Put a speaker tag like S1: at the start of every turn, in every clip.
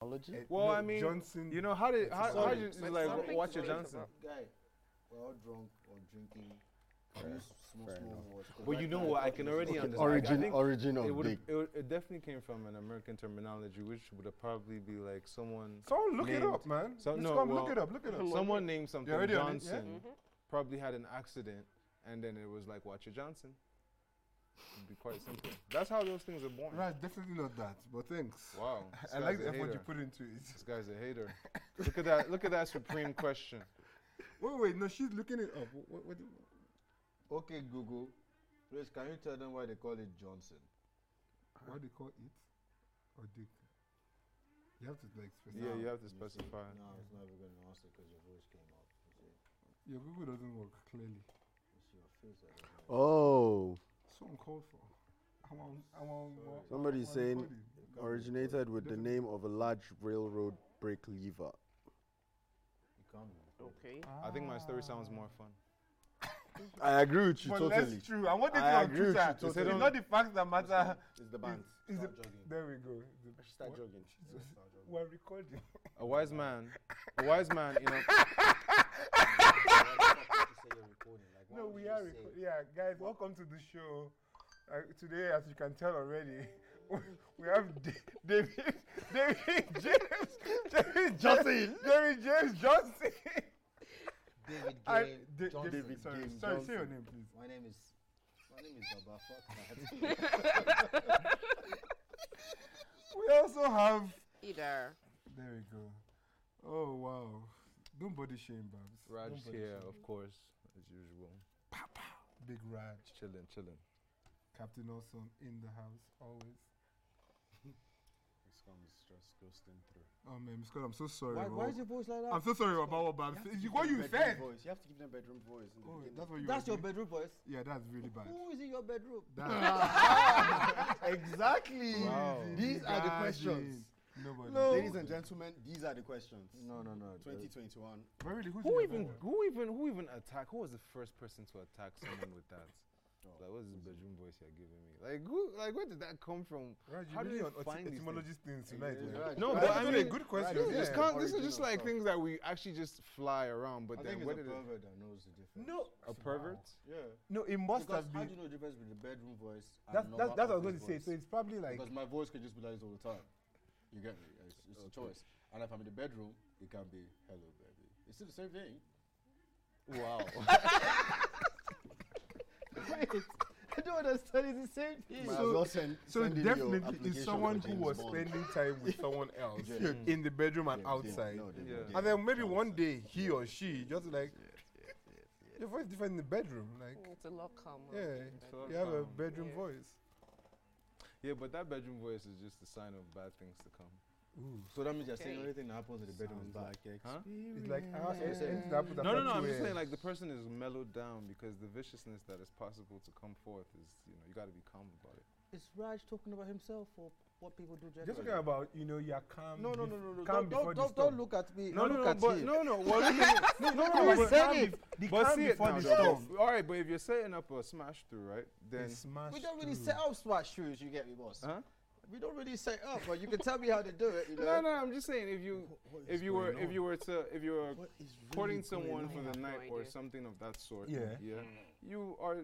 S1: analogy?
S2: Eh,
S3: Well,
S2: no,
S3: I mean,
S2: Johnson.
S3: you know, how did how, how
S1: Sorry.
S3: did you
S1: But
S3: like
S1: something
S3: watch
S1: to
S3: your
S1: relate
S3: Johnson?
S1: about. Guy, we're all drunk or drinking.
S2: Fair-
S1: use small,
S2: fair
S1: small
S2: enough.
S1: words, 'cause
S3: But
S1: right
S3: you know
S1: now
S3: what?
S1: it's
S3: I can
S1: obvious.
S3: already
S1: Okay,
S3: understand. I
S4: origin
S3: think
S4: origin
S2: Oh,
S3: It,
S4: of
S3: would've-
S4: big.
S3: it, would- it definitely came from an American terminology, which would have probably be like someone
S2: Someone look it
S3: named-
S2: up, man.
S3: So-
S2: Let's
S3: no,
S2: come
S3: well,
S2: look it up. Look it up.
S3: someone named something
S2: already on it, yeah?
S3: Johnson probably had an accident, and then it was like Watcher Johnson. It'd be quite simple. That's how those things are born.
S2: Right, definitely not that. But thanks.
S3: Wow. this
S2: I like
S3: guy's
S2: the
S3: a
S2: effort you
S3: hater.
S2: put into it.
S3: This guy's a hater. look at that! Look at that supreme question.
S2: Wait, wait, no, she's looking it up. What, what, what do you-
S1: Okay, Google, please can you tell them why they call it Johnson?
S2: what do you call it? Or dick? You have to like specify.
S3: Yeah, you have to
S1: You see?
S3: specify.
S1: No, it's not even going to answer because your voice came up. You see,
S2: Your Google doesn't work clearly.
S1: it's your face. that doesn't work.
S4: Oh,
S2: So uncalled for. I'm on, I'm on,
S1: Sorry.
S4: Somebody's
S2: I'm on
S4: saying-
S2: recording.
S1: It can't be
S4: originated with the
S2: Doesn't-
S4: name of a large railroad brake lever.
S1: good. It can't be. good.
S5: Okay.
S3: I think my story sounds more fun.
S4: I agree with you
S2: But
S4: totally.
S2: that's true. I want it
S4: I
S2: on
S4: agree with
S2: Twitter.
S4: you
S2: It's
S4: totally.
S2: not the facts that matter.
S1: It's the band.
S2: Is
S1: Start
S2: it-
S1: jogging.
S2: There we go. The-
S4: Start
S2: what-
S4: jogging.
S1: Yeah, start jogging.
S2: We're recording.
S3: A wise man, a wise man, you know.
S1: Why would you say you're recording? Like, why
S2: no,
S1: would
S2: we
S1: you
S2: are
S1: say-
S2: recording. Yeah, guys, welcome to the show. Uh, today, as you can tell already, we have D- David, David James, David Johnson, David James Johnson.
S1: David
S2: I-
S1: Game
S2: Da-
S1: Johnson.
S2: David sorry, sorry, say your name, please.
S1: My name is. My name is Baba. Fuck that.
S2: We also have.
S5: Either.
S2: There we go. Oh wow! Don't body shame, Babs. Don't
S3: Raj
S2: body
S3: here,
S2: shame.
S3: of course, as usual.
S2: Big Raj,
S3: Chilling, chilling.
S2: Captain Awesome in the house always.
S6: This comes just ghosting through.
S2: Oh man, Scott, I'm so sorry.
S6: Why,
S2: bro.
S6: why is your voice like that?
S2: I'm so sorry about what
S6: You
S2: Babs.
S6: have
S2: You,
S6: to give
S2: what
S6: them
S2: you
S6: bedroom
S2: said.
S6: Voice. You have to give them bedroom voice. In the
S2: Oh,
S6: beginning.
S2: that's what you.
S6: That's
S2: were
S6: your
S2: doing.
S6: bedroom voice.
S2: Yeah, that's really bad.
S6: Who is in your
S7: Oh,
S6: bedroom?
S2: That's
S6: exactly.
S3: Wow.
S6: These are the questions.
S2: Nobody.
S6: Ladies and gentlemen, these are the questions.
S1: No, no, no.
S6: 2021.
S2: But really, who's
S3: Who
S2: your
S3: even,
S2: favorite?
S3: who even, who even attack? Who was the first person to attack someone with that?
S6: Oh.
S3: Like, what's this bedroom voice you're giving me? Like, who, like, where did that come from?
S2: Raj, you
S3: How do
S2: really
S3: you
S2: on etym-
S3: find these
S2: etymologist things tonight?
S6: Yeah,
S2: man.
S6: Raj.
S3: No,
S2: Raj,
S3: but
S2: these are
S3: I mean-
S2: good
S3: These
S2: questions.
S3: are just
S2: yeah.
S3: con- these are just
S6: Original
S3: like
S6: stuff.
S3: things that we actually just fly around. But
S1: I
S3: then,
S1: think
S3: what did
S1: it's a
S3: it,
S1: pervert that knows the difference.
S2: No,
S3: a pervert?
S1: Yeah.
S2: no, it must
S1: Because
S2: have
S1: how do you
S2: been.
S1: know the difference with the bedroom voice? and
S2: That's
S1: normal
S2: that's, that's what I was going
S1: office
S2: to say.
S1: voice?
S2: So it's probably like
S1: because my voice can just be like this all the time. You get me? It's, it's a choice. And if I'm in the bedroom, it can be hello, baby. It's still the same thing.
S3: Wow.
S6: I don't understand. It's the same thing.
S2: So-
S6: send,
S2: So
S6: send in your
S2: definitely
S6: application
S2: it's someone
S6: for
S2: who
S6: James
S2: was
S6: Bond.
S2: spending time with someone else
S1: Yeah.
S2: in the bedroom and
S1: Yeah,
S2: outside.
S6: No, they-
S3: Yeah.
S6: they-
S2: And then maybe one day he or she just like your voice different in the bedroom. Like
S5: It's a lot calmer.
S2: yeah,
S7: Oh,
S3: So
S2: you have a
S3: calm.
S2: bedroom
S5: Yeah.
S2: voice.
S3: yeah, but that bedroom voice is just a sign of bad things to come.
S2: Ooh.
S1: So that means you're saying
S5: Okay.
S1: anything that happens in the bedroom is
S6: Sounds
S1: bad.
S6: like
S3: Huh?
S2: It's like I also
S1: Yeah.
S2: saying that happened eh?
S3: No, no,
S2: after
S3: no. I'm
S2: two
S3: just saying,
S2: years.
S3: like, the person is mellowed down because the viciousness that is possible to come forth is, you know, you got to be calm about it.
S6: Is Raj talking about himself or what people do
S2: You're talking about you know you're calm.
S6: No, no,
S2: bef-
S6: no, no, no. Don't,
S2: Calm before
S6: don't,
S2: the
S6: don't,
S2: storm.
S6: don't look at me. don't
S3: No, no,
S6: look
S3: no,
S6: at
S3: but
S6: him.
S3: no, no, what do you mean?
S2: No, no,
S3: no,
S2: no. But
S3: but-
S2: calm, bef- the
S3: But
S2: calm
S3: see it
S2: before
S3: now,
S2: the
S3: though.
S2: storm.
S3: All right, but if you're setting up a smash through, right?
S2: They
S3: Then
S2: smash
S6: We don't really
S2: through.
S6: set up smash shoes, you get me, boss.
S3: huh?
S6: We don't really set up, but you can tell me how to do it, you know.
S3: No, no. I'm just saying if you
S6: Wh- what
S3: if
S6: is
S3: you were
S6: going
S3: if
S6: on?
S3: you were to if you were
S6: What is really
S3: courting
S6: going
S3: someone
S6: on?
S3: for
S5: I
S3: the
S5: have no
S3: night or
S5: idea.
S3: something of that sort,
S2: Yeah.
S3: yeah, you are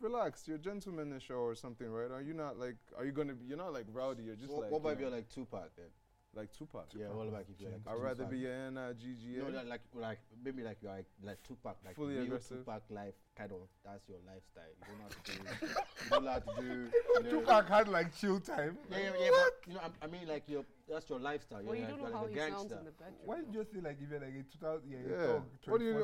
S3: relaxed. You're gentlemanish or something, right? Are you not like? Are you gonna be? You're not like rowdy. You're just
S1: What,
S3: like
S1: what
S3: you
S1: about if
S3: know,
S1: you're like Tupac then?
S3: like Tupac.
S1: Yeah, what about if you're like
S3: I'd rather
S1: Tupac?
S3: be an NIGGA.
S1: No, like, like like maybe like you're like, like Tupac, like
S3: Fully
S1: real
S3: aggressive.
S1: Tupac life kind of. That's your lifestyle. You don't have to do. you don't have to do. You know,
S2: Tupac had like chill time.
S1: Yeah, yeah, yeah. But, you know, I, I mean, like your that's your lifestyle.
S5: Well, you
S1: you're
S5: don't
S1: like,
S5: know how
S1: you're
S5: he
S1: like a
S5: sounds
S1: gangster.
S5: in the bedroom.
S2: Why did you say like if you're like a 2000 yeah, you
S3: Yeah.
S2: talk
S3: What do you do?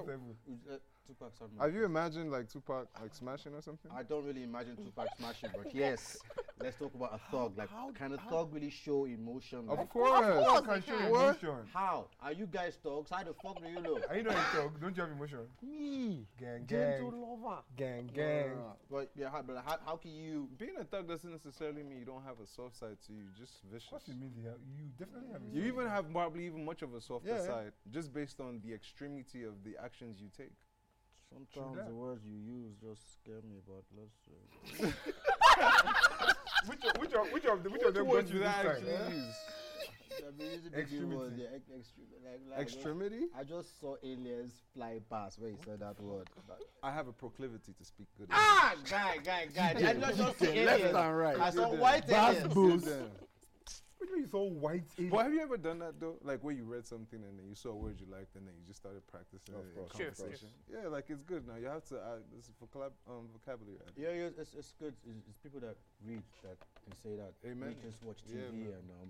S2: 24/7?
S1: Uh, Tupac something.
S3: Have you imagined like Tupac like smashing or something?
S1: I don't really imagine Tupac smashing, but yes, let's talk about a thug. Like,
S2: How-
S1: can a
S2: how-
S1: thug really show emotion?
S3: Of
S1: Like,
S3: course.
S2: Tupac can show
S3: can. What?
S2: emotion.
S1: how are you guys thugs? How the fuck do you know?
S2: Are you not a thug? Don't you have emotion?
S6: Me,
S2: Gang,
S6: gentle
S2: gang,
S6: lover.
S2: gang,
S6: No,
S2: gang.
S6: no, no.
S1: But yeah, how, but how, how can you?
S3: Being a thug doesn't necessarily mean you don't have a soft side to you. Just vicious.
S2: What you mean? You have- You definitely have.
S3: You
S2: emotion.
S3: even have probably even much of a softer
S2: Yeah.
S3: side, just based on the extremity of the actions you take.
S2: True that.
S1: Sometimes the words you use just scare me, but let's. Uh,
S2: Which of which of which of the which of them
S3: Which
S2: got
S3: ones
S2: you
S3: did I
S2: this time?
S3: actually use?
S6: I've been using
S2: Extremity.
S6: extremity. Words, yeah, ex- extreme, like, like, I just-
S3: Extremity?
S6: I just saw aliens fly past when you said that word. But-
S3: I have a proclivity to speak good.
S6: ah, guy, guy, guy. I just, just saw
S4: Left
S6: aliens.
S4: and right.
S6: I saw white aliens.
S3: English.
S2: What do you mean you saw white aliens?
S3: But have you ever done that though? Like where you read something and then you saw a word you liked and then you just started practicing.
S1: Of
S3: it in
S1: course, of
S5: Cheers,
S3: conversation.
S5: cheers.
S3: Yeah, like it's good now. You have to add this vocab um, vocabulary. added.
S1: Yeah, yeah, it's, it's good. It's, it's people that read that can say that.
S3: Amen.
S1: We just watch TV
S3: Yeah, man.
S1: and um,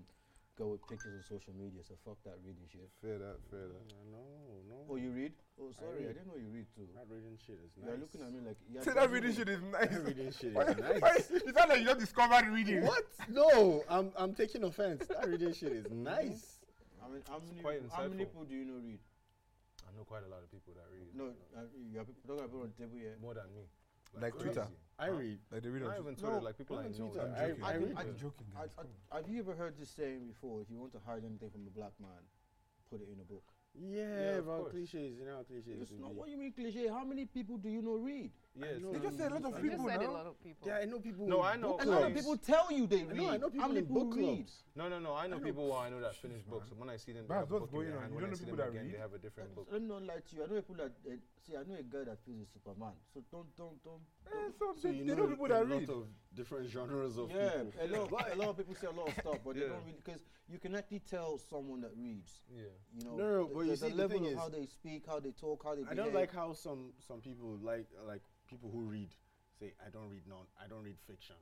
S1: go with pictures on social media. So fuck that reading shit.
S3: Fair that, fair that.
S5: No, no.
S1: Oh, you read? Oh, sorry, I,
S5: read.
S1: didn't know you read too.
S5: That reading shit is nice.
S1: You're looking at me like yeah.
S2: Say
S1: but
S2: that
S1: you
S2: reading
S1: know-
S2: shit is nice.
S5: That reading shit
S2: Why-
S5: is nice.
S2: why- Is that like you just discovered reading?
S5: What? No, I'm I'm taking offense. That reading shit is nice.
S1: I mean, how many,
S3: quite
S1: people- how many
S3: insightful.
S1: people do you know read?
S5: I know quite a lot of people that read.
S1: No, uh, you are people- talking about people on the table here.
S5: more than me.
S3: Like Twitter.
S5: I read.
S3: Like they read
S5: Not
S3: on
S5: even
S3: Twitter.
S5: Twitter.
S2: No,
S5: like people
S2: not
S5: I
S2: on
S5: know.
S2: Twitter.
S5: that
S2: I-
S5: read.
S1: I read
S5: read.
S1: the-
S2: joking,
S1: I, I, have you ever heard this saying before? If you want to hide anything from a black man, put it in a book.
S5: Yeah,
S3: of
S5: about
S3: course.
S5: cliches. You know how cliches
S1: It's
S5: will
S1: not
S5: be.
S1: what you mean cliche. How many people do you know read?
S3: Yeah,
S5: I
S3: it's
S5: know
S3: not-
S2: They just said a lot of
S5: I
S7: You
S2: people
S7: just said a
S2: now.
S7: lot of people.
S5: Yeah, I know people.
S3: No,
S5: in
S3: I know
S5: book
S1: A
S3: Clubs.
S1: lot of
S5: clubs.
S1: people tell you they
S5: I
S1: read.
S5: know, I know people
S1: how many
S5: in
S1: people
S5: book
S1: read?
S5: clubs.
S3: No, no, no. I know,
S2: know
S3: people who I know that
S2: shit,
S3: finish books.
S2: man.
S3: When I see them, they
S2: Bruh,
S3: have a
S2: what's
S3: book in
S2: going
S3: their
S2: on?
S3: hand.
S2: You
S3: When
S2: don't
S3: I
S2: know
S3: see
S2: people
S3: them
S2: that
S3: again, they
S2: read?
S3: have a different book.
S1: Let me not lie to you. I know people that uh, see. I know a guy that feels he's Superman. So don't, don't, don't.
S2: Eh, so
S5: So
S2: they,
S5: you
S2: they
S5: know
S2: know people that
S5: a lot
S2: read.
S5: of different genres of
S1: yeah,
S5: people.
S1: a lot, of, a lot of people say a lot of stuff, but
S3: Yeah.
S1: they don't really because you can actually tell someone that reads.
S3: Yeah.
S1: You know,
S5: No, no,
S1: th-
S5: but you
S1: there's
S5: see,
S1: a
S5: the
S1: level
S5: thing
S1: of
S5: is-
S1: how they speak, how they talk, how they
S5: I
S1: behave.
S5: don't like how some some people like like people who read say I don't read non I don't read fiction.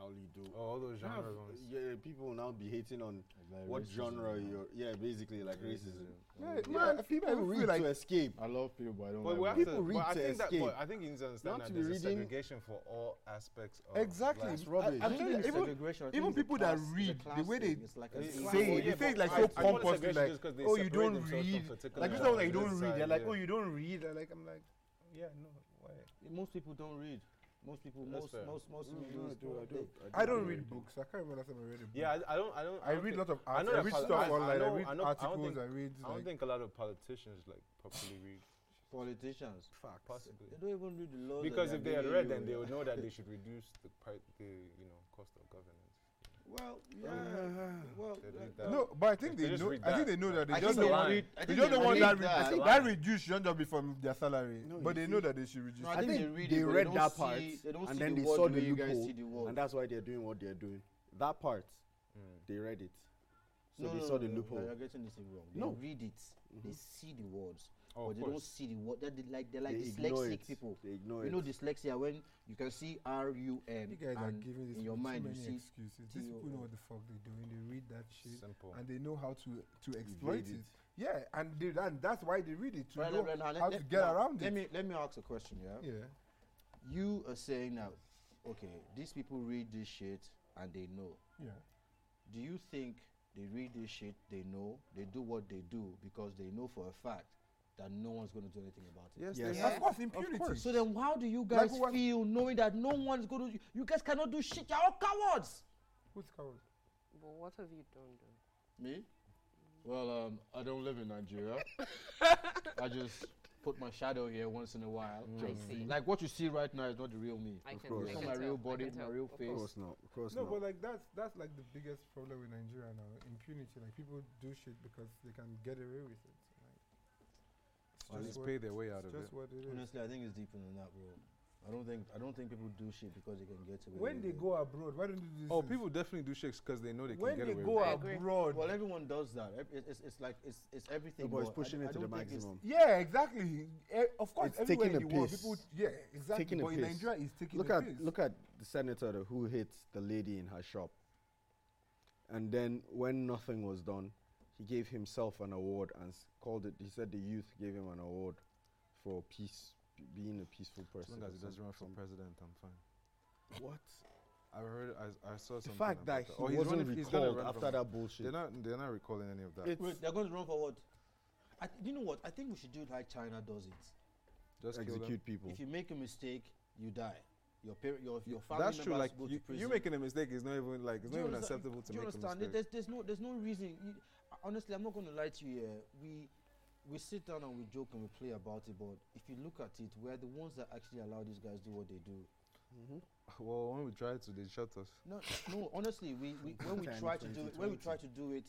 S5: I only do.
S3: Oh, all those
S5: Now,
S3: genre
S5: f-
S3: ones.
S5: Yeah, people will now be hating on what genre you're. Yeah, basically like racism.
S2: Yeah,
S5: Yeah,
S2: man,
S5: people
S2: I feel
S5: read
S2: like-
S5: to escape.
S1: I love people, but I don't.
S3: But we have
S5: people
S3: to.
S5: read
S3: But I
S5: to
S3: think that.
S5: escape.
S3: But I think Indians
S5: Not
S3: understand
S5: to
S3: that
S5: be
S3: there's a
S5: reading-
S3: segregation for all aspects of.
S2: Exactly.
S3: life.
S5: That's rubbish.
S2: I, I'm telling you, even,
S1: segregation. I
S2: even
S1: think it's a
S2: people that
S1: class- it's a
S2: read, the
S1: class
S2: way
S1: thing.
S2: they
S1: it's like
S3: Uh,
S1: a
S3: yeah,
S1: class
S2: say
S1: war.
S2: it, they
S3: yeah,
S2: say it
S3: but
S2: like
S3: I-
S2: so
S3: I call it
S2: pompously,
S3: segregation
S2: like,
S3: just 'cause they
S2: oh, you
S3: separate
S2: don't
S3: themselves from
S2: read.
S3: particular
S2: Like, this one, like, you
S3: genres
S2: don't read.
S3: inside,
S2: They're like,
S3: yeah.
S2: oh, you don't read. I'm like, I'm like, yeah, no, why?
S1: Most people don't read. Most people,
S3: That's
S1: most,
S3: fair.
S1: most, most,
S5: Mm, no, I
S1: most.
S5: do, I do,
S2: I don't read books. I can't remember last time I read a book.
S3: Yeah, I, I don't. I don't.
S2: I
S3: don't
S2: read a
S3: think-
S2: lot of
S3: I
S2: arts.
S3: know
S2: I,
S3: that
S2: read
S3: poli-
S2: stuff
S3: I- I
S2: online. I,
S3: know-
S2: read
S3: I know- I don't
S2: articles.
S3: think-
S2: I read.
S3: I don't
S2: like,
S3: think a lot of politicians like properly read.
S1: Politicians.
S3: Possibly.
S1: They don't even read the laws. that
S3: Because
S1: are
S3: if they had
S1: being
S3: read, then
S1: made.
S3: they would know that they should reduce the pri- the you know cost of governance.
S5: Uh,
S1: Well, yeah. Well,
S3: They
S1: that-
S3: read that.
S2: No, but I think
S3: If
S2: they,
S3: they just
S2: know.
S3: read
S2: I think
S3: that,
S2: they know
S3: like-
S2: that they
S1: I
S2: just
S1: think
S2: don't
S1: they
S2: want.
S1: read. I
S2: They
S1: think
S2: just don't want
S1: read
S2: that.
S1: that.
S2: Re- that reduced shouldn't just be from their salary,
S5: No,
S2: but
S5: you
S2: they know that they should reduce.
S1: No, I,
S2: it.
S1: think,
S4: think
S1: they read
S4: they
S1: it, but
S4: read
S1: don't
S4: that
S1: see-
S4: part,
S1: they don't
S4: and
S1: see
S4: then
S1: the
S4: they
S1: world
S4: saw
S1: way
S4: the
S1: you guys
S4: loophole,
S1: see the world.
S5: and that's why they're doing what they're doing. That part,
S3: Mm.
S5: they read it, so
S1: no,
S5: they
S1: no,
S5: saw
S1: no,
S5: the
S1: no,
S5: loophole.
S1: No, you're getting this thing wrong. They
S5: No.
S1: read it. They
S5: Mhm.
S1: see the words,
S3: Oh,
S1: but
S3: of
S1: they don't
S3: course.
S1: see the word. They're, the- like they're like
S5: they ignore
S1: dyslexic
S5: it.
S1: people.
S5: They ignore
S1: You know
S5: it.
S1: dyslexia when you can see R U N
S2: You guys are
S1: and
S2: giving this
S1: in
S2: people
S1: your
S2: too
S1: mind you
S2: many
S1: see
S2: excuses. These
S1: TO.
S2: people know what the fuck they're doing. They read that shit
S3: Simple.
S2: and they know how to to exploit
S5: Evade
S2: it.
S5: it.
S2: Yeah, and they, and that's why they read it to
S1: Right,
S2: know
S1: right, right,
S2: how
S1: let-
S2: to
S1: let-
S2: get
S1: now,
S2: around
S1: Let
S2: it.
S1: me let me ask a question. Yeah?
S2: Yeah,
S1: you are saying now, okay, these people read this shit and they know.
S2: yeah.
S1: Do you think they read this shit? They know they do what they do because they know for a fact that no one's going to do anything about it.
S3: Yes.
S5: Yes.
S3: they
S5: Yeah.
S3: have.
S2: Of course, impunity.
S1: So then, how do you
S2: Like
S1: guys
S2: what-
S1: feel knowing that no one's going to? You guys cannot do shit. You're all cowards.
S2: Who's coward?
S7: But what have you done though?
S1: Me? Well, um, I don't live in Nigeria. I just put my shadow here once in a while.
S7: I see.
S1: Like what you see right now is not the real me.
S7: I
S5: Of
S7: can,
S5: course.
S7: I
S5: Not
S7: can
S1: my
S7: tell,
S1: real
S7: I
S1: body,
S7: can
S1: my
S7: tell.
S1: real
S7: Of
S1: face.
S5: Of
S7: course.
S5: course not. Of course
S2: No,
S5: not.
S2: but like that's that's like the biggest problem with Nigeria now. Impunity. Like people do shit because they can get away with it. Like, it's
S3: Or
S2: just
S3: just
S2: what-
S3: pay their way out
S2: it's
S3: of it.
S2: just what it is.
S1: Honestly, I think it's deeper than that, bro. I don't think I don't think people do shit because they can get away.
S2: When
S1: with
S2: they
S1: it.
S2: go abroad, why don't they do this?
S3: Oh, people definitely do shakes because they know they can
S2: when
S3: get
S2: they
S3: away
S2: go
S3: with
S7: I
S3: it.
S7: agree.
S2: abroad.
S1: well, everyone does that. Ev- It's, it's, it's like it's it's everything.
S5: No, but it's
S1: but I-
S5: pushing
S1: I
S5: it to the
S1: don't think it's-
S5: maximum.
S2: Yeah, exactly. Eh, of course,
S5: It's
S2: everywhere
S5: taking
S2: in
S5: a
S2: the world,
S5: piss.
S2: people. Yeah, exactly.
S5: Taking a
S2: but in
S5: piss.
S2: Nigeria, it's taking
S5: Look
S2: a
S5: at
S2: piss.
S5: look at the senator tho- who hit the lady in her shop, and then when nothing was done, he gave himself an award and s- called it. He said the youth gave him an award for peace, b- being a peaceful
S3: As
S5: person.
S3: long as
S5: or
S3: it doesn't run for
S5: something.
S3: president, I'm fine.
S5: what?
S3: I heard. I, I saw
S5: The
S3: something.
S5: fact
S3: about
S5: that
S3: Oh,
S5: he
S3: he's
S5: wasn't
S3: running- he's gonna
S5: recalled
S3: run
S5: after
S3: from-
S5: that bullshit.
S3: They're not. They're not recalling any of that.
S5: It's-
S1: Wait, they're going to run for what? I th- you know what? I think we should do it like China does it.
S3: just kill them.
S5: execute people.
S1: If you make a mistake, you die. Your parent, your your family
S3: That's true.
S1: members
S3: Like
S1: go
S3: you,
S1: to prison.
S3: you making a mistake is not even like it's
S1: Do
S3: not
S1: you
S3: even
S1: understand-
S3: acceptable to
S1: do you
S3: make a
S1: understand? There-
S3: mistake.
S1: There's, there's no there's no reason. You, honestly, I'm not going to lie to you. Here. We we sit down and we joke and we play about it, but if you look at it, we're the ones that actually allow these guys do what they do.
S3: Well, when we tried to, they shot us.
S1: No, no. Honestly, we, we when we
S5: Time
S1: try to do it, when
S5: 2020.
S1: we try to do it,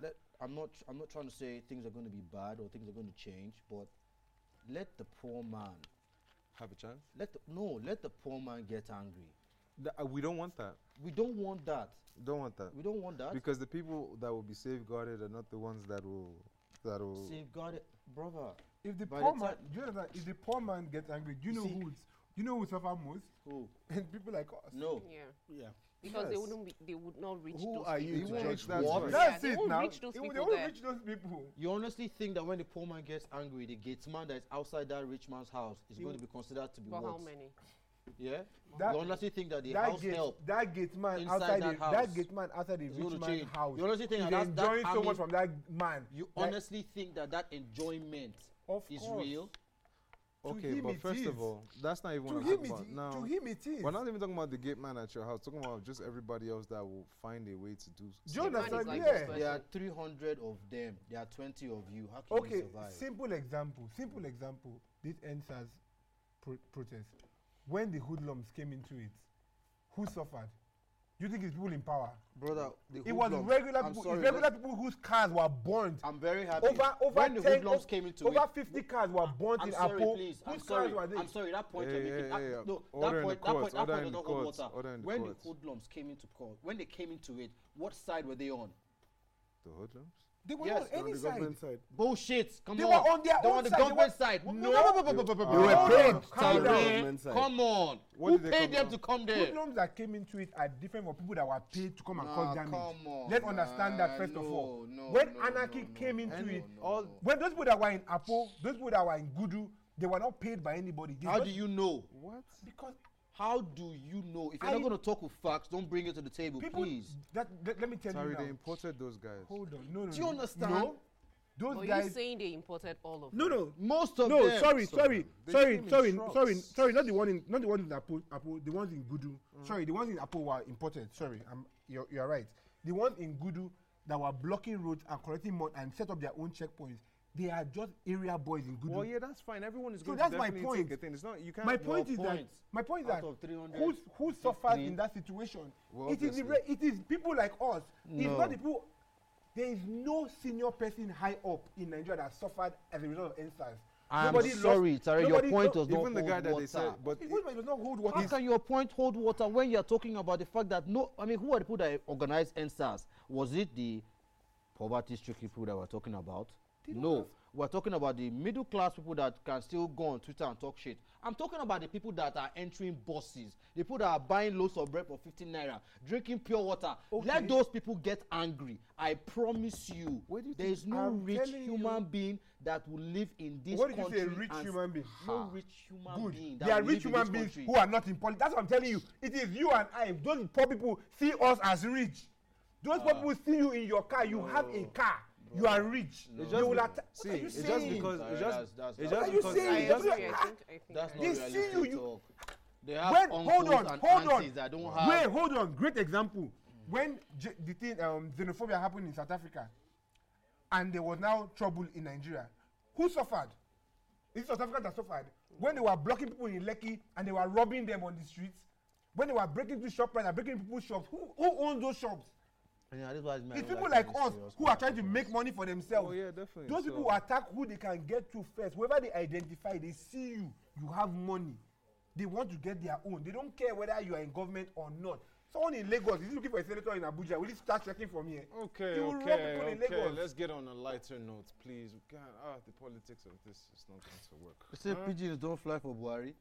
S1: let I'm not I'm not trying to say things are going to be bad or things are going to change, but let the poor man
S3: Have a chance.
S1: let the, no let the poor man get angry.
S3: Th- uh, we don't want that.
S1: We don't want that.
S3: Don't want that.
S1: We don't want that.
S3: Because the people that will be safeguarded are not the ones that will that will.
S1: Safeguard it, brother.
S2: If the
S1: By the
S2: poor
S1: ti-
S2: man, do you understand? If the poor man gets angry, do you know
S1: See-
S2: who's, you know who would suffer most?
S1: Who?
S2: And people like us.
S1: No.
S7: Yeah.
S1: Yeah.
S7: Because they
S3: Yes.
S7: wouldn't be, they would not reach
S4: Who
S7: those
S4: are
S7: people.
S4: you
S3: It
S4: to
S3: won't
S4: judge
S3: reach that
S4: what?
S3: But
S2: That's
S7: they
S2: it
S7: won't
S2: now.
S7: reach those
S2: They
S7: people
S2: won't
S7: there.
S2: reach those people.
S1: You honestly think that when the poor man gets angry, the gatesman that is outside that rich man's house is going to be considered to be
S7: But
S1: what?
S7: how many?
S1: Yeah.
S2: That-
S1: you honestly think that the
S2: that
S1: house
S2: gate,
S1: help
S2: that gate man
S1: inside
S2: outside
S1: that
S2: the,
S1: house
S2: that gate man outside the
S1: is
S2: rich
S1: going to
S2: man's
S1: change.
S2: house.
S1: You honestly think
S2: is
S1: that that's that
S2: enjoying so
S1: army-
S2: much from that man.
S1: You
S2: Like,
S1: honestly think that that enjoyment
S2: Of
S1: is
S2: course.
S1: real?
S2: To
S3: Okay,
S2: him
S3: but
S2: it
S3: first
S2: is.
S3: of all, that's not even
S2: To
S3: what I'm
S2: him,
S3: talking
S2: it,
S3: about. No,
S2: to him it is.
S3: we're not even talking about the gate man at your house. Talking about just everybody else that will find a way to do.
S2: Do you
S3: something.
S7: Gate man
S2: understand?
S7: is like
S2: yeah.
S7: this
S1: There are
S7: Person.
S1: 300 of them. There are 20 of you. How can you
S2: Okay,
S1: survive?
S2: simple example. Simple example. This NSAS pro- protest. When the hoodlums came into it, who suffered? You think it's people in power?
S1: Brother, the
S2: it was
S1: hoodlums-
S2: regular
S1: I'm
S2: people.
S1: sorry,
S2: it's regular
S1: but-
S2: people whose cars were burned.
S1: I'm very happy.
S2: Over, over
S1: when the
S2: 10
S1: hoodlums
S2: o-
S1: came into
S2: over
S1: it,
S2: 50 cars were burnt
S1: I'm
S2: in
S1: sorry,
S2: Apo.
S1: please. I'm
S2: Whose
S1: sorry.
S2: cars were they?
S1: I'm sorry. That point
S3: Hey,
S1: you're making.
S3: hey,
S1: that-
S3: hey, uh,
S1: no,
S3: order
S1: that
S3: in
S1: point.
S3: the
S1: That
S3: courts,
S1: point. That
S3: order
S1: point
S3: in the
S1: does not hold
S3: courts,
S1: water.
S3: order in the
S1: When
S3: courts.
S1: the hoodlums came into court, when they came into it, what side were they on?
S3: The hoodlums.
S2: They were
S1: Yes,
S2: not on any side.
S1: Bullshit. Come
S2: They
S1: on.
S2: were on their
S1: they were
S2: own
S1: on the
S2: side. They
S1: government
S2: were-
S1: side.
S2: Well, no,
S1: No. no, no, no, no,
S4: They were
S1: no, no,
S4: paid.
S1: no, no.
S4: Calm down.
S1: Tyrone,
S4: Government side.
S1: Come on.
S3: What
S1: Who
S3: did they
S1: paid
S3: come
S1: them
S3: down?
S1: to come there?
S2: Hoodlums that came into it are different from people that were paid to come and cause damage.
S1: come on,
S2: Let's understand that
S1: man.
S2: first of
S1: No,
S2: all.
S1: no,
S2: when
S1: no,
S2: anarchy
S1: no, no,
S2: came
S1: no,
S2: into
S1: no,
S2: it,
S1: no,
S2: all
S1: no.
S2: when those people that were in Apo, those people that were in Gudu, they were not paid by anybody. They
S1: How
S2: just-
S1: do you know?
S3: What?
S2: Because
S1: How do you know? If you're
S2: I-
S1: not going to talk with facts, don't bring it to the table,
S2: people,
S1: please.
S2: that, that- let me tell you
S3: Sorry,
S2: now.
S3: they imported those guys.
S2: Hold on, no, no.
S1: Do you
S2: no.
S1: understand?
S2: No, those
S7: But you're
S2: guys.
S7: saying they imported all of
S2: No,
S7: them.
S2: no,
S1: Most of
S2: no.
S1: them.
S2: Sorry,
S1: Some of
S2: sorry,
S1: them.
S3: They
S2: sorry,
S3: came in
S2: sorry,
S3: trucks.
S2: sorry, sorry. Not the one in, not the one in Apo, Apo. The ones in Gudu. Sorry, the ones in Apo were imported. Sorry, I'm, you're, you're right. The ones in Gudu that were blocking roads and collecting mud and set up their own checkpoints. They are just area boys in Gudu.
S3: Well, yeah, that's fine. Everyone is
S2: So
S3: going
S2: that's
S3: to
S2: my
S3: definitely
S2: point.
S3: take a thing. It's not you can't.
S2: my point
S1: your
S2: is that
S1: points
S2: my point is
S1: out
S2: that
S1: of 300,
S2: who's, who suffered in
S1: 15?
S2: that situation?
S3: Well,
S2: it is the
S3: obviously.
S2: re- it is people like us. It's
S1: No.
S2: not the people. There is no senior person high up in Nigeria that suffered as a result of NSAS.
S1: I'm
S2: Nobody lost-
S1: sorry, Tari, your
S2: nobody
S1: point
S2: lo-
S1: does not
S3: even the guy
S1: hold
S3: that
S1: water.
S3: they said, but
S2: It was- it does not hold water.
S1: How
S2: It's-
S1: can your point hold water when you're talking about the fact that no, I mean, who are the people that organized NSAS? Was it the poverty stricken people that we're talking about? No, we're talking about the middle class people that can still go on Twitter and talk shit. I'm talking about the people that are entering buses, the people that are buying loads of bread for 15 naira, drinking pure water.
S2: Okay.
S1: Let those people get angry. I promise you,
S3: Where do you
S1: there
S3: think-
S1: is no
S2: I'm
S1: rich
S2: telling you-
S1: human being that will live in this
S2: What did you
S1: country.
S2: say, rich
S1: and-
S2: human being?
S1: No
S2: Ah.
S1: rich human being.
S2: Good.
S1: that
S2: There are
S1: will
S2: rich
S1: live in this
S2: human beings
S1: country.
S2: who are not in politics. That's what I'm telling you. It is you and I. Those poor people see us as rich. Those poor people see you in your car. You have a car. You are rich.
S3: It's
S2: They
S3: just,
S2: will
S3: be-
S2: atta- what
S3: see,
S2: are you
S3: it's just
S2: saying?
S3: because
S1: Sorry,
S3: it's just,
S1: that's- that's-
S3: it's
S1: that's-
S3: just
S2: Are you
S3: because
S2: serious?
S7: I
S3: it's just
S7: agree. I
S2: That's-
S7: think, I think
S1: That's
S7: I
S1: not
S2: They
S1: realistic
S2: see you, you-
S1: talk. They have
S2: When-
S1: uncles
S2: hold on,
S1: and
S2: hold on.
S1: aunties that don't have.
S2: Wait, hold on. Great example. When J- the thing um, xenophobia happened in South Africa, and there was now trouble in Nigeria, who suffered? Is it South Africa that suffered when they were blocking people in Lekki and they were robbing them on the streets? When they were breaking into shop and breaking people's shops, who who owns those shops?
S1: Yeah, this was my
S2: It's
S1: own
S2: people like
S1: life is
S2: us
S1: serious
S2: who are trying to make money for themselves.
S3: Oh, yeah, definitely.
S2: Those people
S3: So-
S2: who attack who they can get to first. Whoever they identify, they see you, you have money. They want to get their own. They don't care whether you are in government or not. Someone in Lagos is looking for a senator in Abuja. Will he start checking from here?
S3: Okay,
S2: You will rob
S3: okay,
S2: people in
S3: okay.
S2: Lagos.
S3: Let's get on a lighter note, please. We can't. Ah, the politics of this is not going to work.
S1: They say pigeons don't fly for Buhari.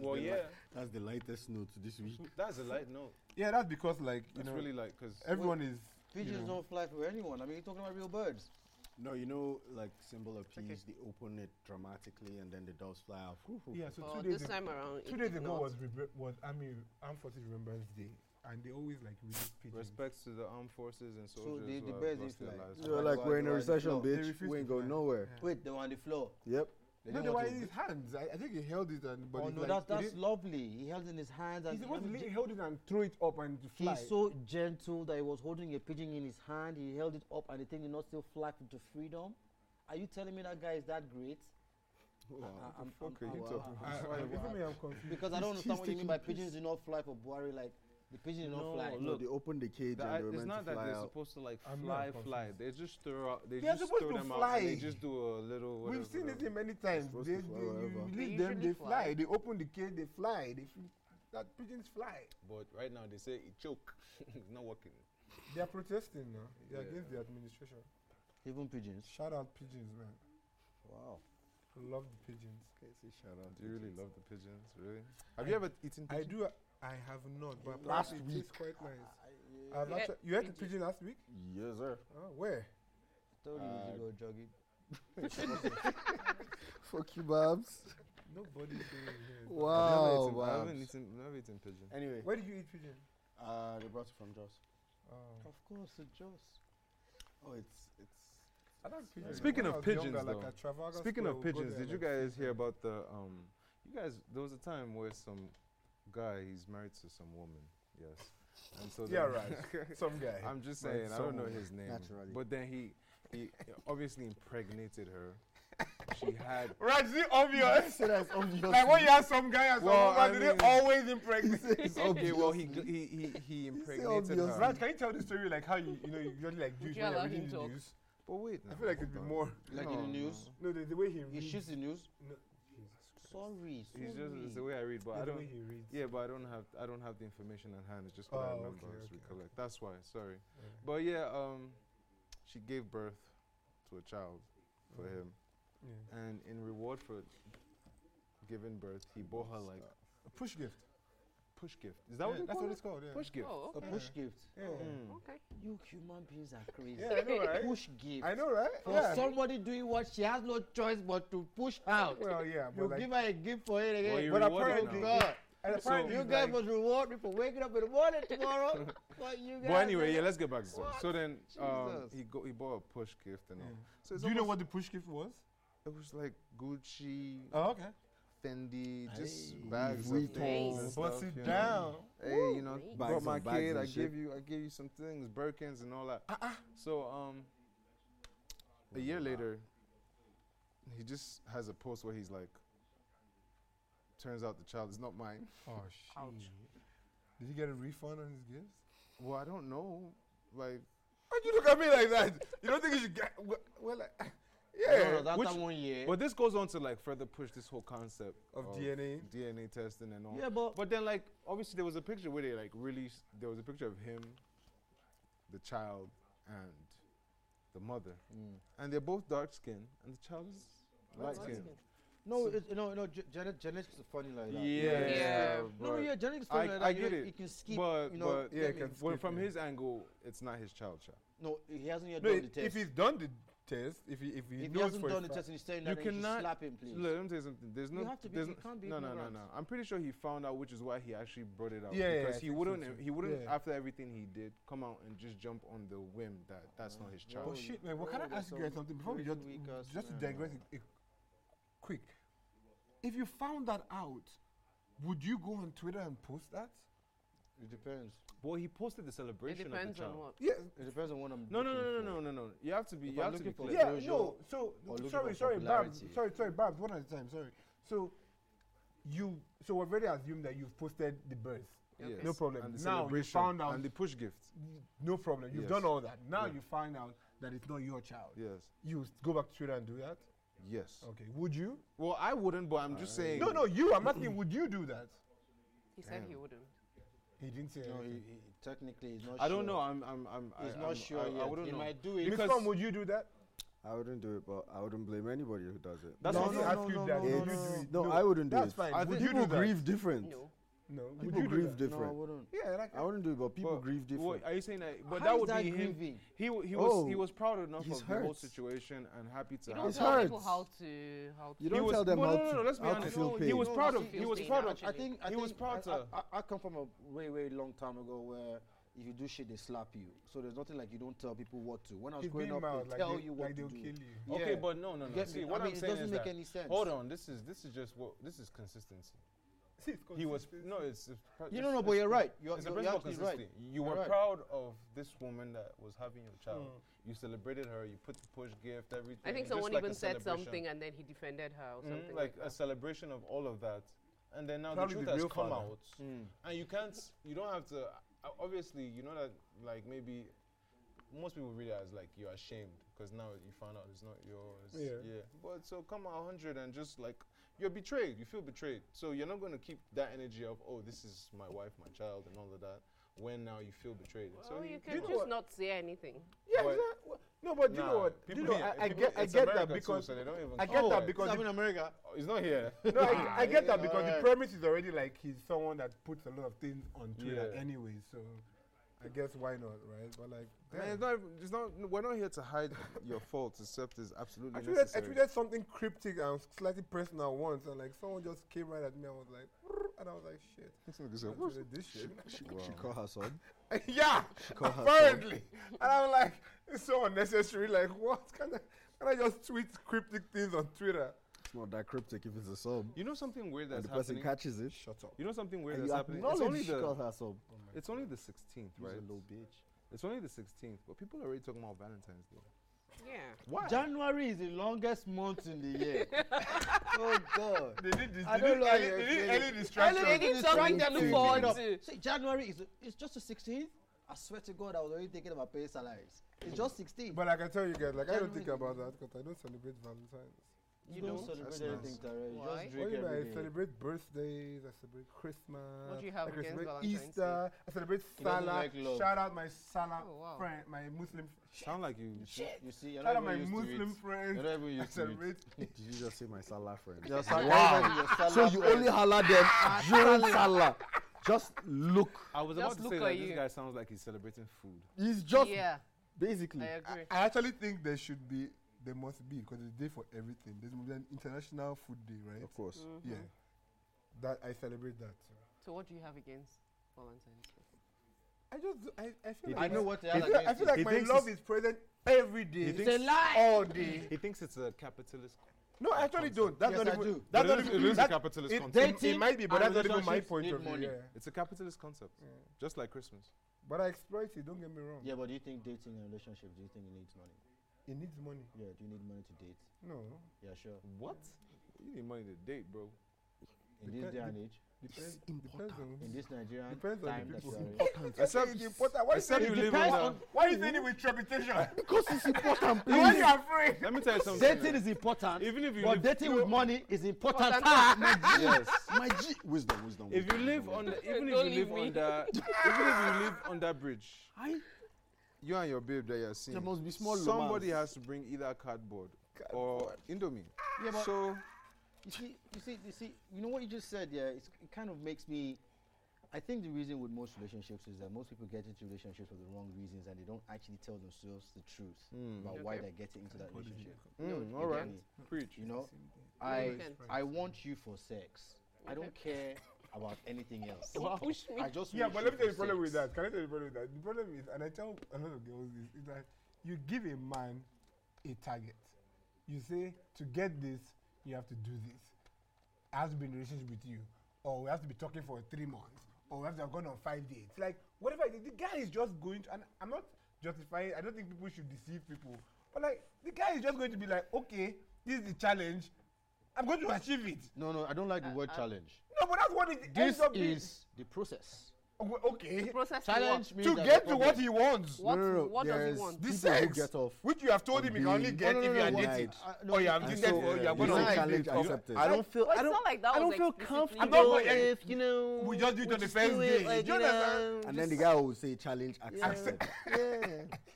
S3: Well,
S4: the li-
S3: yeah,
S4: That's the lightest note this week.
S3: that's a light note.
S2: Yeah, that's because like you
S3: It's
S2: know
S3: really like because
S2: everyone is
S1: Pigeons
S2: know.
S1: don't fly for anyone. I mean, you're talking about real birds.
S4: No, you know, like symbol of peace, they open it dramatically and then the doves fly off. Woo, woo.
S2: yeah. So
S7: Oh,
S2: two days
S7: this
S2: ago,
S7: time around,
S2: two
S7: it
S2: days
S7: did
S2: ago
S7: not.
S2: was rebre- was I mean Armed Forces Remembrance Day, and they always like release pigeons.
S3: respects to the armed forces and
S1: So
S3: soldiers
S1: the- the
S3: who have
S1: birds
S3: lost
S1: is
S3: their
S1: like-
S3: lives.
S1: You know,
S4: You're
S1: like,
S4: like,
S1: why-
S4: we're in a
S1: why the
S4: recession,
S1: floor?
S2: They
S4: bitch.
S2: refuse
S4: We
S2: to
S4: ain't going
S2: fly.
S4: nowhere.
S2: Yeah.
S1: Wait, they were on the floor.
S4: Yep.
S1: They
S2: no,
S1: didn't
S2: they were
S1: want
S2: in
S1: to-
S2: his hands. I, I think he held it and but
S1: Oh
S2: it's
S1: no,
S2: like,
S1: that's
S2: he
S1: that's
S2: didn't-
S1: lovely. He held in his hands and
S2: He's supposed
S1: I
S2: to
S1: mean,
S2: lay- held it and throw it up and to fly.
S1: he's so gentle that he was holding a pigeon in his hand. He held it up and the thing did not still fly to freedom. Are you telling me that guy is that great?
S4: Wow.
S1: I'm-
S3: Fuck are
S1: I'm-
S3: you
S1: I'm-
S3: talking
S2: I, I,
S1: I'm-
S2: even me, I'm confused.
S1: Because I don't understand what you mean by pigeons do not fly for Buhari. Like, The pigeon is not
S3: No,
S1: flying.
S3: look,
S5: they opened the cage
S3: That-
S5: and they were
S3: it's
S5: meant
S3: not
S5: to
S3: that
S5: fly
S3: they're
S5: out.
S3: supposed to like
S2: I'm not
S3: fly, fly.
S2: confused.
S3: They just throw out. They,
S2: They are
S3: just
S2: supposed
S3: throw
S2: to
S3: them out. And they
S2: fly.
S3: just do a little. Whatever,
S2: We've seen it
S3: whatever.
S2: in many times.
S5: supposed
S2: They,
S5: to
S2: they,
S5: fly wherever.
S2: you
S7: They
S2: leave them, they
S7: usually
S2: fly.
S7: fly.
S2: They open the cage, they fly. They fl- that pigeons fly.
S3: But right now they say it choke. it's not working.
S2: They are protesting now. They are against
S3: Yeah.
S2: the administration.
S1: Even pigeons.
S2: Shout out pigeons, man.
S1: Wow.
S2: Love the pigeons.
S3: Do you really love the pigeons? Really? Have you ever eaten?
S2: I
S3: pigeon?
S2: do. I have not, but apparently
S1: Last
S2: it
S1: week.
S2: tastes quite nice.
S1: I,
S2: I've
S7: Yeah,
S2: actually, you ate a
S7: pigeon.
S2: pigeon last week?
S5: Yes, sir.
S2: Oh, where?
S1: told you
S3: Uh,
S1: to go jogging.
S5: Fuck you, Babs.
S2: Nobody saying here.
S5: Wow,
S3: I haven't
S5: Babs.
S3: eaten. I've never eaten pigeon.
S5: Anyway,
S2: Where did you eat pigeon?
S5: uh, they brought it from Joss.
S2: Oh.
S1: Of course, it just.
S5: Oh, it's it's
S2: I like pigeons.
S3: Speaking
S2: When I
S3: of
S2: was younger,
S3: pigeons,
S2: like
S3: though.
S2: at Trafalgar
S3: Speaking
S2: Square,
S3: of
S2: we'd go
S3: pigeons,
S2: there,
S3: did you
S2: like,
S3: guys hear about the um? You guys, there was a time where some guy he's married to some woman. Yes, and so
S2: Yeah,
S3: then-
S2: right. Some guy.
S3: I'm just
S2: Married
S3: saying,
S2: to
S3: I don't know
S2: someone,
S3: his name.
S5: naturally.
S3: But then he, he obviously impregnated her. She had.
S2: Right, is it obvious?
S5: so that's obvious.
S2: like when you have some guy as
S3: Well,
S2: well,
S3: I
S2: woman, do
S3: mean-
S2: they always impregnate?
S3: Okay, well he gl- he he, he impregnated
S5: obviously.
S3: her.
S2: Raj, can you tell the story like how you you know you usually like do it
S7: Would you
S2: when
S7: allow
S2: you're
S7: him
S2: reading the
S7: talk?
S2: news?
S3: But wait,
S2: I
S3: now,
S2: feel like
S3: hold
S2: it'd be
S3: on.
S2: more.
S1: Like
S3: No,
S1: in the news,
S2: No, the, the way he
S1: he
S2: reads.
S1: shifts the news.
S2: No,
S1: Sorry, sorry.
S3: It's just it's the way I read, but
S2: the
S3: I
S2: way
S3: don't.
S2: he reads.
S3: Yeah, but I don't have I don't have the information at hand. It's just what I
S2: Oh,
S3: remember.
S2: okay,
S3: I just
S2: okay,
S3: recollect. That's why. Sorry.
S2: Yeah.
S3: But yeah, um, she gave birth to a child for
S2: Mhm.
S3: him,
S2: Yeah.
S3: and in reward for giving birth, he bought her like
S2: A push gift.
S3: a push gift. Is that what
S2: Yeah,
S3: they
S2: that's
S3: call
S2: what
S3: it?
S2: it's called. Yeah.
S3: Push gift.
S7: Oh,
S1: A
S7: okay.
S1: push gift.
S2: Yeah.
S3: Mm.
S7: Okay.
S1: You human beings are crazy.
S2: Yeah, I know, right?
S1: Push gift.
S2: I know, right?
S1: For
S2: yeah.
S1: somebody doing what she has no choice but to push out.
S2: Well, yeah, but
S1: you
S2: like,
S1: give her a gift for it
S3: Well,
S1: again.
S3: you
S2: But
S3: reward her
S2: apparently-
S3: now.
S1: God,
S2: and apparently
S1: you
S2: it's
S1: guys
S2: like-
S1: must reward me for waking up in the morning tomorrow. but you guys.
S3: But anyway, yeah, let's get back to it. So then, um,
S1: Jesus.
S3: he go, he bought a push gift and all.
S2: Yeah.
S3: So it's
S2: do you know
S3: almost-
S2: what the push gift was?
S3: It was like Gucci,
S2: Oh, okay.
S3: Fendi, just
S5: Hey.
S3: bags of things. and
S7: Nice.
S2: Bust
S3: stuff,
S2: it
S3: you know.
S2: down.
S3: Hey, you know,
S7: Woo.
S5: Bags
S3: brought
S5: and
S3: my
S5: bags
S3: kid.
S5: and
S3: I
S5: shit.
S3: give you, I give you some things, Birkins and all that. So um, a year later, he just has a post where he's like, "Turns out the child is not mine."
S2: Oh shit. Did he get a refund on his gifts?
S3: Well, I don't know. Like,
S2: Why'd you look at me like that? You don't think you should get well, well I- yeah.
S1: No, no, that's
S3: which-
S1: that one year.
S3: but this goes on to like further push this whole concept
S2: Of DNA.
S3: DNA testing, and all.
S1: yeah, but
S3: But then, like, obviously, there was a picture where they like really. s- There was a picture of him, the child, and the mother,
S1: Mm.
S3: and they're both dark skinned and the child is light skinned.
S1: no, it's, no, no. Ge- genet- genetics is funny like that.
S7: Yeah.
S1: No, no,
S3: but-
S1: yeah, genetics is
S3: I-
S1: funny like
S3: I
S1: that.
S3: get
S1: you,
S3: it,
S1: You can skip.
S3: but
S1: you know,
S3: but yeah,
S2: it can
S3: well,
S2: skip,
S3: from
S2: yeah.
S3: his angle, it's not his child. Child,
S1: no, he hasn't yet
S2: No,
S1: done the
S2: i-
S1: test.
S2: if he's done the test, if he if he
S1: if he
S2: knows
S1: hasn't
S2: for a
S1: done the
S2: fact-
S1: test and he's saying
S3: You
S1: that, then you should
S3: cannot-
S1: slap him, please.
S3: let me tell you something. There's no.
S1: You have to be-
S3: there's
S1: you
S3: n-
S1: can't be
S3: no, no, no,
S1: ignorant.
S3: no. I'm pretty sure he found out, which is why he actually brought it out.
S2: Yeah, yeah,
S3: because
S2: I
S3: he
S2: think so
S3: wouldn't.
S2: too.
S3: He wouldn't
S2: Yeah.
S3: after everything he did come out and just jump on the whim that that's not his
S2: Oh
S3: child.
S2: shit, man! What can
S1: Oh,
S2: I ask
S1: that's
S2: you guys
S1: some
S2: something before we
S1: very
S2: just
S1: weak ass
S2: just to
S1: scenario.
S2: digress it, it quick? If you found that out, would you go on Twitter and post that?
S1: It depends.
S3: Well, he posted the
S7: It
S3: celebration of
S7: depends
S3: the child.
S7: on what.
S2: Yeah,
S1: It depends on what I'm.
S3: No, no, no,
S1: looking
S3: no,
S1: for.
S3: no, no, no. You have to be.
S1: If
S3: You
S1: I'm
S3: have to be
S1: looking for
S3: clear.
S1: like
S2: yeah,
S1: closure
S2: no. So
S1: or looking
S2: sorry,
S1: for
S2: sorry, Babs.
S1: popularity.
S2: Sorry, sorry, Babs. One at a time. Sorry. So you so we've already assumed that you've posted the birth.
S3: Yes.
S2: No problem.
S3: And the
S2: Now you
S3: celebration
S2: found out-
S3: And the push gift.
S2: No problem. You've
S3: Yes.
S2: done all that. Now
S3: Yeah.
S2: you find out that it's not your child.
S3: Yes.
S2: You s- go back to Twitter and do that.
S3: Yes.
S2: Okay. Would you?
S3: Well, I wouldn't, but I'm just saying.
S2: Uh, No, no. You. I'm asking. would you do that?
S7: He said he wouldn't.
S2: He didn't say.
S1: No, he,
S2: anything.
S1: he technically is not.
S3: I don't
S1: sure.
S3: know. I'm. I'm. I'm. I-
S1: He's
S3: I'm-
S1: not sure
S3: I,
S1: yet.
S3: I wouldn't
S1: he
S3: know.
S1: might do it.
S2: Miss
S3: because-
S2: Fam, would you do that?
S5: I wouldn't do it, but I wouldn't blame anybody who does it.
S3: That's
S2: no,
S3: what
S2: no,
S3: I'm
S2: ask
S3: saying.
S2: you that.
S5: It's-
S2: Would you do it?
S5: no,
S2: No,
S5: I wouldn't do
S2: that's
S5: it.
S2: fine.
S3: I
S2: Would
S3: think
S2: you
S5: people
S2: do that?
S5: grieve different.
S7: No.
S2: No. Would
S5: People
S2: you
S5: grieve
S2: do
S1: No, I
S5: different.
S1: wouldn't.
S2: that? Yeah, like
S5: I wouldn't do it, but people
S3: But-
S5: grieve
S3: Well,
S5: different.
S3: are you saying that? But
S1: How
S3: that
S1: is
S3: would
S1: that
S3: be him.
S1: grieving?
S3: He w- he was he
S5: Oh,
S3: was proud enough
S5: he's
S3: of the whole
S5: hurt.
S3: situation and happy to
S7: You
S3: have.
S7: don't
S5: It
S7: tell people
S5: hurts.
S7: how to how to.
S5: you
S3: He
S5: don't
S3: was-
S5: tell them
S3: well,
S5: how,
S3: no, no, no,
S5: to,
S3: let's be
S5: how to
S3: honest.
S5: feel
S3: He
S5: pain.
S3: was
S1: No,
S3: proud
S1: no,
S3: of.
S7: she
S3: He was
S7: feels
S3: proud of.
S7: pain,
S1: I
S7: actually.
S1: think I
S3: He
S1: think
S3: was proud
S1: I,
S3: to-
S1: I, I come from a way way long time ago where if you do shit they slap you. So there's nothing like you don't tell people what to. When I was
S2: he's
S1: growing
S2: being
S1: up,
S2: mild.
S1: they
S2: Like
S1: tell
S2: they,
S1: you what
S2: like
S1: to
S2: they'll
S1: do.
S2: kill you.
S1: Yeah.
S3: Okay, but no, no,
S1: You
S3: no.
S1: get
S3: See,
S1: me?
S3: what
S1: I mean,
S3: I'm
S1: it
S3: saying
S1: doesn't
S3: is
S1: make
S3: that.
S1: any sense.
S3: Hold on. This is this is just what this is consistency.
S2: See, it's
S3: He was
S2: consistent.
S3: no. It's. it's pr-
S1: You
S3: it's-
S1: don't know, but
S3: it's-
S1: you're right. You're,
S3: It's a
S1: you're,
S3: principle
S1: actually right.
S3: consistency. You
S1: You're
S3: were
S1: right.
S3: proud of this woman that was having your child. You celebrated her. You put the push gift, everything.
S7: Mm. I think
S3: just
S7: someone
S3: like a
S7: even said
S3: celebration.
S7: something and then he defended her or
S3: Mhm,
S7: something
S3: like
S7: like,
S3: a
S7: that.
S3: celebration of all of that, and then now
S2: Probably
S3: the
S2: the
S3: truth has
S2: real
S3: come
S2: father.
S3: out,
S1: Mm.
S3: and you can't, you don't have to. uh, Obviously, you know that like maybe most people realize like you're ashamed because now you found out it's not yours.
S2: Yeah.
S3: But so come out 100 and just like you're betrayed. You feel betrayed. So you're not going to keep that energy of oh this is my wife, my child, and all of that. When now you feel betrayed.
S7: Well,
S3: so
S7: you
S2: you
S7: can
S2: know
S7: just
S2: what?
S7: not say anything.
S2: Yeah,
S3: But-
S2: exact- well, no, but you know
S3: Nah,
S2: what? You
S3: people
S2: know,
S3: here-
S2: I, I
S3: people-
S2: get, I
S3: it's
S2: get
S3: America
S2: that
S3: too,
S2: because
S3: so they don't even
S2: I get
S3: care.
S2: that because
S1: I'm in America.
S3: Oh, It's not here.
S2: no, I, I get that
S3: Ah,
S2: because the
S3: alright.
S2: premise is already like he's someone that puts a lot of things on Twitter
S3: Yeah.
S2: anyway. So I guess why not, right? But like,
S3: Man,
S2: damn.
S3: it's not, it's not, n- we're not here to hide your faults, except it's absolutely
S2: I tweeted, I
S3: necessary.
S2: tweeted something cryptic and slightly personal once, and like someone just came right at me. I was like, "Brrr," and I was like, shit. I tweeted this shit.
S5: She called her son.
S2: yeah,
S5: called her son.
S2: apparently. and I'm like, it's so unnecessary. Like, what can I? Can I just tweet cryptic things on Twitter?
S5: It's not that cryptic if it's a sub.
S3: you know something weird
S5: And
S3: that's
S5: the person
S3: happening.
S5: catches it. Shut up.
S3: you know something weird
S5: And
S3: that's
S5: you
S3: happening. It's only
S5: acknowledge she
S3: the
S5: called her sub.
S3: it's only the 16th,
S5: She's
S3: right?
S5: a little bitch.
S3: It's only the 16th, but people are already talking about Valentine's Day.
S7: Yeah.
S3: Why?
S1: January is the longest month in the year. oh God.
S2: They need this.
S1: I
S2: they
S1: don't
S2: need
S1: know how
S2: early-
S1: you're
S2: they need
S1: feeling.
S2: early distraction.
S7: They need something to look forward to.
S1: See, January is it's just the 16th. I swear to God, I was already thinking about paying salaries. It's just 16th.
S2: But like I tell you guys, like I don't think
S1: January.
S2: about that because I don't celebrate Valentine's.
S1: you don't celebrate
S3: That's nice.
S1: anything, Tara. You
S7: Why?
S1: just
S2: Well,
S1: drink
S2: you know,
S1: every
S2: I
S1: day.
S2: celebrate birthdays, I celebrate Christmas.
S7: What do you have
S2: I
S7: against
S2: celebrate
S7: Valentine's Day?
S2: Easter. I celebrate
S1: He doesn't
S2: Salah.
S1: like love.
S2: Shout out my Salah
S7: Oh, wow.
S2: friend, my Muslim.
S3: Sound like you.
S1: You see, you're
S2: Shout
S1: not
S2: out my
S1: even used to
S2: Muslim
S1: it. You're
S2: friends.
S1: not even
S2: I
S1: used to it.
S2: celebrate.
S5: Did you just say my Salah friend?
S1: Your sal- wow.
S5: So you only holla them during Salah. Just look.
S3: I was
S7: Just
S3: about to
S7: look
S3: say
S7: at
S3: that this
S7: you.
S3: guy sounds like he's celebrating food.
S5: He's just
S7: yeah, I
S5: basically.
S7: agree.
S2: I actually think there should be, there must be, because it's a day for everything. There's must be an international food day, right?
S5: Of course.
S2: Yeah.
S7: Mhm.
S2: That I celebrate that.
S7: So what do you have against Valentine's Day?
S2: I just, do- I, I feel
S1: I
S2: like
S1: know
S2: my-
S1: what they
S2: I
S1: are
S2: feel like, I
S1: against.
S2: feel
S1: it.
S2: like
S3: He
S2: my
S3: thinks
S2: love is present every day.
S3: thinks- It's a
S2: lie. All day.
S3: He thinks it's a capitalist.
S2: No, I actually don't. That's
S1: Yes,
S2: not
S1: I
S2: even.
S1: do.
S2: That's
S3: It
S2: not
S3: is-
S2: even.
S3: it is a
S2: that-
S3: capitalist
S2: it-
S3: concept.
S2: It, it
S1: Dating
S2: might be, but that's
S1: and
S2: not even my
S1: relationships
S2: point
S1: need
S2: of view.
S1: money.
S2: yeah.
S3: It's a capitalist concept, just like Christmas.
S2: But I exploit it. Don't get me wrong.
S1: Yeah, but do you think dating and relationship? Do you think it needs money?
S2: It needs money.
S1: Yeah, do you need money to date?
S2: No,
S1: Yeah, sure.
S3: What? You need money to date, bro.
S1: In this
S2: Depend-
S1: day and age,
S2: depends. Depends on.
S1: in this Nigerian
S2: Depends on the
S1: time that
S2: people.
S1: we are in.
S2: Except it's important. Why
S3: Except
S2: you
S3: you
S2: saying it
S3: live on.
S2: depends
S3: a-
S2: on- Why are you saying it with trepidation?
S5: Because it's important.
S2: Why are you afraid?
S3: Let me tell you something.
S1: Dating is important,
S3: Even if you
S1: but
S3: live-
S1: dating with money is important.
S7: Important.
S1: Ah,
S3: yes.
S5: My G. Wisdom, wisdom.
S3: If you
S5: wisdom,
S3: live
S5: wisdom.
S3: on, the, even if
S7: Don't
S3: you
S7: leave
S3: live
S7: me.
S3: on that, even if you live on that bridge, you and your babe that you're seeing,
S5: There must be small
S3: Somebody
S5: romance.
S3: has to bring either cardboard, or Indomie.
S1: Yeah, but-
S3: so
S1: You see, you see, you see, you know what you just said. Yeah, it's, it kind of makes me. I think the reason with most relationships is that most people get into relationships for the wrong reasons, and they don't actually tell themselves the truth
S3: Hmm.
S1: about why
S7: Okay.
S1: they're getting into that relationship.
S3: mm, all
S1: You get
S3: right,
S1: me?
S3: preach.
S1: You know, I
S7: Depends.
S1: I want you for sex. I don't care about anything else.
S7: Push me.
S1: I just
S2: Yeah,
S1: want
S2: but let me
S1: you
S2: tell you the
S1: for
S2: problem with
S1: sex.
S2: that. Can I tell you the problem with that? The problem is, and I tell a lot of girls this, is that you give a man a target. You say, to get this, you have to do this. I have to be in a relationship with you, or we have to be talking for three months, or we have to have gone on five dates. Like, whatever it is, the guy is just going to, and I'm not justifying, I don't think people should deceive people, but like, the guy is just going to be like, okay, this is the challenge, I'm going to achieve it.
S1: No, no, I don't like the word challenge.
S2: No, but that's what it
S1: This
S2: ends up being.
S1: is the process.
S2: O- Okay.
S7: Process to
S1: Challenge means
S2: To
S1: that
S2: get
S1: the
S2: to what
S1: problem-
S2: he wants.
S7: What, what,
S5: no, no,
S7: what does
S5: there's
S7: he want?
S5: this-
S2: the
S5: People who
S2: sex,
S5: get off
S2: which you have told
S5: on
S2: him you can only
S5: being-
S2: get
S1: No, no,
S2: if
S1: no,
S2: you are
S1: no,
S2: dating.
S1: I- no, uh,
S2: Or you have
S5: And
S2: dated,
S5: so,
S2: or you
S5: oh, yeah,
S2: are going
S5: you
S2: on
S5: say
S2: five
S5: challenge
S2: dates. or-
S5: accepted.
S2: I don't
S6: feel.
S7: Well, it's not like that
S6: I
S7: was
S6: don't feel
S7: explicitly
S2: I'm
S6: comfortable
S2: not going-
S6: if you know.
S2: We just do it on the
S6: just
S2: first
S6: do
S2: day.
S6: like,
S2: Do you
S6: you
S2: understand?
S6: know,
S5: And then the guy will say challenge accepted.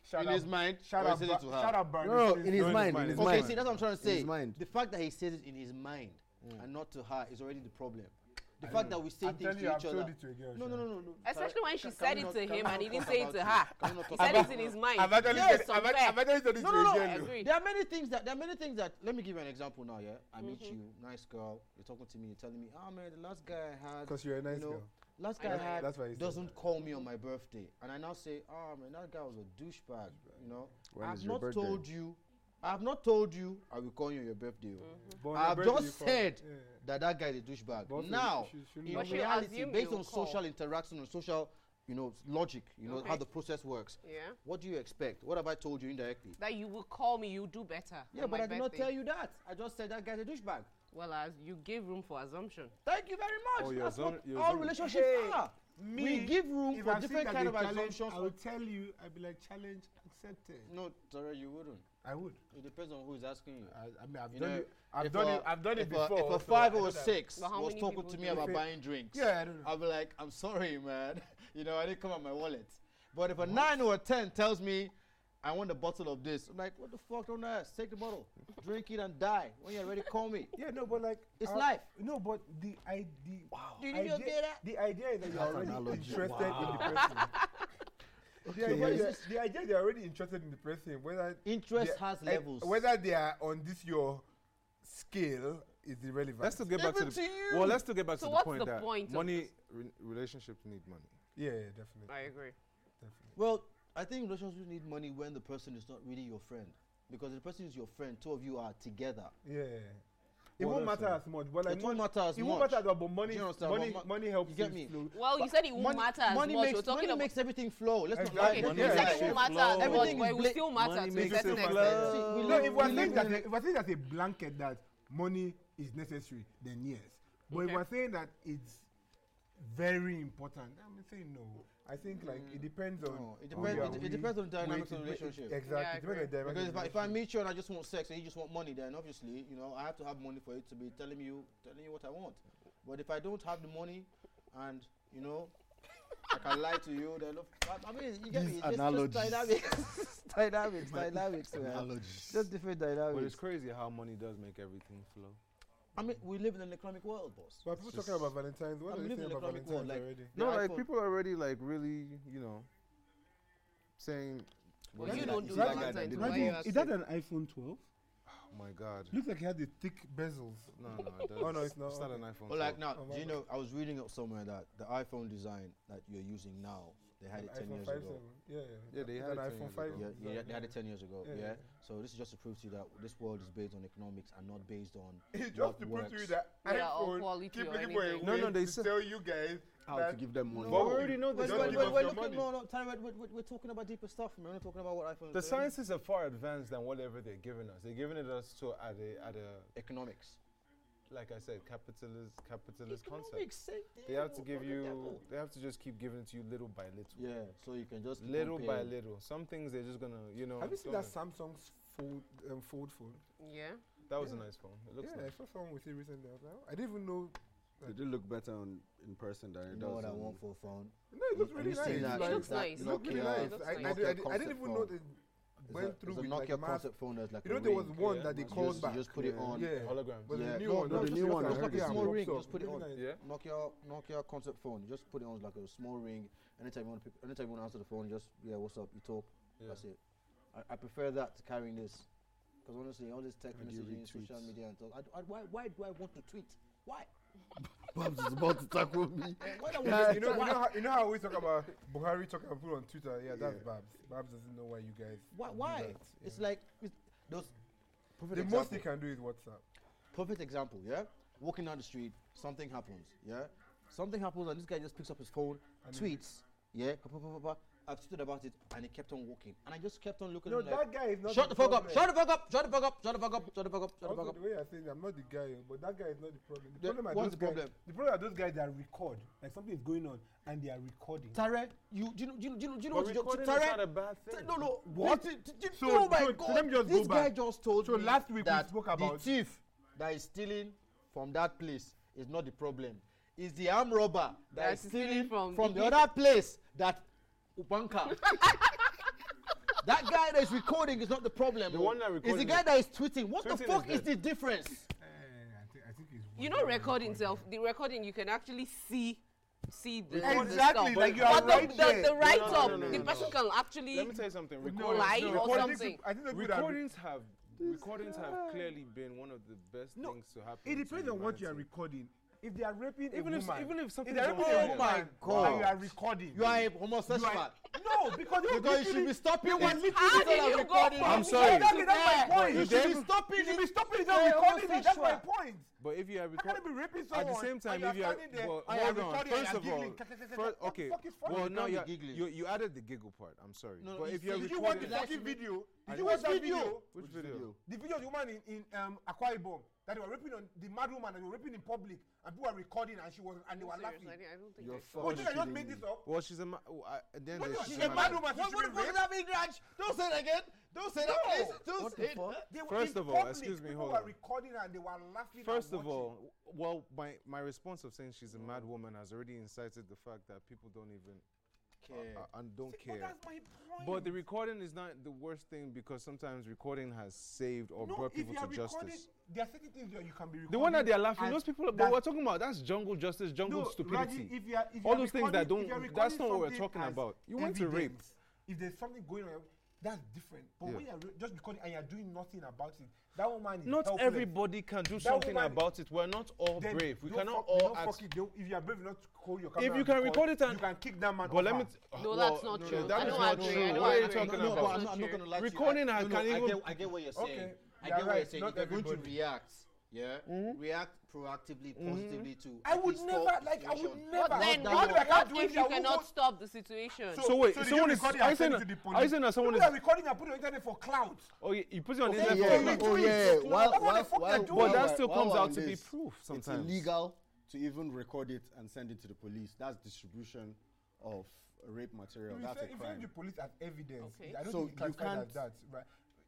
S2: Shout
S1: In
S2: out-
S1: his mind,
S2: Shout
S1: or
S2: out,
S1: is it
S2: Bra-
S1: to her?
S2: shout out, Brandon.
S5: No,
S2: Smith.
S5: in his mind. In his
S1: okay,
S5: mind.
S1: see, that's what I'm trying to
S5: In
S1: say.
S5: his mind.
S1: The fact that he says it in his mind and not to her is already the problem. The fact that we say
S2: Mm. I'm
S1: things
S2: telling
S1: to
S2: you, I've
S1: each
S2: told
S1: other.
S2: it to a girl.
S1: No, no, no, no, no.
S7: Especially when she
S1: Can-
S7: said
S1: can we
S7: it
S1: not-
S7: to
S1: can we
S7: him
S1: not
S7: and he didn't
S1: talk
S7: say it
S1: about
S7: to her.
S1: Can we not
S7: He
S1: talk
S7: said
S1: about
S7: it in his mind.
S2: I've actually
S7: Yes,
S2: said-
S7: on
S2: I've act-
S7: fair.
S2: I've actually told it
S7: No,
S2: to
S7: no,
S2: a
S7: no,
S2: girl.
S7: I
S2: though.
S7: agree.
S1: There are many things that there are many things that let me give you an example now, yeah. I meet
S7: Mm-hmm.
S1: you, nice girl, you're talking to me, you're telling me, oh man, the last guy I had
S2: 'Cause you're a nice
S1: you know,
S2: girl.
S1: Last
S7: I
S1: guy I
S7: know.
S1: had
S2: That's why he said
S1: doesn't call me on my birthday. And I now say, Oh man, that guy was a douchebag. You know.
S5: When
S1: I've
S5: is your
S1: not
S5: birthday?
S1: told you I have not told you I will call you on your birthday. oh.
S7: Mm-hmm.
S2: But on
S1: I've
S2: the birthday,
S1: just
S2: you come-
S1: said
S2: Yeah.
S1: that that guy is a douchebag.
S2: But also
S1: now,
S2: she- she
S1: in
S7: But she'll
S1: reality,
S7: assume
S1: based
S7: you'll
S1: on
S7: call.
S1: social interaction and social, you know, logic, you know how
S7: Okay.
S1: the process works.
S7: Yeah.
S1: What do you expect? What have I told you indirectly?
S7: That you will call me, you do better.
S1: Yeah,
S7: on
S1: but
S7: my
S1: I did not
S7: birthday.
S1: tell you that. I just said that guy's a douchebag.
S7: Well, as you give room for assumption.
S1: Thank you very much.
S3: Oh, your
S1: That's
S3: zone-
S1: what
S3: your
S1: all
S3: zone-
S1: relationships
S2: Hey,
S1: are. we give room
S2: if
S1: for
S2: I see
S1: different
S2: that
S1: kind
S2: they
S1: of
S2: challenge,
S1: assumptions.
S2: I will tell you. I'll be like challenge accepted.
S1: No, sorry, you wouldn't.
S2: I would.
S1: It depends on who is asking you.
S2: I, I mean, I've
S1: You
S2: done
S1: know,
S2: it. I've
S1: if
S2: done
S1: a-
S2: it. I've done it
S1: if a-
S2: before.
S1: if a
S2: so
S1: five
S2: I
S1: or
S2: know that.
S1: six
S7: But how
S1: was
S7: many
S1: talking
S7: people
S1: to
S7: do
S1: me
S7: you
S1: about
S2: think-
S1: buying drinks,
S2: Yeah, I don't know.
S1: I'll be like, I'm sorry, man. you know, I didn't come out my wallet. But if a nine or a ten tells me, I want a bottle of this, I'm like, what the fuck on earth? Take the bottle, drink it and die. When you're ready, call me.
S2: Yeah, no, but like
S1: It's life.
S2: No, but the idea. Wow.
S1: Did you get that?
S2: The idea is that you're already
S5: analogy.
S2: interested in the person. the, idea,
S1: what is
S2: is- the idea they're already interested in the person, whether
S1: Interest
S2: they-
S1: has
S2: and
S1: levels.
S2: eh, Whether they are on this your scale is irrelevant.
S3: Let's still get back to
S1: Even
S3: the
S1: to you.
S3: well. Let's still get back
S7: So
S3: to
S7: what's
S3: the point
S7: the
S3: that
S7: point of
S3: money
S7: this?
S3: re- relationships need money.
S2: yeah, yeah, definitely.
S7: I agree.
S2: definitely.
S1: Well, I think relationships need money when the person is not really your friend. Because if the person is your friend, two of you are together.
S2: Yeah. It
S1: Well,
S2: won't
S1: that's
S2: matter
S1: right.
S2: as much. But like
S1: It won't
S2: mon-
S1: matter as
S2: It won't
S1: much.
S2: matter as much, but money,
S1: you understand?
S2: money,
S1: But mo-
S2: money helps.
S1: you get
S2: things
S1: me?
S2: flow.
S7: Well, you said it won't matter as
S1: money
S7: much.
S1: Makes,
S7: You're talking
S1: money
S7: about.
S1: makes everything flow. Let's not lie.
S7: okay,
S2: Exactly.
S1: about
S7: you
S2: money makes
S1: it.
S7: said it
S2: shit
S7: won't matter, but
S1: Everything
S7: but
S1: is
S7: it will
S1: bla-
S7: still matter
S3: money
S7: to a
S3: makes
S7: certain
S3: it
S7: extent.
S3: flow.
S1: See,
S2: No,
S1: we live-
S2: if we're
S1: we
S2: saying
S1: live
S2: that
S1: in a-
S2: if we're saying that a blanket that money is necessary, then yes. But if
S7: Okay.
S2: we're saying that it's very important, I'm saying no. I think like it depends on.
S1: No, it
S2: who you
S1: depends-
S2: are
S1: it- it
S2: with,
S1: depends on the
S2: where
S1: dynamics
S2: it-
S1: of the
S2: where it-
S1: relationship.
S2: Exactly.
S7: Yeah, I
S2: it depends on the dynamics
S1: Because
S2: of
S1: if
S2: the
S1: I, if I
S2: relationship.
S1: meet you and I just want sex and you just want money, then obviously, you know, I have to have money for it to be telling you telling you what I want. But if I don't have the money and you know I can lie to you, then of- I- I mean you get me. It's just- just dynamics. dynamics, dynamics, man. Just different
S3: But it's
S1: dynamics.
S3: crazy how money does make everything flow.
S1: I mean we live in an economic world, boss.
S2: But people talking about Valentine's. What
S1: I'm
S2: are they
S1: living
S2: saying
S1: in a
S2: about
S1: public
S2: Valentine's
S1: world, like-
S2: already?
S1: The
S3: No, like
S1: iPhone-
S3: people are already like really, you know, saying,
S7: Well,
S3: "Well,
S7: you
S3: yeah,
S7: don't do
S3: it's like
S2: that.
S7: Valentine's.
S3: did
S7: Why
S3: it.
S7: are you asking?
S2: an iPhone 12?
S3: Oh my God.
S2: Looks like it had the thick bezels.
S3: No, no, it doesn't.
S2: Oh, no, it's not.
S3: It's not
S2: Okay.
S3: an iPhone.
S1: Or like
S3: 12.
S1: now,
S2: Oh,
S1: do
S2: my
S1: you know I was reading up somewhere that the iPhone design that you're using now, they had
S2: An
S1: it ten
S2: iPhone
S1: years
S2: 5
S1: ago.
S2: Yeah, yeah.
S3: Yeah, they
S2: It's
S3: had
S2: an
S3: it 10
S2: iPhone
S3: years
S2: 5.
S3: ago.
S1: Yeah,
S2: is
S1: yeah,
S2: like-
S1: they had it 10 years ago.
S2: Yeah,
S1: Yeah.
S2: yeah.
S1: So this is just to prove to you that this world is based on economics and not based on
S2: It's
S1: what
S2: just to prove
S1: works.
S2: to you that
S7: Whether or
S2: iPhone
S7: quality
S2: keep
S7: or
S2: looking for a
S7: anything.
S3: No,
S2: way
S3: no, they
S2: to
S3: said-
S2: tell you guys
S5: How
S2: that
S5: to give them money.
S1: No.
S2: But we
S1: already
S3: know
S2: this.
S1: Wait,
S2: Don't
S1: wait,
S2: give
S1: wait,
S2: us
S1: wait,
S2: your
S1: look, look,
S2: money.
S1: no, no, Tara, wait, wait, wait, we're talking about deeper stuff, man. We're not talking about what iPhone is
S3: The
S1: doing.
S3: sciences are far advanced than whatever they're giving us. They're giving it us to at a at a
S1: Economics.
S3: like I said capitalist capitalist concept.
S1: Economics, same thing.
S3: They have to
S1: What
S3: give
S1: the
S3: you.
S1: devil?
S3: They have to just keep giving it to you little by little.
S1: Yeah, so you can just. keep on
S3: Little by
S1: paying.
S3: little. Some things they're just gonna you know.
S2: Have you seen
S3: don't
S2: that
S3: know.
S2: Samsung's fold um, fold phone?
S7: Yeah.
S3: That was a
S2: Yeah.
S3: nice phone. It looks
S2: yeah,
S3: nice.
S2: I saw someone with it recently. I, was like, oh, I didn't even know.
S5: Did it look better on, in person than
S1: You
S5: it
S1: know
S5: does?
S1: what I
S5: on-
S1: want for a phone?
S2: No, it looks really
S1: you
S2: nice.
S1: seen
S2: It's
S1: that-
S2: like-
S7: It looks
S1: that
S7: nice.
S2: It looked really
S1: Nokia-
S2: nice.
S7: It looks
S2: I,
S7: nice.
S2: I, did, I, did, I
S1: concept
S2: didn't even know
S1: phone.
S2: they
S1: It's
S2: went
S1: a,
S2: through
S1: it's a
S2: with
S1: Nokia
S2: like mass.
S1: concept phone that's like.
S2: You know,
S1: a
S2: there
S1: ring.
S2: was one
S3: Yeah,
S2: that they
S3: mass-
S1: You
S2: called
S1: just, you
S2: back.
S1: just put it
S5: Yeah.
S1: on.
S2: Yeah.
S3: Holograms.
S2: But
S1: Yeah.
S2: the new
S1: No,
S2: one,
S1: no,
S2: that
S1: the
S2: was
S1: new
S2: just like
S1: one, I heard
S2: a
S1: it's small
S2: box
S1: ring,
S2: up,
S1: just put it
S2: really
S1: on.
S2: nice.
S3: Yeah.
S1: Nokia Nokia concept phone. You just put it on like a small ring. Anytime you want to pick, anytime you want to answer the phone, you just yeah, what's up? You talk.
S3: Yeah.
S1: That's it. I, I prefer that to carrying this, because honestly, all this text
S5: And you
S1: messaging,
S5: read
S1: social
S5: tweets.
S1: media, and stuff. I, d- I- why why do I want to tweet? Why?
S5: Bob's is about to tackle me.
S1: Why do I
S2: Yeah,
S1: want to
S2: you know, you
S1: tweet?
S2: know,
S1: Why?
S2: how, you know how we talk about Buhari talking and put on Twitter. Yeah, that's Babs. Babs doesn't know why you guys.
S1: Why?
S2: do
S1: why?
S2: that, yeah.
S1: It's like it's those. Perfect
S2: the
S1: example.
S2: most he can do is WhatsApp.
S1: perfect example, yeah? Walking down the street, something happens, yeah? Something happens and this guy just picks up his phone,
S2: And he-
S1: tweets, yeah? pa- pa- pa- pa- pa. I've tweeted about it and he kept on walking. And I just kept on looking
S2: No,
S1: at him like,
S2: that guy is not.
S1: shut the fuck up, shut the fuck up, shut the fuck up, shut the fuck up, shut the fuck up, shut the fuck
S2: Also,
S1: up.
S2: the way you're saying, I'm not the guy, oh, but that guy is not the problem. The
S1: Yeah,
S2: problem are
S1: what's
S2: those
S1: the
S2: guys-
S1: problem?
S2: The problem are those guys that record. Like something is going on and they are recording.
S1: Tare, you, do you, know- do you, know- do you, know- do you know
S3: But
S1: what you
S3: recording
S1: do?
S3: is
S1: Tare,
S3: not a bad
S1: Ta-
S3: thing.
S1: no, no,
S2: What?
S1: what? Did, did, did,
S2: So-
S1: oh my
S2: so- so
S1: god,
S2: let me just
S1: this
S2: go
S1: guy
S2: back.
S1: just told
S2: So
S1: me
S2: last week we
S1: that
S2: spoke about-
S1: the thief that is stealing from that place is not the problem. It's the arm robber that
S7: That
S1: is
S7: is stealing
S1: stealing from,
S7: from
S1: from
S7: the-
S1: the other place that Upanka. that guy that is recording is not the problem.
S3: The
S1: oh.
S3: one that
S1: it's the
S3: recording
S1: guy
S3: is-
S1: that is tweeting. What the
S3: Tweeting
S1: fuck
S3: is
S1: is, the difference?
S2: Eh, I think, I think it's
S7: You
S2: one
S7: know,
S2: guy
S7: recording
S2: recording.
S7: itself, the recording, you can actually see see the the
S2: Exactly,
S7: stuff.
S2: like you
S7: But
S2: are
S7: the,
S2: right
S7: the,
S2: there.
S7: the
S2: No,
S7: write
S3: no,
S7: up,
S3: no, no,
S7: the
S3: no, no.
S7: person can actually.
S3: Let me tell you something.
S7: No,
S3: Recording,
S7: lie or
S2: recording
S7: something.
S2: people- I think they're good at re-
S3: recordings have recordings have clearly been one of the best
S2: No,
S3: things to happen.
S2: It depends
S3: to
S2: on what you are
S3: humanity.
S2: recording. If they are raping a
S3: Even if
S2: woman,
S3: even if
S2: if
S3: something.
S2: they are raping a
S1: Oh my
S2: woman and you
S1: God.
S2: are recording,
S1: You are a
S2: you
S1: homosexual.
S2: are- no, because you're
S1: Because you should be
S2: literally-
S1: stopping when
S7: How
S1: Nikki
S7: did
S1: is
S7: you go
S1: recording.
S7: from
S3: I'm
S1: it.
S3: sorry.
S2: Exactly, that's my point.
S1: You should be stopping
S2: You should be
S1: it.
S2: stopping it and recording it. That's my
S1: homosexual.
S2: point.
S3: But if you have
S2: I can't
S3: record-
S2: be raping
S3: at
S2: someone.
S3: the same time,
S2: and
S3: if you are,
S2: standing there,
S3: well,
S2: and
S3: hold
S2: you're
S3: on.
S2: recording and
S3: First of
S2: you're
S3: all,
S2: giggling.
S3: fir-
S2: What
S3: okay.
S2: the fuck is funny?
S3: Well,
S1: You
S3: no,
S1: can't be
S3: you
S1: giggling.
S3: you you added the giggle part. I'm sorry,
S1: No,
S3: but
S1: you
S3: if you're
S1: said-
S2: Did you watch the
S3: recording,
S1: That's
S2: fucking
S1: the-
S2: video? Did
S3: I
S2: you
S3: did.
S2: watch that
S1: Which video?
S2: video?
S3: which video?
S2: The video of the woman in, in um, Akwa Ibom that they were raping on the mad woman and they were raping in public and people were recording and she was and they were laughing.
S7: Seriously, I didn't- I don't think
S1: You're
S7: I saw
S2: Oh,
S1: fucking
S2: you think I just
S1: kidding
S2: made
S1: me.
S2: this up?
S3: Well, she's a ma- well, I, at the end
S2: What do you
S3: of the day,
S2: mean
S3: she's
S2: she's a
S3: a
S2: mad
S3: man.
S2: woman?
S6: What, what
S2: She should be
S6: the fuck
S2: raped?
S6: is that being Raj? Don't say that again. Don't say that, please. Don't
S1: What the
S6: say
S1: fuck?
S6: that.
S2: They were
S3: First
S2: in
S3: of all,
S2: public,
S3: excuse me,
S2: people
S3: hold
S2: were
S3: on.
S2: recording and they were laughing. and
S3: First of
S2: watching.
S3: all, well, my my response of saying she's a
S2: Mm.
S3: mad woman has already incited the fact that people don't even care and don't
S2: But
S3: care.
S2: oh, that's my point.
S3: But the recording is not the worst thing because sometimes recording has saved or
S2: no,
S3: brought
S2: if
S3: people
S2: you are
S3: to
S2: recording,
S3: justice.
S2: there are certain things that you can be recording.
S3: The one that they are laughing,
S2: and
S3: those people. But
S2: that-
S3: we're talking about that's jungle justice, jungle
S2: No,
S3: stupidity.
S2: Raji, if you are, if you
S3: All
S2: are
S3: those things
S2: recording-
S3: that
S2: if you
S3: don't.
S2: are
S3: that's
S2: recording
S3: not what we're
S2: something
S3: talking
S2: as
S3: about. You want to rape.
S2: evidence, If there's something going on, that's different. But
S3: Yeah.
S2: when you're ra- just recording and you're doing nothing about it, that woman is
S3: Not
S2: helpless.
S3: everybody can do something
S2: woman-
S3: about it. We're not all
S2: Then
S3: brave. We
S2: don't
S3: cannot
S2: fuck-
S3: all
S2: don't
S3: act.
S2: fuck it. Don't- If you are brave enough to call your camera,
S3: you
S2: and
S3: can record it and-
S2: you can kick that man.
S3: But let
S2: off
S3: me.
S2: her.
S3: t-
S7: No,
S3: well,
S7: that's not true.
S3: that
S7: I
S3: is
S7: know
S3: not
S7: Andre, I
S3: true. What
S7: know
S3: are you
S7: Andre.
S3: talking
S1: no, no, but
S3: about?
S1: I'm not, I'm not
S7: Sure.
S1: gonna lie. to you.
S3: Recording,
S1: I,
S3: I
S1: no,
S3: can't
S1: no, I
S3: even-
S1: get, I get what you're saying.
S2: Okay,
S1: I
S2: you're
S1: get what you're
S2: right,
S1: saying.
S2: not
S1: If you're going to
S2: everybody.
S1: react, yeah, react proactively, positively to.
S2: I
S1: at
S2: would
S1: least
S2: never,
S1: stop the
S2: like, I would
S1: situation.
S2: never.
S7: But then,
S1: that
S7: what,
S1: you- I
S2: can't
S7: what
S2: do
S7: if
S2: anything.
S7: you
S2: I won't
S7: cannot
S2: go-
S7: stop the situation?
S3: So wait,
S2: did you
S3: someone is.
S2: record it and
S3: Are you saying?
S2: send it
S3: that-
S2: to the police?
S3: Are you saying that someone is?
S2: People are recording and putting it on internet for clout.
S3: Oh, yeah, you put it on the
S1: yeah,
S3: internet.
S1: yeah,
S3: for-
S1: yeah.
S2: Only
S1: Oh
S2: tweets.
S1: yeah.
S2: That's
S1: While,
S2: what the
S1: while,
S2: fuck
S1: while,
S2: they're
S1: while
S3: But that
S1: we're-
S3: still
S1: while
S3: comes
S1: we're
S3: out
S1: on
S3: to be
S1: this,
S3: proof
S5: It's
S3: sometimes.
S5: illegal to even record it and send it to the police. That's distribution of rape material.
S2: You
S5: That's a
S2: send- you send
S5: crime.
S2: the police as evidence.
S7: Okay.
S2: I don't
S5: So
S2: think
S5: you
S2: it's classified as
S5: can't-
S2: that, right?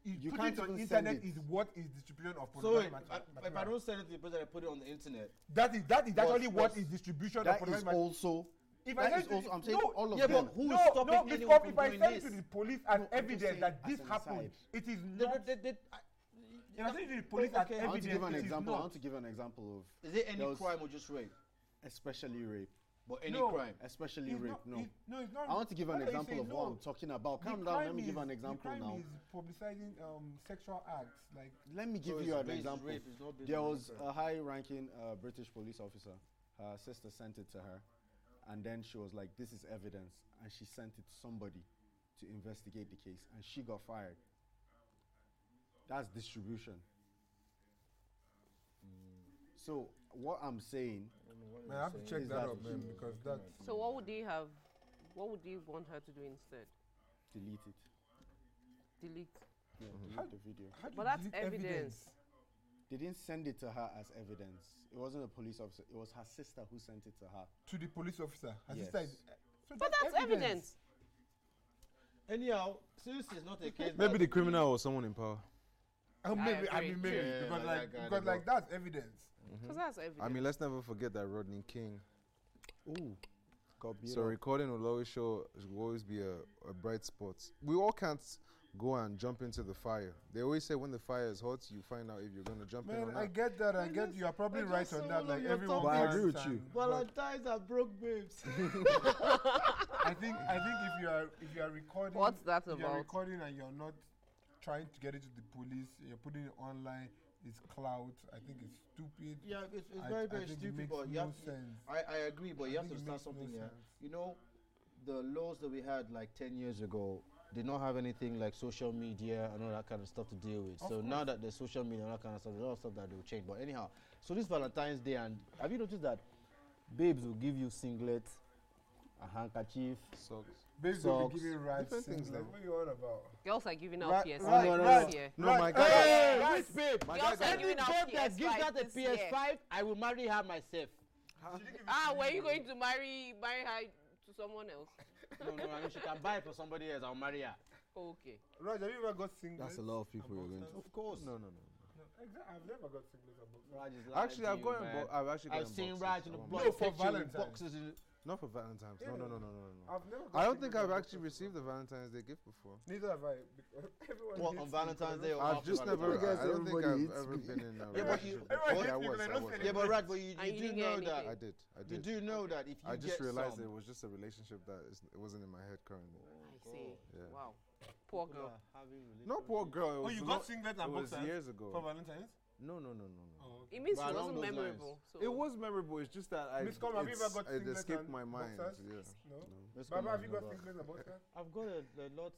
S2: If
S5: you
S2: putting
S5: can't
S2: it on
S5: even send
S2: internet
S5: it.
S2: is what is distribution of
S1: So wait,
S2: pornographic
S1: I-
S2: mater-
S1: if I
S2: material.
S1: don't send it to the person, I put it on the internet.
S2: That is that is
S1: What's-
S2: actually what
S1: what's-
S2: is distribution of
S5: That is
S2: pornographic material.
S5: also.
S2: If
S5: that
S2: send
S5: is
S2: to-
S5: also- I'm saying
S2: no,
S5: all of
S1: Yeah,
S5: them.
S1: but who
S2: no,
S1: is stopping
S2: no, Miss
S1: anyone
S2: Cobb,
S1: from
S2: if I
S1: doing
S2: send
S1: this?
S2: it to the police as evidence
S5: saying
S2: that
S5: as
S2: this
S5: an
S2: happened,
S5: aside.
S2: it is
S1: They-
S2: not.
S1: they- they- I-
S2: If I send it to the police
S1: Wait,
S2: as
S1: okay.
S5: I want
S2: evidence,
S5: to give an
S2: it is
S5: example. I
S2: not.
S5: want to give an example of
S1: Is there any
S5: There was-
S1: crime or just rape?
S5: especially rape,
S1: But any
S2: No.
S1: crime.
S5: especially
S2: It's
S5: rape.
S2: not-
S5: no.
S2: it- no, it's not.
S5: I want to give an
S2: Why are you
S5: example
S2: saying
S5: of what
S2: no?
S5: I'm talking about.
S2: The
S5: Calm down. Let
S2: crime
S5: me give
S2: is-
S5: an example
S2: the crime
S5: now.
S2: Is publicizing um, sexual acts like
S5: Let me give
S1: it's
S5: you an
S1: based
S5: example.
S1: rape, it's not based
S5: There
S1: on
S5: was
S1: rape.
S5: a high-ranking uh, British police officer. Her sister sent it to her, and then she was like, "This is evidence," and she sent it to somebody to investigate the case, and she got fired. That's distribution. So what I'm saying,
S2: Man, I have to check
S5: Is
S2: that
S5: that
S2: up, man, because that's
S7: So what would they have? What would they want her to do instead?
S5: delete it.
S7: Delete.
S5: Yeah, delete the video.
S2: how do you
S7: But that's
S2: delete
S7: evidence.
S5: They didn't send it to her as evidence. It wasn't a police officer. It was her sister who sent it to her.
S2: to the police officer. Her
S5: Yes.
S2: sister is- eh, so
S7: But that's evidence.
S1: Anyhow, since it's not a case.
S3: Maybe
S1: that-
S3: the criminal or someone in power.
S2: Uh, maybe I,
S7: agree.
S2: mean maybe
S1: Yeah,
S2: because
S1: that
S2: like
S1: guy,
S2: because
S1: the
S2: like that's evidence.
S7: Because that's evidence.
S3: I mean, let's never forget that Rodney King.
S5: Ooh, got beat
S3: So
S5: up.
S3: recording will always show, will always be a, a bright spot. We all can't go and jump into the fire. They always say when the fire is hot, you find out if you're gonna jump in or
S2: Man,
S3: not.
S2: I get that. I
S1: It
S2: get
S1: just-
S2: you are probably
S1: it
S2: right
S1: just
S2: on
S1: so
S2: that.
S1: all of
S2: Like
S1: your
S2: everyone.
S1: topics. But I
S5: agree with
S2: understand,
S5: you.
S2: but
S1: Valentines are broke babes.
S2: I think I think if you are if you are recording,
S7: What's that
S2: if You're
S7: about?
S2: recording and you're not trying to get it to the police. You're putting it online. It's clout. I think it's stupid.
S1: Yeah, it's, it's
S2: I-
S1: very,
S2: I
S1: very
S2: think it
S1: stupid,
S2: makes
S1: but you
S2: no
S1: have to,
S2: sense.
S1: I, I agree, but you
S2: I
S1: have to
S2: think it makes
S1: understand
S2: no
S1: something here.
S2: sense.
S1: You know, the laws that we had like 10 years ago did not have anything like social media and all that kind of stuff to deal with. so now that there's social media and all that kind of stuff, there's a lot of stuff that will change. But anyhow, so this Valentine's Day, and have you noticed that babes will give you singlets, a handkerchief?
S3: Socks.
S2: Basically, we'll
S1: Socks.
S2: be giving rights.
S3: Different things
S2: Like,
S3: like-
S2: what are you on about?
S7: Girls are giving
S2: Right,
S7: out PS5
S2: right, right.
S7: this year.
S3: No,
S2: Right.
S3: my guy.
S2: Hey,
S3: got-
S2: right.
S3: babe. My
S7: Y'all
S3: guy.
S7: said
S3: got-
S7: you- giving out
S1: babe that gives
S7: PS5
S1: out a
S7: this year.
S1: PS5, I will marry her myself.
S7: Ah, were you going to marry marry her to someone else?
S1: no, no, I mean, she can buy it for somebody else, I'll marry her.
S7: Oh, Okay.
S2: Raj, have you ever got singlets?
S5: That's a lot of people you're going to.
S1: Of course.
S3: No, no, no.
S2: No, exa- I've never got singlets and boxers.
S1: Raj is lying
S3: Actually,
S1: to
S3: I've
S1: you,
S3: gotten.
S1: man.
S3: Bo- I've actually gotten.
S1: I've seen
S3: boxes.
S1: Raj in
S3: I
S1: the
S3: want
S1: block
S2: No, for
S1: picture with
S2: Valentine's.
S1: boxes. In
S3: Not for Valentine's. No, no, no, no, no, no, no.
S2: I've never. Got
S3: I don't
S2: singles
S3: think I've
S2: and
S3: actually
S2: boxers.
S3: received a Valentine's Day gift before.
S2: Neither have I. Because everyone
S1: Well,
S2: hates
S1: on
S2: me
S1: Valentine's
S2: because
S1: Day
S2: I don't-
S3: I've
S1: or after
S3: just never. I,
S1: Valentine's Day.
S3: I don't
S5: everybody
S3: think I've
S5: hates
S3: ever
S5: me.
S3: been in a
S1: Yeah, but you-
S3: relationship.
S2: Everyone hates me because I don't say
S3: Okay, I was. I was. I was.
S1: Yeah, but Raj, but you, you
S7: And you
S1: do
S7: didn't get
S1: know that.
S7: anything.
S3: I did. I
S1: You
S3: did.
S1: do know that if you
S3: I just
S1: get
S3: realized
S1: some,
S3: it was just a relationship that is, it wasn't in my head currently.
S7: I see.
S3: Yeah.
S7: Wow. Poor girl.
S3: No poor girl. It
S2: Oh,
S3: was
S2: you
S3: lo-
S2: got singlet
S3: It
S2: and
S3: was
S2: boxers
S3: years
S2: for
S3: ago.
S2: Valentine's?
S3: No, no, no, no, no.
S2: Oh,
S7: It means
S3: But
S7: it
S3: along
S7: wasn't
S3: those
S7: memorable. So
S3: It was memorable. It's just that I
S2: Miss Com, have you ever
S3: it's-
S2: got
S3: it
S2: singlet
S3: escaped
S2: and
S3: my mind.
S2: boxers?
S3: Yeah.
S2: No.
S1: Let's come
S2: Baba, have you
S1: on,
S2: got
S1: Baba.
S2: singlets and boxers?
S6: I've got a, a lot.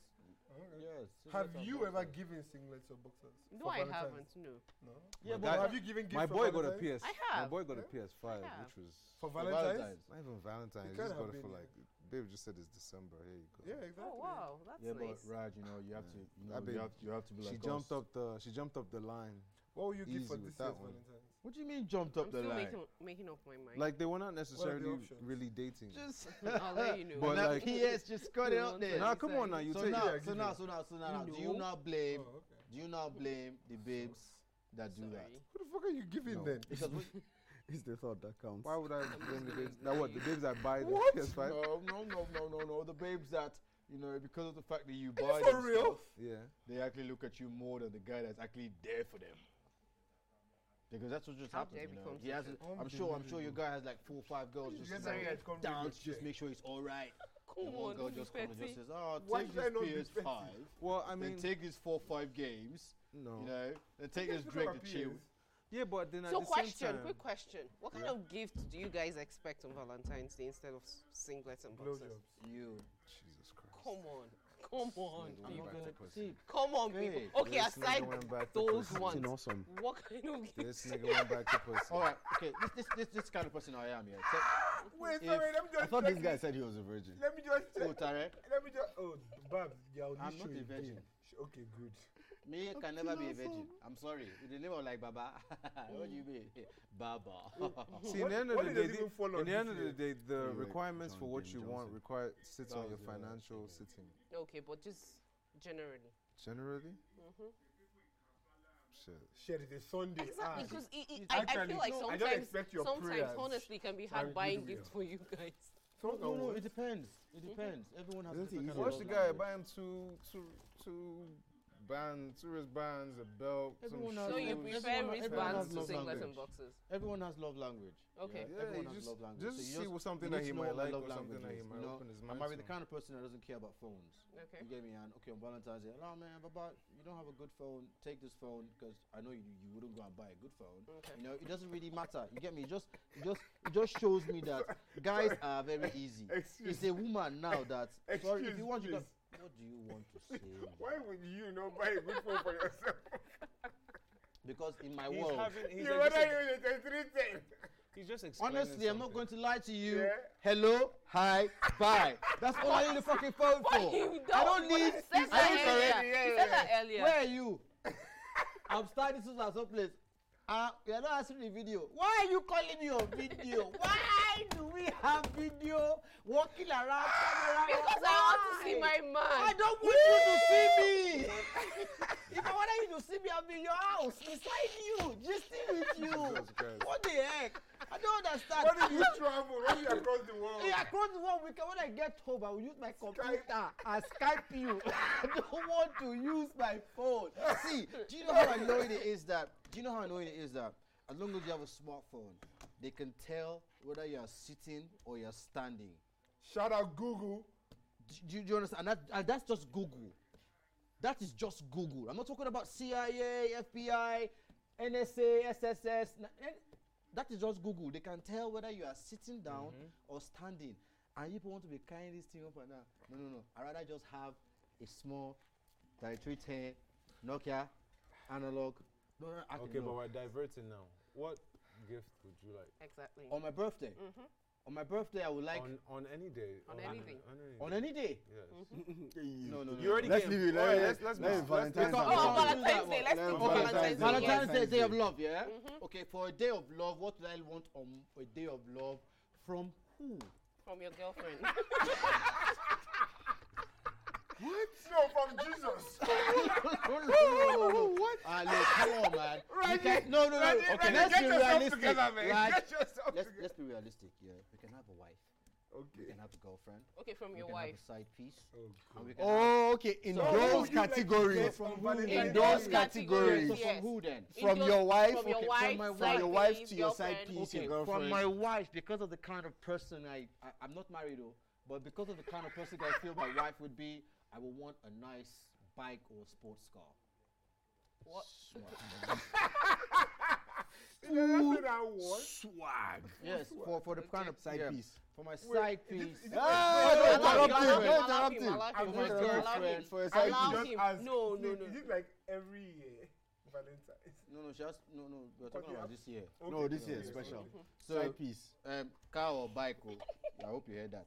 S2: Oh, okay.
S6: Yes.
S2: Have
S6: singlets and
S2: you ever
S6: boxers.
S2: given singlets or boxers?
S7: no,
S2: for
S7: I
S2: Valentine's?
S7: haven't. No, Oh,
S2: No.
S6: Yeah,
S3: My
S6: but
S2: But
S3: guy-
S2: have you given gifts
S3: My
S2: for
S3: boy got a
S2: Valentine's?
S3: PS.
S7: I
S3: My
S7: have.
S3: boy got a
S2: Yeah.
S3: PS5,
S7: have.
S3: which was
S2: For
S1: For
S2: Valentine's?
S3: not even Valentine's.
S2: It can't
S3: You just got
S2: have
S3: it for
S2: been,
S3: like. Babe just said it's December. Here you go.
S2: Yeah, exactly.
S7: Oh wow, that's
S1: Yeah,
S7: nice.
S1: but Raj, you know, you have to, you,
S3: That
S1: know,
S3: babe-
S1: you, have, you have to be
S3: She
S1: like
S3: jumped
S1: us.
S3: up the. She jumped up the line.
S2: What will you give for
S3: Easy
S2: this
S3: with
S2: year's
S3: that one.
S2: Valentine's?
S1: What do you mean jumped
S7: I'm
S1: up the
S7: still
S1: line?
S7: making making up my mind.
S3: Like they were not necessarily
S2: options?
S3: really dating.
S1: Just
S7: I'll let you know.
S3: But
S1: that
S3: like-
S1: PS just got it up there.
S3: Nah, come on now. You
S1: so
S3: take
S1: now,
S2: Yeah,
S1: so
S2: give
S1: now,
S2: it.
S1: so now, so now,
S7: You
S1: do you
S7: know.
S1: not blame?
S2: Oh, okay.
S1: Do you not blame the babes that do that?
S7: Sorry.
S2: Who the fuck are you giving
S3: No.
S2: then?
S1: Because we,
S5: It's the thought that counts.
S3: Why would I blame the
S7: gonna
S3: babes? Now what? The babes that buy the
S2: What?
S3: PS5?
S1: no, no, no, no, no, no. The babes that you know because of the fact that you
S2: you
S1: buy
S2: for
S1: them
S2: real?
S1: stuff,
S3: Yeah.
S1: they actually look at you more than the guy that's actually there for them. Because that's what just
S7: How
S1: happened.
S7: dare
S1: You
S7: we
S1: know?
S7: come
S1: He
S7: to
S1: has.
S7: this?
S1: A, I'm sure. I'm sure your guy has like four, or five girls
S2: You
S1: just
S2: guys
S1: like,
S2: are here, come
S1: down.
S2: with
S1: to
S2: your
S1: Just
S2: shit.
S1: make sure it's all right.
S7: Come
S1: and one
S7: on,
S1: girl
S7: don't be
S1: just comes and just
S7: petty.
S1: says, "Oh,
S2: Why
S1: take
S2: should I not be
S1: this PS5."
S2: petty?
S3: Well, I mean, Oh.
S1: then take these four five games,
S3: no.
S1: you know, then take
S2: You
S1: this
S2: guys look
S1: drink
S2: at
S1: to chill.
S2: appeals.
S3: Yeah, but then at
S7: So
S3: the same
S7: question,
S3: time,
S7: quick question. What kind of gift do you guys expect on Valentine's Day instead of s- singlets and boxes?
S2: Blowjobs.
S1: You.
S3: Jesus Christ.
S7: Come on. Come on.
S3: Nigga went
S7: people.
S3: back to pussy.
S7: Come on,
S1: Hey,
S7: people. Okay,
S3: This nigga
S7: aside
S3: went back to
S7: those
S3: pussy.
S7: ones,
S5: awesome.
S7: what kind of gift?
S3: This nigga went back to pussy.
S1: All right, okay. This this this, this kind of person I am. Yeah.
S2: Wait,
S1: If-
S2: sorry, let me just
S5: I thought this
S2: check
S5: guy
S2: it.
S5: said he was a virgin.
S2: Let me just
S1: So, oh,
S2: check.
S1: Tare,
S2: Let me just. Oh, Babs, yeah, I'll
S1: I'm
S2: just
S1: not
S2: show
S1: a
S2: you.
S1: virgin.
S2: Sh- Okay, good.
S1: Me can never be a virgin. I'm sorry. In the name of like Baba, what do you mean, Baba?
S3: See, in
S2: What-
S3: the end of
S2: what
S3: the
S2: did
S3: day,
S2: it even
S3: the-
S2: fall on
S3: in the
S2: this
S3: end of the
S2: year?
S3: day, the
S5: like
S3: requirements
S5: John
S3: for what
S5: Dane
S3: you want
S5: Johnson.
S3: require sits
S1: That
S3: on
S1: was
S3: your
S1: the last
S3: financial sitting.
S7: Okay, but just generally.
S3: Generally,
S7: Mhm.
S3: shit.
S2: Shit, it's a Sunday.
S7: Exactly,
S2: ah.
S7: because I, I
S2: Actually,
S7: feel like
S2: no, I don't
S7: sometimes,
S2: expect your prayers.
S7: sometimes honestly, can be hard
S2: I'm
S7: buying
S2: giving
S7: gifts for you guys.
S1: no, no, no,
S2: Sometimes-
S1: it depends. It depends. Everyone has.
S5: Isn't it easy?
S1: different kind of
S5: Watch
S3: Watch the
S1: love
S3: guy
S1: language.
S3: buy him two, two, two bands, two wristbands, a belt,
S1: Everyone
S3: some
S1: has
S7: So
S1: love
S7: you
S1: language.
S7: prefer
S1: Everyone- everyone has
S7: wristbands to
S1: love
S7: singlets and
S1: language.
S7: boxes.
S1: Everyone has love language.
S7: Okay.
S1: Yeah,
S3: Yeah,
S1: everyone
S3: you
S1: has
S3: just,
S1: love language.
S3: just
S1: so you
S3: see
S1: just,
S3: what something
S1: you
S3: that
S1: need
S3: he
S1: to know
S3: might
S1: what my
S3: like
S1: love
S3: or something that
S1: language
S3: he
S1: is,
S3: might
S1: you know?
S3: open his
S1: I
S3: mind
S1: might be the
S3: to.
S1: kind of person that doesn't care about phones.
S7: Okay.
S1: You get me? And okay, on Valentine's Day, oh man, Baba, you don't have a good phone. Take this phone because I know you, you wouldn't go and buy a good phone.
S7: Okay.
S1: You know, it doesn't really matter. You get me? It just, it just, it just shows me that guys are very easy.
S2: Excuse
S1: It's a woman now that. sorry, if
S2: Excuse,
S1: you want, you can.
S2: please.
S1: What do you want to say?
S2: Why would you not buy a good phone for yourself?
S1: Because in my
S8: He's
S1: world,
S8: having. He's,
S2: you
S8: like,
S2: rather
S8: just,
S2: use a 3310.
S8: he's just explaining.
S1: honestly, I'm not
S8: something.
S1: going to lie to you.
S2: Yeah.
S1: Hello, hi, bye. That's all I need a fucking phone for.
S7: You
S1: I don't need.
S7: He said
S1: I
S7: that
S1: don't
S7: earlier.
S2: yeah,
S7: He
S2: yeah.
S7: said that earlier.
S1: Where are you? I'm starting to at some place. Uh, you are not answering the video. Why are you calling me on video? Why do we have video walking around? camera?
S7: Because I want to
S1: Why?
S7: see my man.
S1: I don't want you to see me. if I wanted you to see me, I'll be in your house beside you, gisting with
S3: Jesus
S1: you.
S3: Christ.
S1: What the heck? I don't understand.
S2: What if you travel? What if you across the world?
S1: Yeah, across the one weekend when I get home, I will use my computer and Skype you. I don't want to use my phone. See, do you know how annoying it is that? Do you know how annoying it is that? As long as you have a smartphone, they can tell whether you are sitting or you are standing.
S2: Shout out Google.
S1: Do, do, do you understand? And, that, and that's just Google. That is just Google. I'm not talking about CIA, FBI, NSA, SSS. n- n- That is just Google. They can tell whether you are sitting down or standing. And people want to be carrying this thing up and down. No, no, no. I'd rather just have a small 3310 Nokia analog. No, no, I can
S8: Okay,
S1: know.
S8: but we're diverting now. What gift would you like
S7: Exactly.
S1: on my birthday. On my birthday, I would like on,
S8: on on any day?
S7: On anything.
S8: On any.
S1: any day.
S8: Yes.
S1: No, no, no.
S8: You already
S5: Let's
S8: gave-
S5: leave it.
S8: Alright,
S5: Let,
S8: let's- let's
S5: let's let's
S8: move-
S5: let
S8: let's-
S5: Valentine's.
S1: let's
S7: Oh,
S1: move
S5: Day.
S1: on.
S7: on
S1: Valentine's
S7: Valentine's Day.
S5: Valentine's Day.
S1: Valentine's Day,
S7: Let's do Valentine's Day. Yes.
S5: Valentine's
S1: day of
S5: Day.
S1: love, yeah? Okay, for a day of love, what do I want on a day of love from who?
S7: From your girlfriend.
S2: No, from Jesus.
S1: what? Ah, look, come on, man. You can't- no, no, no.
S2: Reggie,
S1: okay,
S2: Reggie,
S1: let's
S2: get
S1: be
S2: yourself
S1: realistic.
S2: together, man.
S1: right?
S2: Get yourself
S1: let's,
S2: together.
S1: let's be realistic, yeah. We can have a wife. We
S2: Okay.
S1: can have a girlfriend.
S7: okay, from
S1: we
S7: your
S1: can
S7: wife.
S1: have a side piece.
S2: Oh,
S1: and we can have-
S5: Oh, okay. In
S1: So-
S2: Who
S5: those
S2: would you like to
S5: categories,
S2: get from
S1: who?
S2: Valentine's
S5: in
S2: Day?
S5: those categories,
S1: so
S7: yes.
S1: from who then?
S7: It
S5: from
S7: goes
S5: your wife,
S7: From your
S5: okay,
S7: wife,
S1: my
S7: side
S5: from your wife
S7: piece,
S5: to your side
S7: girlfriend.
S5: piece, your
S1: from
S5: girlfriend.
S1: my wife because of the kind of person I, I I'm not married though, but because of the kind of person I feel my wife would be, I would want a nice bike or sports car.
S7: What?
S2: Food. What?
S5: Swag.
S1: Yes, for, for the kind of
S5: Side
S1: yeah, Ah,
S5: piece.
S1: For my side piece.
S2: Is it
S5: Hey,
S2: like,
S5: don't
S7: allow
S5: interrupt him.
S7: him,
S5: Don't
S7: allow
S5: interrupt
S7: him,
S5: him.
S7: allow
S2: I'm
S7: him,
S2: just
S7: allow him, allow
S5: girlfriend
S7: him.
S5: for a side
S7: Allow
S2: just
S7: him.
S2: ask,
S7: No, no,
S2: please,
S7: no.
S2: Is it like every year Valentine's?
S1: No, no, just no, no. We're talking
S2: Okay,
S1: about
S2: I'm-
S1: this year.
S5: No, this year is
S2: okay,
S5: special.
S1: So,
S5: Side piece.
S1: um, car or bike? oh. I hope you heard that.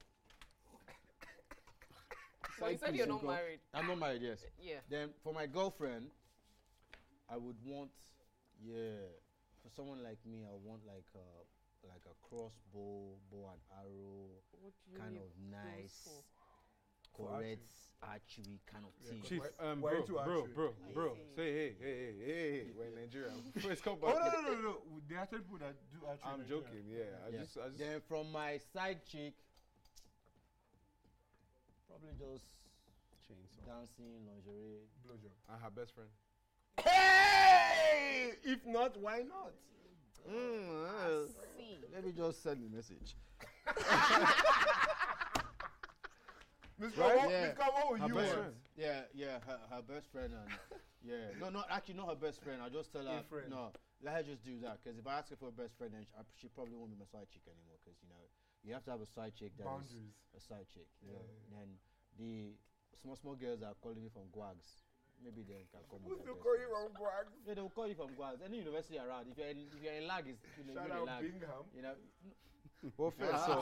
S7: So you said
S1: piece
S7: you're
S1: you
S7: not
S1: go.
S7: married.
S1: I'm not married, yes.
S7: Yeah.
S1: Then for my girlfriend, I would want, yeah, for someone like me, I want like a like a crossbow, bow and arrow,
S7: What do you
S1: kind
S7: need
S1: of
S7: those
S1: nice,
S7: for?
S2: For
S1: correct archery kind of thing.
S3: Chief,
S2: Why-
S3: um,
S2: why
S3: bro,
S2: to
S3: bro,
S2: actually-
S3: bro,
S7: I
S3: bro.
S7: see.
S3: Say hey, hey, hey, hey, hey. We're in Nigeria. First come
S2: Oh
S3: back.
S2: no no no no! There are actually people that do actually.
S3: I'm joking. Yeah, I
S1: Yeah.
S3: just, I just.
S1: Then from my side chick, probably just dancing lingerie.
S2: Blowjob.
S3: And her best friend.
S2: Hey! If not, why not?
S7: I see.
S1: Mm, Let me just send the message.
S2: Miss
S1: Right?
S2: Kawo,
S1: Yeah.
S2: Miss Kawo, what
S3: Her
S2: would you
S3: best
S2: want?
S3: friend.
S1: Yeah, yeah, her, her best friend and yeah, no, no, actually not her best friend. I just tell
S2: A
S1: her
S2: friend.
S1: no, let her just do that because if I ask her for a best friend, then she, I, she probably won't be my side chick anymore because you know you have to have a side chick that is
S2: Boundaries.
S1: a side chick. You
S2: Yeah,
S1: know?
S2: yeah,
S1: Then the small small girls are calling me from Guags. Maybe they can call me.
S2: Who's
S1: their
S2: the
S1: best
S2: Corey Ron
S1: friends.
S2: Bragg?
S1: Yeah, they'll call you from Guags. Any university around. If you're in, if you're in Lag, it's you know,
S2: Shout
S1: you're in
S2: out
S1: Lag.
S2: Bingham.
S1: You know.
S3: Well, fair. So,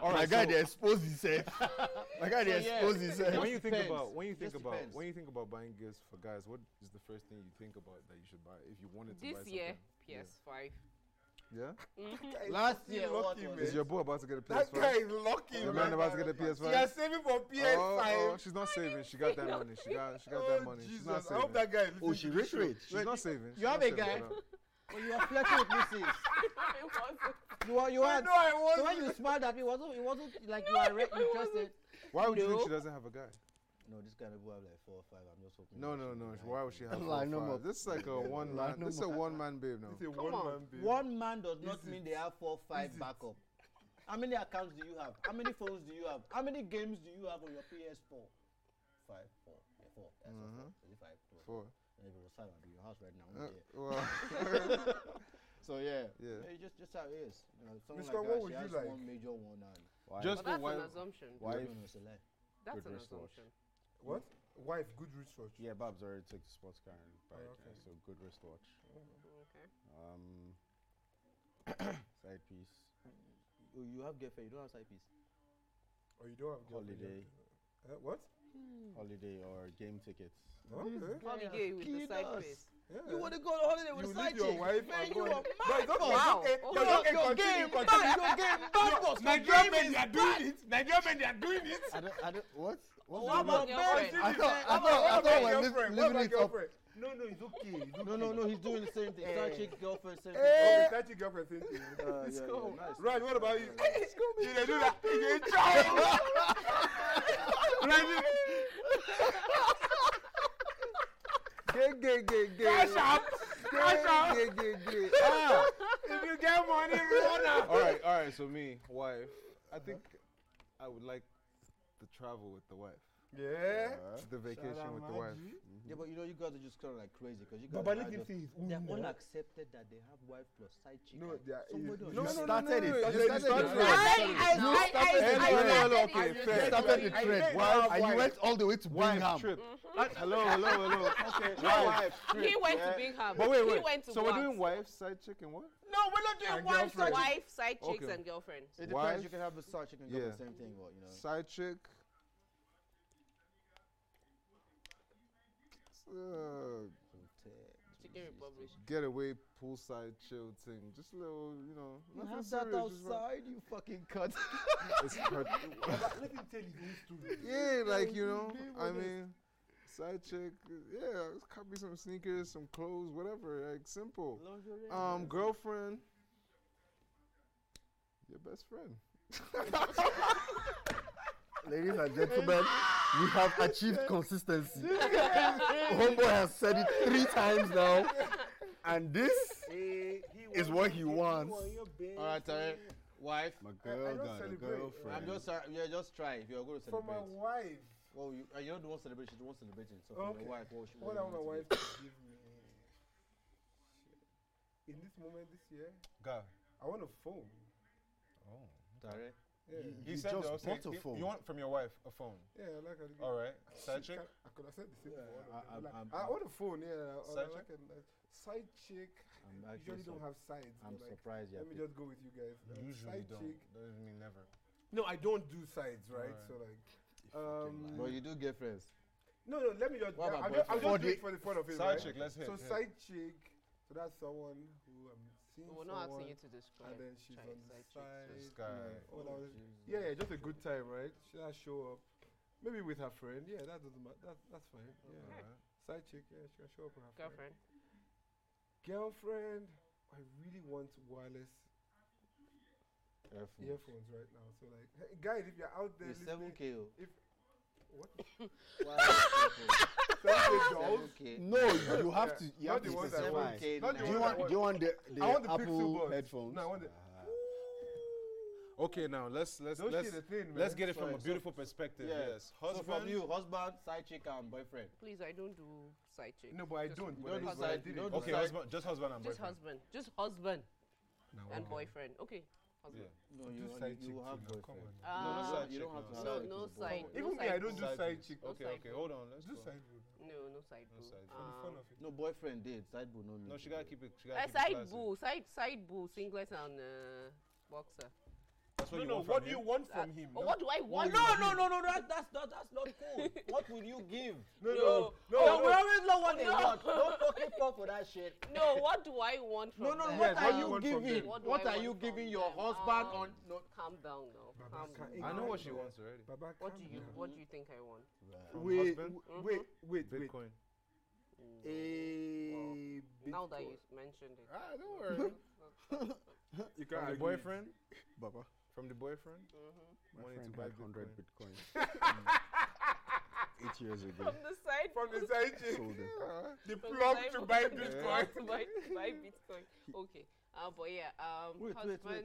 S5: All right, guy, they exposed himself. My guy, they
S1: So, yeah.
S5: exposed himself.
S3: when you think
S1: depends.
S3: about when you
S1: Just
S3: think about
S1: depends.
S3: when you think about buying gifts for guys, what is the first thing you think about that you should buy if you wanted to buy
S7: This
S3: something?
S7: year, PS5.
S3: Yeah.
S2: Guy is
S1: Last
S2: fucking
S1: year, what
S2: lucky,
S1: was
S2: man.
S3: Is your boy about to get a
S2: That guy
S3: PS5?
S2: is lucky.
S3: Your man about to get a PS5.
S2: You are saving for PS5.
S3: Oh, oh, she's not saving. She got that money. She got she got
S2: Oh,
S3: that money.
S2: Jesus.
S3: She's not
S2: I hope
S3: saving.
S2: that guy is
S5: Oh,
S2: listening
S5: she
S2: to the
S5: rich,
S2: show.
S5: rich.
S3: She's not saving. She's
S1: have
S3: not
S1: a
S3: saving
S1: guy?
S3: for now.
S1: Well, you are flirting with missus.
S7: It wasn't-
S1: You are you
S2: I
S1: are
S2: know I
S1: So
S2: want
S1: when you smiled at me, it wasn't it wasn't like you are re- interested?
S3: Why would you think she
S7: No.
S3: doesn't have a guy?
S1: No, this guy people have like four or five. I'm just hoping.
S3: No,
S1: that
S3: no,
S1: she
S3: no.
S1: will
S3: Why
S1: like
S3: would she
S1: me.
S3: have?
S5: Line them
S3: four or
S5: up.
S3: five? This is like a one
S5: Line
S3: man. This is
S5: them
S3: a
S5: up.
S3: one man babe now.
S2: It's a
S7: Oh, Come
S2: one
S7: on.
S2: man babe.
S1: One man does not
S2: Is
S1: mean
S2: it?
S1: they have four, five
S2: it?
S1: backup. How many accounts do you have? How many phones do you have? How many games do you have on your PS4? Five, four, yeah, four. That's what four. Is it five, two,
S3: Four.
S1: And if it was five, I'd be in your house right now.
S3: Uh,
S1: wouldn't it?
S3: well,
S1: So yeah,
S3: Yeah.
S1: It's just just how it is. You know, something
S2: Miss Kwan,
S1: like that.
S2: what would
S1: she
S2: you
S1: has
S2: like?
S1: one major one and
S3: just for
S7: But that's
S3: one.
S7: an assumption.
S1: No,
S5: Wife.
S1: no, no, it's a lie.
S7: That's an
S5: goodness lord.
S7: assumption.
S2: What? Wife, good research.
S5: Yeah, Bab's already took the sports car and bike,
S2: Oh, okay.
S5: yeah, so good wristwatch.
S7: Okay.
S5: Um, side piece,
S1: You, Oh, you have girlfriend. You don't have side piece.
S2: Or Oh, you don't have girlfriend, you have
S5: Holiday.
S2: girl- Uh, what?
S5: holiday, or game tickets.
S2: Okay.
S7: Bloody gay with the
S1: Kid
S7: side
S1: us.
S7: face.
S2: Yeah.
S1: You want to go on holiday with
S2: You
S1: a side
S2: leave your
S1: chick?
S2: wife
S1: Man,
S2: and
S1: you
S2: go
S1: are
S2: on-
S1: mad.
S2: But don't-
S7: Wow.
S2: okay,
S7: Oh,
S2: but
S7: your-
S2: okay,
S1: Your
S2: continue,
S1: game,
S2: continue.
S1: man, your game backwards. Your
S2: Nigerian
S1: game
S2: men,
S1: is
S2: they are doing it. Nigerian men, they are doing it.
S5: I don't, I don't, what? What's
S7: What about girlfriend?
S5: I thought, I thought,
S2: What about- what
S5: I
S2: about
S5: thought we're li-
S2: girlfriend? What
S5: living
S2: about
S5: it up.
S2: girlfriend? No, no, it's okay. It's okay.
S1: No, no, no. He's doing the same thing. Side
S2: Eh.
S1: chick, girlfriend, same
S2: Oh,
S1: thing.
S2: it's actually girlfriend, same thing.
S1: Uh, yeah, yeah, nice.
S2: Right, what about you? You dey do that. You dey try. Right, you-
S3: gay, gay, gay, gay. Cash
S2: out. Cash out.
S3: Gay, gay, gay. Ah.
S2: If you get money, run out.
S3: all right, all right. So me, wife. I think I would like to travel with the wife.
S2: Yeah.
S3: The vacation with the wife.
S1: Yeah, but you know you guys are just kind of like crazy because you guys.
S2: But by
S1: are
S2: looking
S1: just-
S2: things,
S1: they are
S5: Mm.
S1: all accepted that they have wife plus side chick.
S2: No,
S1: and
S2: they are-
S1: somebody
S2: you-
S1: on
S2: no, no,
S1: the side.
S2: no,
S5: started
S2: no,
S5: it.
S2: no,
S5: You
S2: you
S5: started
S2: started
S5: it.
S2: it.
S3: Hello, hello, okay,
S5: You
S3: fair.
S5: started the
S2: I
S5: trend.
S2: said I have
S5: And you
S2: wife.
S5: went all the way to
S3: Wife
S5: Birmingham.
S3: trip. Uh, hello, hello, hello. okay. Wife trip.
S7: He went
S3: yeah.
S7: to Bingham.
S3: But wait,
S7: He
S3: wait.
S7: went to
S3: so we're doing
S7: Guags.
S3: wife, side chick, and what?
S7: No, we're not doing
S2: And
S7: wife, side
S2: girlfriend.
S7: wife, side chicks,
S3: Okay.
S7: and girlfriend.
S1: It
S3: Wife.
S1: depends. You can have a side chick and
S3: Yeah.
S1: girlfriend, same thing. But you know.
S3: Side chick. Uh,
S1: hotel.
S7: Chicken Republic.
S3: getaway poolside chill thing. Just a little, you know.
S1: You
S3: nothing
S1: have that
S3: serious, just run-
S1: outside, you fucking cunt.
S3: It's cut.
S2: Let him tell his own story.
S3: yeah, like you know. I mean, side chick. Yeah, just copy some sneakers, some clothes, whatever. Like simple. Um, girlfriend. Your best friend.
S5: Ladies and gentlemen, we have achieved consistency. Homeboy has said it three times now, and this is what he wants.
S1: All right, Tarek. Wife.
S5: My
S2: I- I girl don't got a celebrate. girlfriend.
S1: I'm just sorry. Yeah, just try. If you're going to
S2: For
S1: celebrate.
S2: my wife.
S1: Well, you, uh, you're the one celebrating. She's the one celebrating. So for
S2: Okay.
S1: your wife, what would she
S2: What
S1: you
S2: I want my
S1: want
S2: wife
S1: it to
S2: to give me in this moment this year,
S8: God.
S2: I want a phone.
S8: Oh.
S1: be? Tare.
S2: Yeah,
S8: He
S5: You
S8: said
S5: just
S8: though,
S5: bought a
S8: you-
S5: phone.
S8: You want from your wife a phone.
S2: yeah, I like how they give-
S8: All
S3: Oh,
S8: right. Side
S2: Shit,
S8: chick.
S2: can- I could have said the same.
S5: Yeah,
S2: for
S5: I-
S2: all of them.
S5: I'm-
S2: Like,
S5: I'm-
S2: I want a phone. Yeah, or
S8: Side
S2: like a nice- side chick.
S1: I'm
S2: Usually
S1: actually
S2: don't
S1: sur-
S2: have sides.
S1: I'm
S2: but like,
S1: surprised. Yeah.
S2: let me just go with you guys. Uh,
S8: Usually
S2: side
S8: don't.
S2: chick.
S8: Doesn't mean never.
S2: No, I don't do sides, right?
S8: Alright.
S2: So like, um,
S1: But you do get friends.
S2: no, no. Let me just.
S1: What about
S2: I'll just, I'll just
S1: boyfriend?
S2: do it for the fun of it,
S8: Side
S2: right?
S8: chick. Let's hit.
S2: So
S8: hit.
S2: side chick. So that's someone who I'm seeing.
S7: We're not
S2: someone,
S7: asking you to describe.
S2: And then she's
S7: child
S2: on the
S7: side chicks.
S8: This
S2: side.
S8: guy.
S2: All I was- Yeah, yeah, just a good time, right? Should I show up? Maybe with her friend. Yeah, that doesn't matter. That, that's fine. Yeah.
S8: Alright.
S2: Side chick. Yeah, she can show up with her friend.
S7: Girlfriend.
S2: girlfriend, I really want wireless
S1: Careful.
S2: earphones right now. So like, hey, guys, if you're out there,
S1: It's seven
S2: listening-
S1: k. oh.
S2: What?
S1: Seven k.
S5: No, you have
S2: Yeah.
S5: to. You
S2: Not
S5: have
S2: the
S5: to
S2: ones that
S5: specify.
S1: Seven k.
S2: Not the
S5: Do you
S2: ones that
S5: want? Do you want the, the,
S2: I want the Pixel
S5: Apple
S2: Buds.
S5: headphones?
S2: No, I want the.
S8: Okay, now let's let's
S2: Don't
S8: let's
S2: shit the thing, man.
S8: let's get it from
S1: Sorry,
S8: a
S1: so-
S8: beautiful perspective.
S1: yeah.
S8: Yes.
S1: So
S8: Husband.
S1: from you, husband, side chick, and boyfriend.
S7: Please, I don't do side chick.
S2: No, but I
S7: Just-
S2: don't.
S1: You
S2: But
S1: don't
S2: I,
S1: do
S2: but I
S1: side-
S2: did
S1: you
S2: it.
S1: don't do
S8: Okay,
S1: side-
S8: husband. Just husband and
S7: Just
S8: boyfriend.
S7: husband. Just husband
S2: Now,
S7: and
S2: okay.
S7: boyfriend. Okay. Husband.
S8: Yeah.
S1: No,
S2: Do
S1: you,
S2: side
S1: you,
S2: chick
S1: you have
S2: too, now,
S1: boyfriend.
S2: come on.
S7: Uh,
S8: no
S1: no, no,
S8: side
S1: you don't
S8: chick, no.
S1: have to have chick as a
S7: No, no side.
S1: boyfriend.
S2: Even
S7: No
S2: me, I
S7: side
S2: don't do
S8: Side
S2: side
S8: chick.
S2: chick.
S7: No
S8: Okay,
S7: side
S8: okay.
S7: boob.
S8: Hold on. Let's
S2: Do
S8: go.
S2: side boob.
S7: No, no side boo.
S8: No side boo.
S2: For the fun
S7: Um,
S2: of it.
S1: No, boyfriend did. Side boo, no.
S8: No, she gotta keep it. She gotta
S7: uh,
S8: keep it
S7: side
S8: classy.
S7: boo, side side boo, singlet and uh, boxer.
S8: That's what
S2: No,
S8: you
S2: no.
S8: want
S2: What
S8: from
S2: do
S8: him?
S2: you want
S7: Uh,
S2: from him?
S7: but what do I
S1: No,
S7: want?
S1: no, no, no, no, that, that's not, that's not cool. what will you give?
S2: No,
S7: no,
S2: no,
S1: no, we
S2: no.
S1: always know what they
S7: No.
S1: want. Don't fucking fall for that shit.
S7: no, what do I want from
S1: No, no,
S7: them?
S2: Yes,
S1: what
S2: what
S1: are
S2: do you
S1: you
S2: want from
S1: giving?
S2: them?
S7: What do
S1: What
S7: I
S1: are
S7: want
S1: you
S7: from
S1: giving your
S7: them?
S1: husband
S7: Um,
S1: on? No,
S7: Calm down now.
S2: Baba,
S7: Calm
S2: can-
S7: down.
S8: I know what she wants already.
S2: Baba,
S7: What
S2: calm
S7: do you
S2: down.
S7: What do you think I want? Mm-hmm.
S8: From
S2: Wait,
S8: husband?
S2: w- wait, wait, wait.
S8: Bitcoin.
S2: Eh,
S7: Now that
S2: Bitcoin.
S7: you mentioned it.
S8: Ah, don't worry.
S2: you can't
S3: From the
S2: argue.
S3: boyfriend.
S5: Baba.
S3: From the boyfriend.
S7: hmm
S5: My
S3: Wanted
S5: friend
S3: to buy
S5: had 100
S3: Bitcoin.
S5: bitcoins eight years ago.
S7: From the side.
S2: From the side chick.
S5: Sold them.
S2: The
S7: from the
S2: plug
S7: side
S2: to
S7: boob.
S2: buy
S7: Yeah.
S2: Bitcoin.
S7: to buy, to buy Bitcoin. Okay. Uh, but yeah, um,
S1: Wait, wait,
S7: husband.
S1: wait.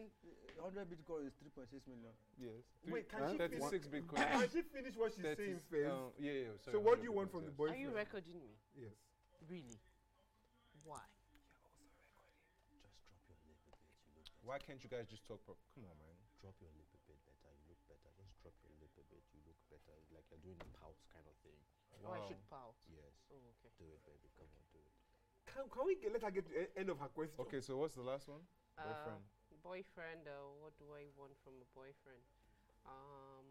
S1: 100 bitcoin is 3.6 million.
S8: Yes.
S2: Wait, can
S5: Huh?
S2: she finish?
S8: Thirty-six
S2: Can
S8: Bitcoin.
S2: she finish what she's saying
S8: 36,
S2: first?
S8: um, yeah, yeah. Sorry,
S2: So what
S8: 100
S2: do you want from
S8: Bitcoin,
S2: the
S8: yes.
S2: boyfriend?
S7: Are you recording me?
S2: Yes.
S7: Really? Why?
S8: Why can't you guys just talk? Pro- Come on, man.
S6: Drop your lip a bit better. You look better. Just drop your lip a bit. You look better. Like you're doing the pout kind of thing.
S7: Oh, I
S8: Wow.
S7: should pout.
S6: Yes.
S7: Oh, okay.
S6: Do it, baby. Come on, do it.
S2: Can, can we get, let her get to the end of her question?
S8: Okay, so what's the last one?
S7: Uh,
S8: Boyfriend.
S7: boyfriend. Uh, what do I want from a boyfriend? Um,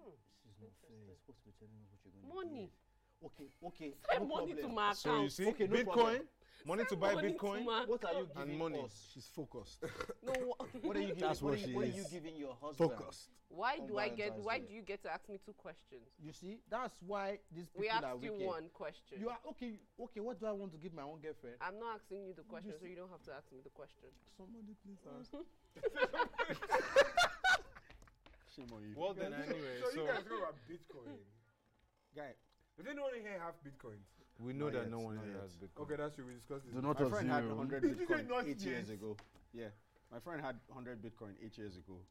S7: hmm,
S1: This is not fair. You're supposed to be telling us what you're going
S7: money.
S1: to give. Okay, okay.
S7: Send
S1: no
S7: money
S1: problem.
S7: to my account.
S8: So you see,
S1: Okay, no
S8: Bitcoin,
S1: problem.
S8: money to
S7: Send
S8: buy
S7: money to
S8: Bitcoin.
S7: my
S1: What are you
S7: account.
S1: giving
S8: money.
S1: us?
S5: She's focused.
S7: No. wha-
S1: What are you giving?
S5: That's
S1: what
S5: what
S1: are you,
S5: she
S1: what are
S5: is.
S1: you giving your husband?
S5: Focused.
S7: Why
S1: on
S7: do I get?
S1: Valentine's
S7: Why
S1: Day?
S7: do you get to ask me two questions?
S1: You see, that's why these people
S7: We
S1: are
S7: asked you
S1: wicked.
S7: one question.
S1: You are okay. you- Okay, what do I want to give my own girlfriend?
S7: I'm not asking you the question, so you don't have to ask me the question.
S1: Somebody please
S7: Mm-hmm.
S1: ask.
S5: Shame on you.
S8: Well then, anyway,
S2: So,
S8: so
S2: you guys go about Bitcoin.
S5: Guy,
S2: Does anyone here have Bitcoins?
S8: we know
S5: Not
S8: that
S5: yet,
S8: no one
S5: not
S8: here
S5: yet.
S8: has Bitcoin.
S2: Okay, that's true. We discussed this.
S1: Do not
S5: my friend had 100
S2: Did you say not
S5: bitcoin eight years
S2: yet?
S5: ago. Yeah, my friend had 100 bitcoin eight years ago.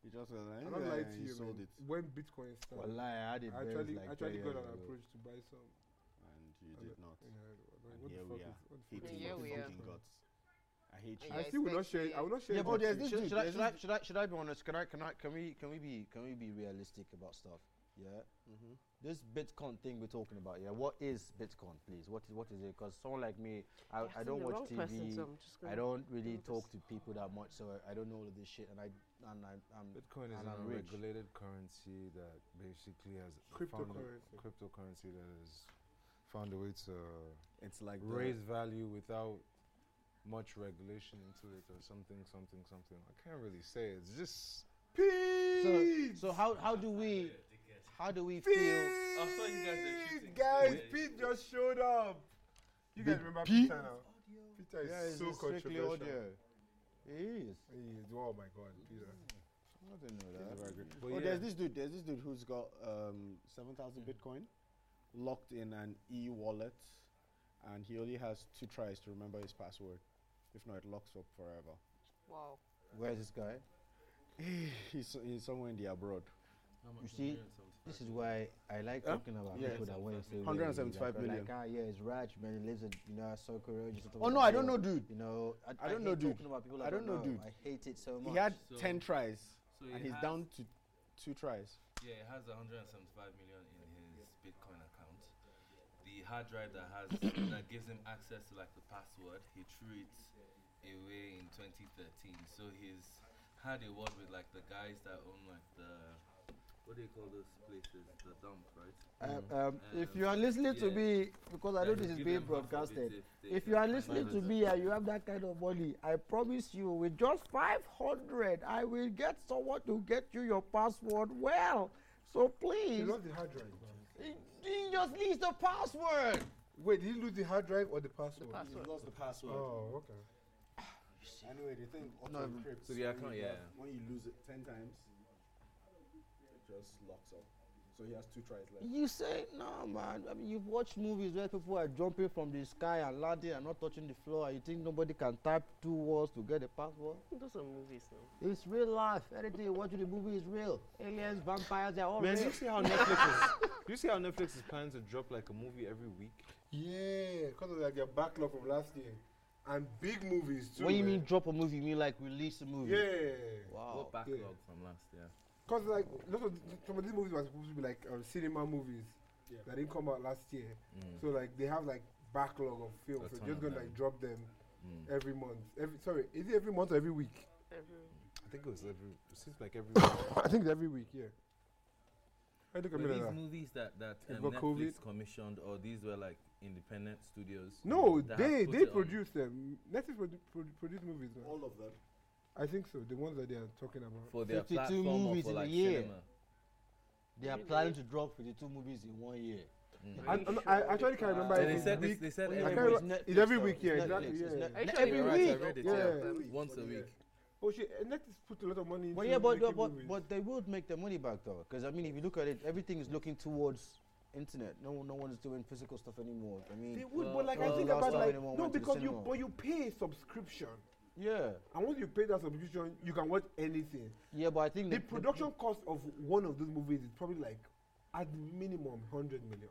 S5: He just was like,
S2: I'm not
S5: "Yeah,
S2: lying to
S5: he
S2: you,
S5: sold
S2: man.
S5: it,
S2: When Bitcoin started,
S1: Wallahi, I had it
S2: I
S1: very
S2: actually,
S1: like
S2: I actually
S1: three
S2: got
S1: years
S2: an
S1: ago.
S2: approach to buy some.
S5: and you
S2: And
S5: did
S2: the-
S5: not.
S2: Yeah, like,
S5: And
S2: what the
S5: here we
S2: fuck is-
S5: are,
S2: what the fuck
S5: Hating
S2: is
S5: the
S7: Yeah, we
S2: Bitcoin?
S7: are.
S5: fucking guts. I hate
S7: And
S5: you.
S2: I
S7: Yeah,
S2: still will not share. it. I will not share. it
S1: Yeah, but
S2: with
S1: there's
S2: you.
S1: this
S5: Should- should I-
S1: dude. Should I,
S5: there's
S1: should I, should I, should I be honest? Can I, can I, can we, can we be, can we be realistic about stuff? Yeah.
S5: Mm-hmm.
S1: This Bitcoin thing we're talking about, yeah. What is Bitcoin, please? What is, what is it? Because someone like me, I,
S7: You're
S1: I
S7: asking
S1: don't
S7: the
S1: watch
S7: wrong
S1: TV.
S7: person, so I'm just
S1: I
S7: gonna-
S1: don't really
S7: do this.
S1: talk to people that much, so I, I don't know all of this shit. And I, and I, I'm.
S8: Bitcoin is
S1: And
S8: an
S1: I'm rich.
S8: unregulated currency that basically has found
S2: Cryptocurrency.
S8: a, cryptocurrency that has found a way to
S5: It's like the-
S8: raise value without much regulation into it or something, something, something. I can't really say. It's just
S1: So, so how, how do we, how do we feel?
S2: Pete, guys, Pete just showed up. You guys remember Peter now? Peter is so controversial.
S1: It is.
S2: He is- oh my god, Peter.
S1: I didn't know
S5: That's very good.
S8: But
S5: oh,
S8: yeah.
S5: there's this dude. There's this dude who's got um, 7,000 Bitcoin locked in an e wallet, and he only has two tries to remember his password. If not, it locks up forever.
S7: Wow.
S1: Where's this guy?
S5: he's, he's somewhere in the abroad.
S1: You see, this is why I like talking about
S5: Yeah,
S1: people that when you say where you
S5: 175
S1: live, like,
S5: million.
S1: Like, ah, yeah, it's rich, man. He lives in you know Circle Road. just
S5: Oh no, I don't know,
S1: over there.
S5: dude.
S1: You know, I,
S5: I don't know,
S1: hate
S5: dude.
S1: Talking about people
S5: I don't know, dude.
S1: I hate it so much.
S5: He had
S9: So-
S5: ten tries,
S9: So
S5: and
S9: he
S5: he's
S9: has-
S5: down to two tries.
S9: Yeah, it has 175 million in his Bitcoin account. The hard drive that has that gives him access to like the password, he threw it away in 2013. So he's had a word with like the guys that own like the what do you call those places? The dump, right?
S1: Um,
S5: uh,
S1: um, if you
S9: Um,
S1: are listening to
S9: yeah.
S1: me, because I know
S9: Then
S1: this is
S9: give
S1: being
S9: them half of it
S1: broadcasted.
S9: they
S1: If
S9: can
S1: you are
S9: find
S1: listening
S9: it.
S1: to me and you have that kind of money, I promise you, with just 500, I will get someone to get you your password well. So
S2: He
S1: please,
S2: lost the hard drive.
S1: eh, eh, just leave the password.
S2: Wait, did he lose the hard drive or the password?
S4: He's lost the password.
S2: Oh, okay.
S4: Anyway, the thing auto encrypts.
S9: so the
S4: when
S9: account-
S4: you have-
S9: yeah.
S4: When you lose it ten times, it just locks up. So he has two tries left.
S1: You say, no, man. I mean, you've watched movies where people are jumping from the sky and landing and not touching the floor. and You think nobody can type two words to get a password?
S7: Those are movies now.
S1: It's real life. Anything you watch in the movie is real. Aliens, vampires, they're all
S8: Man,
S1: real.
S8: you see how Netflix is? You see how Netflix is planning to drop like a movie every week?
S2: Yeah, because of like their backlog from last year. And big movies too.
S1: What do you
S2: man.
S1: mean drop a movie? You mean like release a movie?
S2: Yeah.
S1: Wow.
S9: What backlog from last year?
S2: Because like lots of th- some of these movies were supposed to be like um, cinema movies
S4: Yeah.
S2: that didn't come out last year.
S9: Mm.
S2: So like they have like backlog of films.
S9: A
S2: So
S9: ton
S2: just
S9: of
S2: gonna
S9: them.
S2: like drop them
S9: Mm.
S2: every month. Every sorry, is it every month or every week?
S8: I think it was every. It seems like every week.
S2: I think it's every week. Yeah. I look at me
S9: Were
S2: like
S9: these
S2: that.
S9: movies that that
S2: You've
S9: um,
S2: got
S9: Netflix
S2: COVID.
S9: commissioned, or these were like independent studios?
S2: No,
S9: that have
S2: they
S9: put
S2: they
S9: it on?
S2: produce them. Netflix produ- produ- produce movies. man.
S4: All of them.
S2: I think so. The ones that they are talking about.
S9: for their
S1: 52
S9: platform
S1: movies
S9: or
S1: in
S9: for
S1: a
S9: like
S1: year.
S9: cinema.
S1: They are planning to drop 52 movies in one year.
S2: I, I, I actually can't remember.
S9: So
S2: if
S9: they
S2: it's
S9: said this,
S2: week-
S9: they said
S2: I
S9: every
S2: can't
S9: week.
S2: remember- it's every week, yeah,
S1: It's
S2: exactly.
S1: Netflix,
S2: Yeah.
S1: it's Net-
S7: Are you
S1: Net-
S7: sure
S1: every
S7: you're
S9: Right, I
S1: week.
S9: read it,
S2: Yeah.
S9: yeah.
S4: Every week,
S9: Once
S4: for
S9: a
S4: the year.
S9: week.
S2: Oh shit! and Netflix put a lot of money.
S1: But
S2: into
S1: yeah, but,
S2: making
S1: but, but,
S2: movies.
S1: but they would make their money back though, because I mean, if you look at it, everything is looking towards internet. No, no one's doing physical stuff anymore. I mean,
S2: They would,
S9: Well,
S2: but like
S1: well,
S2: I think
S1: last
S2: about
S1: time
S2: like
S1: anyone
S2: no,
S1: went to the
S2: because you
S1: cinema.
S2: but you pay a subscription,
S1: yeah,
S2: and once you pay that subscription, you can watch anything.
S1: yeah, but I think
S2: The production cost of one of those movies is probably like at minimum hundred million.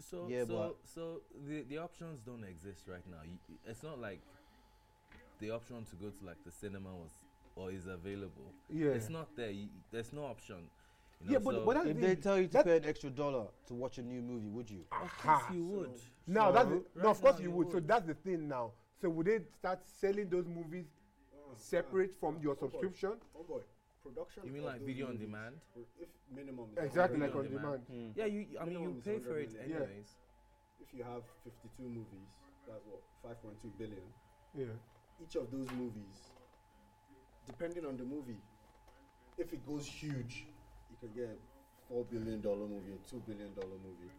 S9: So
S1: Yeah,
S9: so so the the options don't exist right now. You, it's not like the option to go to like the cinema was or is available.
S2: Yeah.
S9: It's not there. You, there's no option. You know,
S2: yeah, but
S9: so
S2: but that's
S1: If
S2: the
S1: they
S2: thing.
S1: tell you to
S2: That-
S1: pay an extra dollar to watch a new movie, would you?
S9: of course
S2: Aha.
S9: you would.
S2: now
S9: So
S2: that's the, no, of
S9: right
S2: course
S9: now
S2: you would. So that's the thing now. So would they start selling those movies
S1: Oh,
S2: separate from your subscription?
S4: Oh boy. Production.
S9: You mean
S4: of
S9: like
S4: those
S9: video on
S4: movies,
S9: demand?
S4: If minimum. is
S2: Exactly,
S9: Video
S2: like
S9: on
S2: on
S9: demand.
S2: demand.
S9: Yeah, you. I mean,
S4: Minimum
S9: you
S4: is
S9: pay for
S4: 100
S9: it
S4: million.
S2: Yeah.
S9: anyways.
S4: If you have 52 movies, that's what 5.2 billion.
S2: Yeah.
S4: Each of those movies, depending on the movie, if it goes huge, you can get a four billion dollar movie, a two billion dollar movie,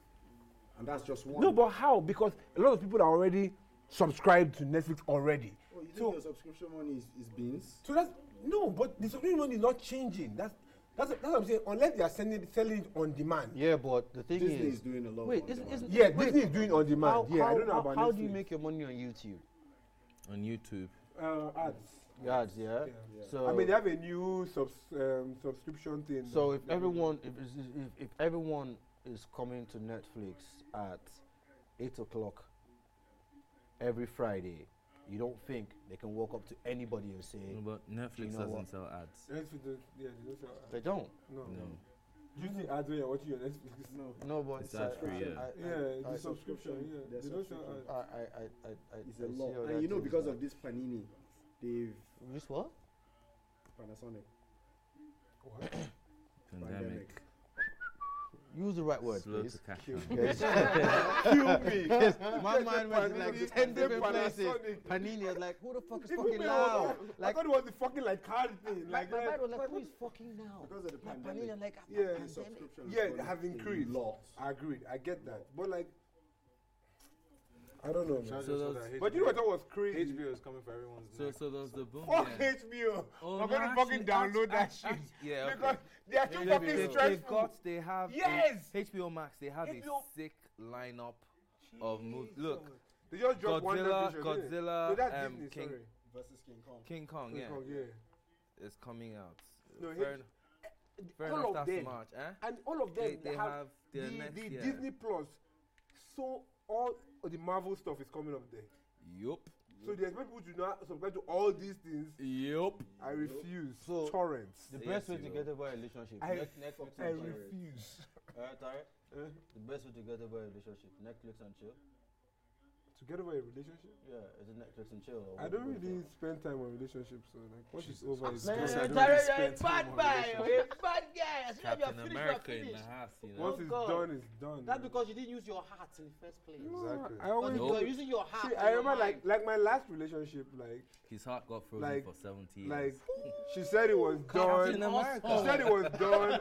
S4: and that's just one.
S2: No, but how? Because a lot of people are already subscribed to Netflix already.
S4: Oh, you think
S2: So-
S4: your subscription money is, is beans?
S2: So that's no, but the subscription money is not changing. That's that's that's what I'm saying. Unless they are sending selling it on demand. Yeah,
S1: Yeah, but the thing
S4: Disney
S1: is,
S4: is doing a lot.
S1: wait,
S4: on
S1: isn't,
S4: demand.
S1: isn't
S2: yeah
S1: wait,
S2: Disney is doing on demand.
S1: How,
S2: yeah,
S1: how,
S2: I don't know
S1: how,
S2: about
S1: how
S2: Netflix.
S1: do you make your money on YouTube?
S9: On YouTube.
S2: uh, ads?
S1: Ads, yeah.
S2: Yeah.
S1: So
S2: I mean, they have a new subs, um, subscription thing.
S1: So
S2: that-
S1: if everyone, if, is- is- if, if everyone is coming to Netflix at eight o'clock every Friday, you don't think they can walk up to anybody and say
S9: No, but Netflix
S1: know
S9: doesn't
S1: what?
S9: sell ads.
S2: Netflix don't- yeah, they don't sell ads.
S1: they don't.
S2: uh, No.
S9: No.
S2: Do you see ads when you're watching your Netflix?
S4: no.
S1: No, but
S9: It's ad free, yeah.
S2: Yeah, the
S1: I-
S2: subscription.
S4: subscription,
S2: Yeah,
S4: their
S2: they don't sell
S4: subscription.
S2: ads.
S1: I, I, I, I, I,
S4: It's
S1: I
S4: a
S1: see
S4: lot,
S1: how
S4: and
S1: that
S4: you know
S1: is
S4: because
S1: now.
S4: of this Panini, they've
S1: this what?
S4: Panasonic
S1: Ah,
S9: Pandemic.
S1: Use the right word,
S9: Slow
S1: please.
S9: to catch
S1: Kill
S9: on.
S1: me. Yes, My mind went to like ten different places.
S2: Panasonic.
S1: Panini is like, who the fuck is
S2: Even
S1: fucking
S2: when I was-
S1: loud?
S2: I
S1: Like,
S2: thought it was the fucking like card thing. Like,
S1: like my
S2: like
S1: mind was like, who is fucking now?
S4: because of the
S1: Like,
S4: pandemic.
S1: Panini, I'm like,
S2: Yeah.
S4: the
S1: pandemic.
S4: subscription
S2: Yeah, it
S4: gone
S2: have
S4: a
S2: increased.
S4: lot.
S2: agreed. I get that, but like, I don't know. Man.
S8: So
S9: those-
S8: that's-
S2: But you know what? That was crazy.
S8: HBO is coming for everyone's.
S9: So
S8: neck.
S9: so there was the boom.
S2: Fuck
S9: yeah.
S2: HBO.
S9: Oh,
S2: I'm
S9: no,
S2: gonna fucking
S9: actually,
S2: download
S9: act-
S2: that
S9: act-
S2: shit
S9: act- yeah, okay.
S2: because they are too fucking
S9: they've,
S2: stressful.
S9: they've got, they have a-
S2: Yes!
S9: HBO Max. They have
S2: HBO
S9: a sick lineup of movies. Look,
S2: oh they just dropped one
S9: Godzilla,
S2: division, didn't they? No,
S9: Godzilla,
S2: that's
S9: um,
S2: Disney,
S9: King,
S2: sorry.
S4: versus King Kong.
S9: King Kong.
S2: King
S9: Yeah,
S2: Kong, yeah.
S9: is coming out.
S2: No,
S9: Fair
S2: H-
S9: enough.
S10: Fair
S2: all
S10: enough,
S2: of
S10: that's
S2: them,
S10: March, eh?
S2: and all of them
S10: They- they have their
S2: the,
S10: next
S2: the
S10: year.
S2: Disney Plus. So all of the Marvel stuff is coming up there.
S10: Yup.
S2: So they expect people to now subscribe to all these things.
S10: Yup.
S2: I refuse.
S10: So,
S2: torrents.
S1: The best way to get over a relationship.
S2: I
S1: Net- Netflix
S2: I
S1: and chill.
S2: refuse.
S1: Alright, alright. The best way to get over a relationship. Netflix and chill.
S2: To get over a relationship?
S1: Yeah, is it Netflix and chill? Or
S2: I
S1: what-
S2: don't
S1: what-
S2: really spend time on relationships, so like what is over is
S1: Man,
S2: gone.
S1: Tyler, you're a Eh, bad guy.
S2: relationships.
S1: You're a bad guy. As soon as you're
S9: Captain
S1: finished,
S9: America
S1: you're
S9: in the
S1: finished.
S9: house, you know.
S2: Once it's
S1: Oh God.
S2: done, it's done.
S1: That's because you didn't use your heart in the first place.
S2: Exactly. I
S1: Because
S2: always
S1: you were using your heart.
S2: See,
S1: and
S2: I
S1: your
S2: remember
S1: mind.
S2: like like my last relationship, like
S9: His heart got frozen
S2: like
S9: for 70 years.
S2: like she said it was
S9: Captain
S2: done.
S9: America.
S2: She said it was
S1: Oh.
S2: done,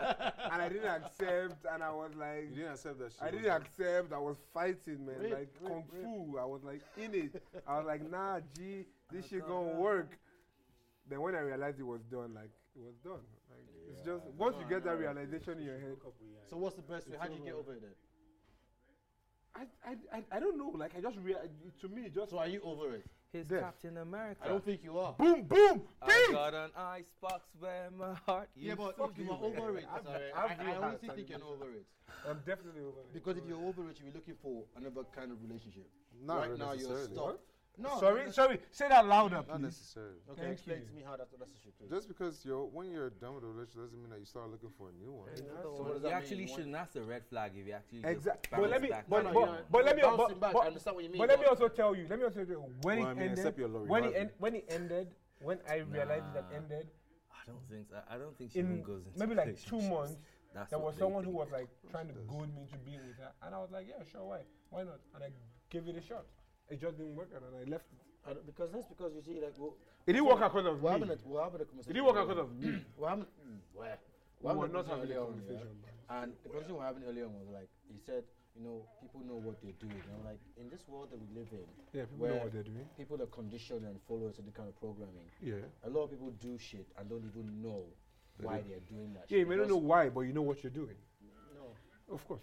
S2: and I didn't accept, and I was like,
S3: You didn't accept that shit.
S2: I
S3: was
S2: didn't
S3: done.
S2: accept. I was fighting, man.
S3: Rape,
S2: like
S3: rape,
S2: kung fu. I was like in it. I was like, nah, G, this shit gonna work. Then when I realized it was done, like it was done. Like it's just once you get that realization in your head.
S1: So what's the best way?
S2: It's
S1: How do you get
S2: over.
S1: over it then?
S2: I, I, I, I don't know. Like I just rea- to me it just. So
S1: are you over it?
S10: He's Captain America.
S1: I don't think you are.
S2: Boom, boom,
S10: I got an icebox where my heart
S1: Yeah,
S10: is.
S1: but
S10: Fuck
S1: if you are over it, sorry, I, I honestly think you're not over it.
S2: I'm definitely over it.
S1: Because if you're over it, you'll be looking for another kind of relationship.
S3: Not
S1: right
S3: really
S1: now, you're
S3: necessarily.
S1: stuck.
S3: What?
S1: No.
S3: Sorry,
S1: no.
S3: sorry, say that louder, Not please. necessarily.
S1: Okay,
S3: Thank
S1: explain
S3: you.
S1: to me how that, that's the shit. please.
S3: Just because you're when you're done with a relationship doesn't mean that you start looking for a new one.
S1: Another So
S9: So you actually shouldn't. That's a red flag if you actually. just
S3: Exact- but
S9: bounce
S3: let me-
S9: back
S3: but-
S9: from
S3: but-
S9: that.
S3: but let me-
S2: but-
S1: Bouncing back,
S2: but-
S1: I understand what you mean.
S2: But let me also tell you. Let me also tell you when it
S3: Well, I mean,
S2: ended.
S3: except your lorry
S2: when it
S3: driver.
S2: en- when it ended, when I realized it
S9: Nah.
S2: had ended,
S9: I don't think. so. I, I don't think she even
S2: in
S9: goes into
S2: maybe like two
S9: relationships.
S2: months,
S9: That's
S2: there
S9: what
S2: was
S9: they
S2: someone
S9: think.
S2: who was like trying to goad me to be with her, and I was like, yeah, sure, why, why not? And I gave it a shot. It just didn't work, and I left. it.
S1: I don't- because that's because you see, like, well,
S2: It didn't
S1: so
S2: work because of
S1: we're
S2: me.
S1: Having a, we're having a conversation.
S2: didn't work because of me.
S1: We're having, mm, where?
S2: We were not having a
S1: earlier on, yeah.
S2: conversation,
S1: And the conversation we're having earlier on was like, he said, you know, people know what they're doing. And I'm like, in this world that we live in,
S2: Yeah, people know
S1: where
S2: what they're doing.
S1: People are conditioned and follow a certain kind of programming.
S2: Yeah.
S1: A lot of people do shit and don't even know
S2: They
S1: why
S2: do.
S1: they're doing that.
S2: Yeah, you
S1: shit.
S2: may not
S1: Because-
S2: know why, but you know what you're doing.
S1: No.
S2: Of course,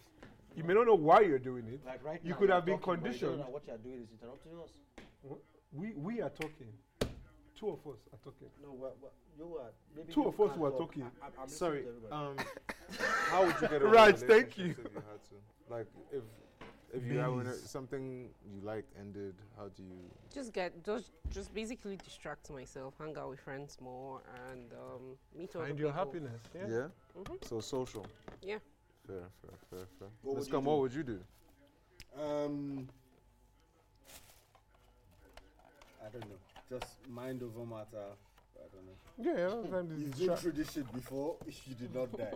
S2: you may not know why you're doing it.
S1: Like right
S2: you
S1: now,
S2: could
S1: we're
S2: have been
S1: talking, but you don't
S2: conditioned.
S1: know What you're doing is interrupting us.
S2: We we are talking. Two of us are talking.
S1: No, we're, we're, you are. Maybe
S2: Two
S1: you
S2: of us
S1: can't
S2: were
S1: talk.
S2: talking.
S1: I, I'm- I'm listening
S3: Sorry,
S1: to everybody.
S3: um, how would you get over
S2: Raj,
S3: relationships
S2: thank you.
S3: if you had to? Like if if you have a-
S2: Please.
S3: something you liked ended, how do you?
S7: Just get just just basically distract myself, hang out with friends more, and um, meet other
S2: Find your
S7: people.
S2: happiness,
S3: Yeah.
S7: Mhm.
S3: So social.
S7: Yeah.
S3: Fair, fair, fair, fair.
S5: What
S3: Let's
S5: would you
S3: come.
S5: do?
S3: What would you do?
S5: Um, I don't know. Just mind over matter. I don't know.
S2: Yeah, sometimes it's
S5: You've
S2: tra-
S5: been through this shit before. You did not die.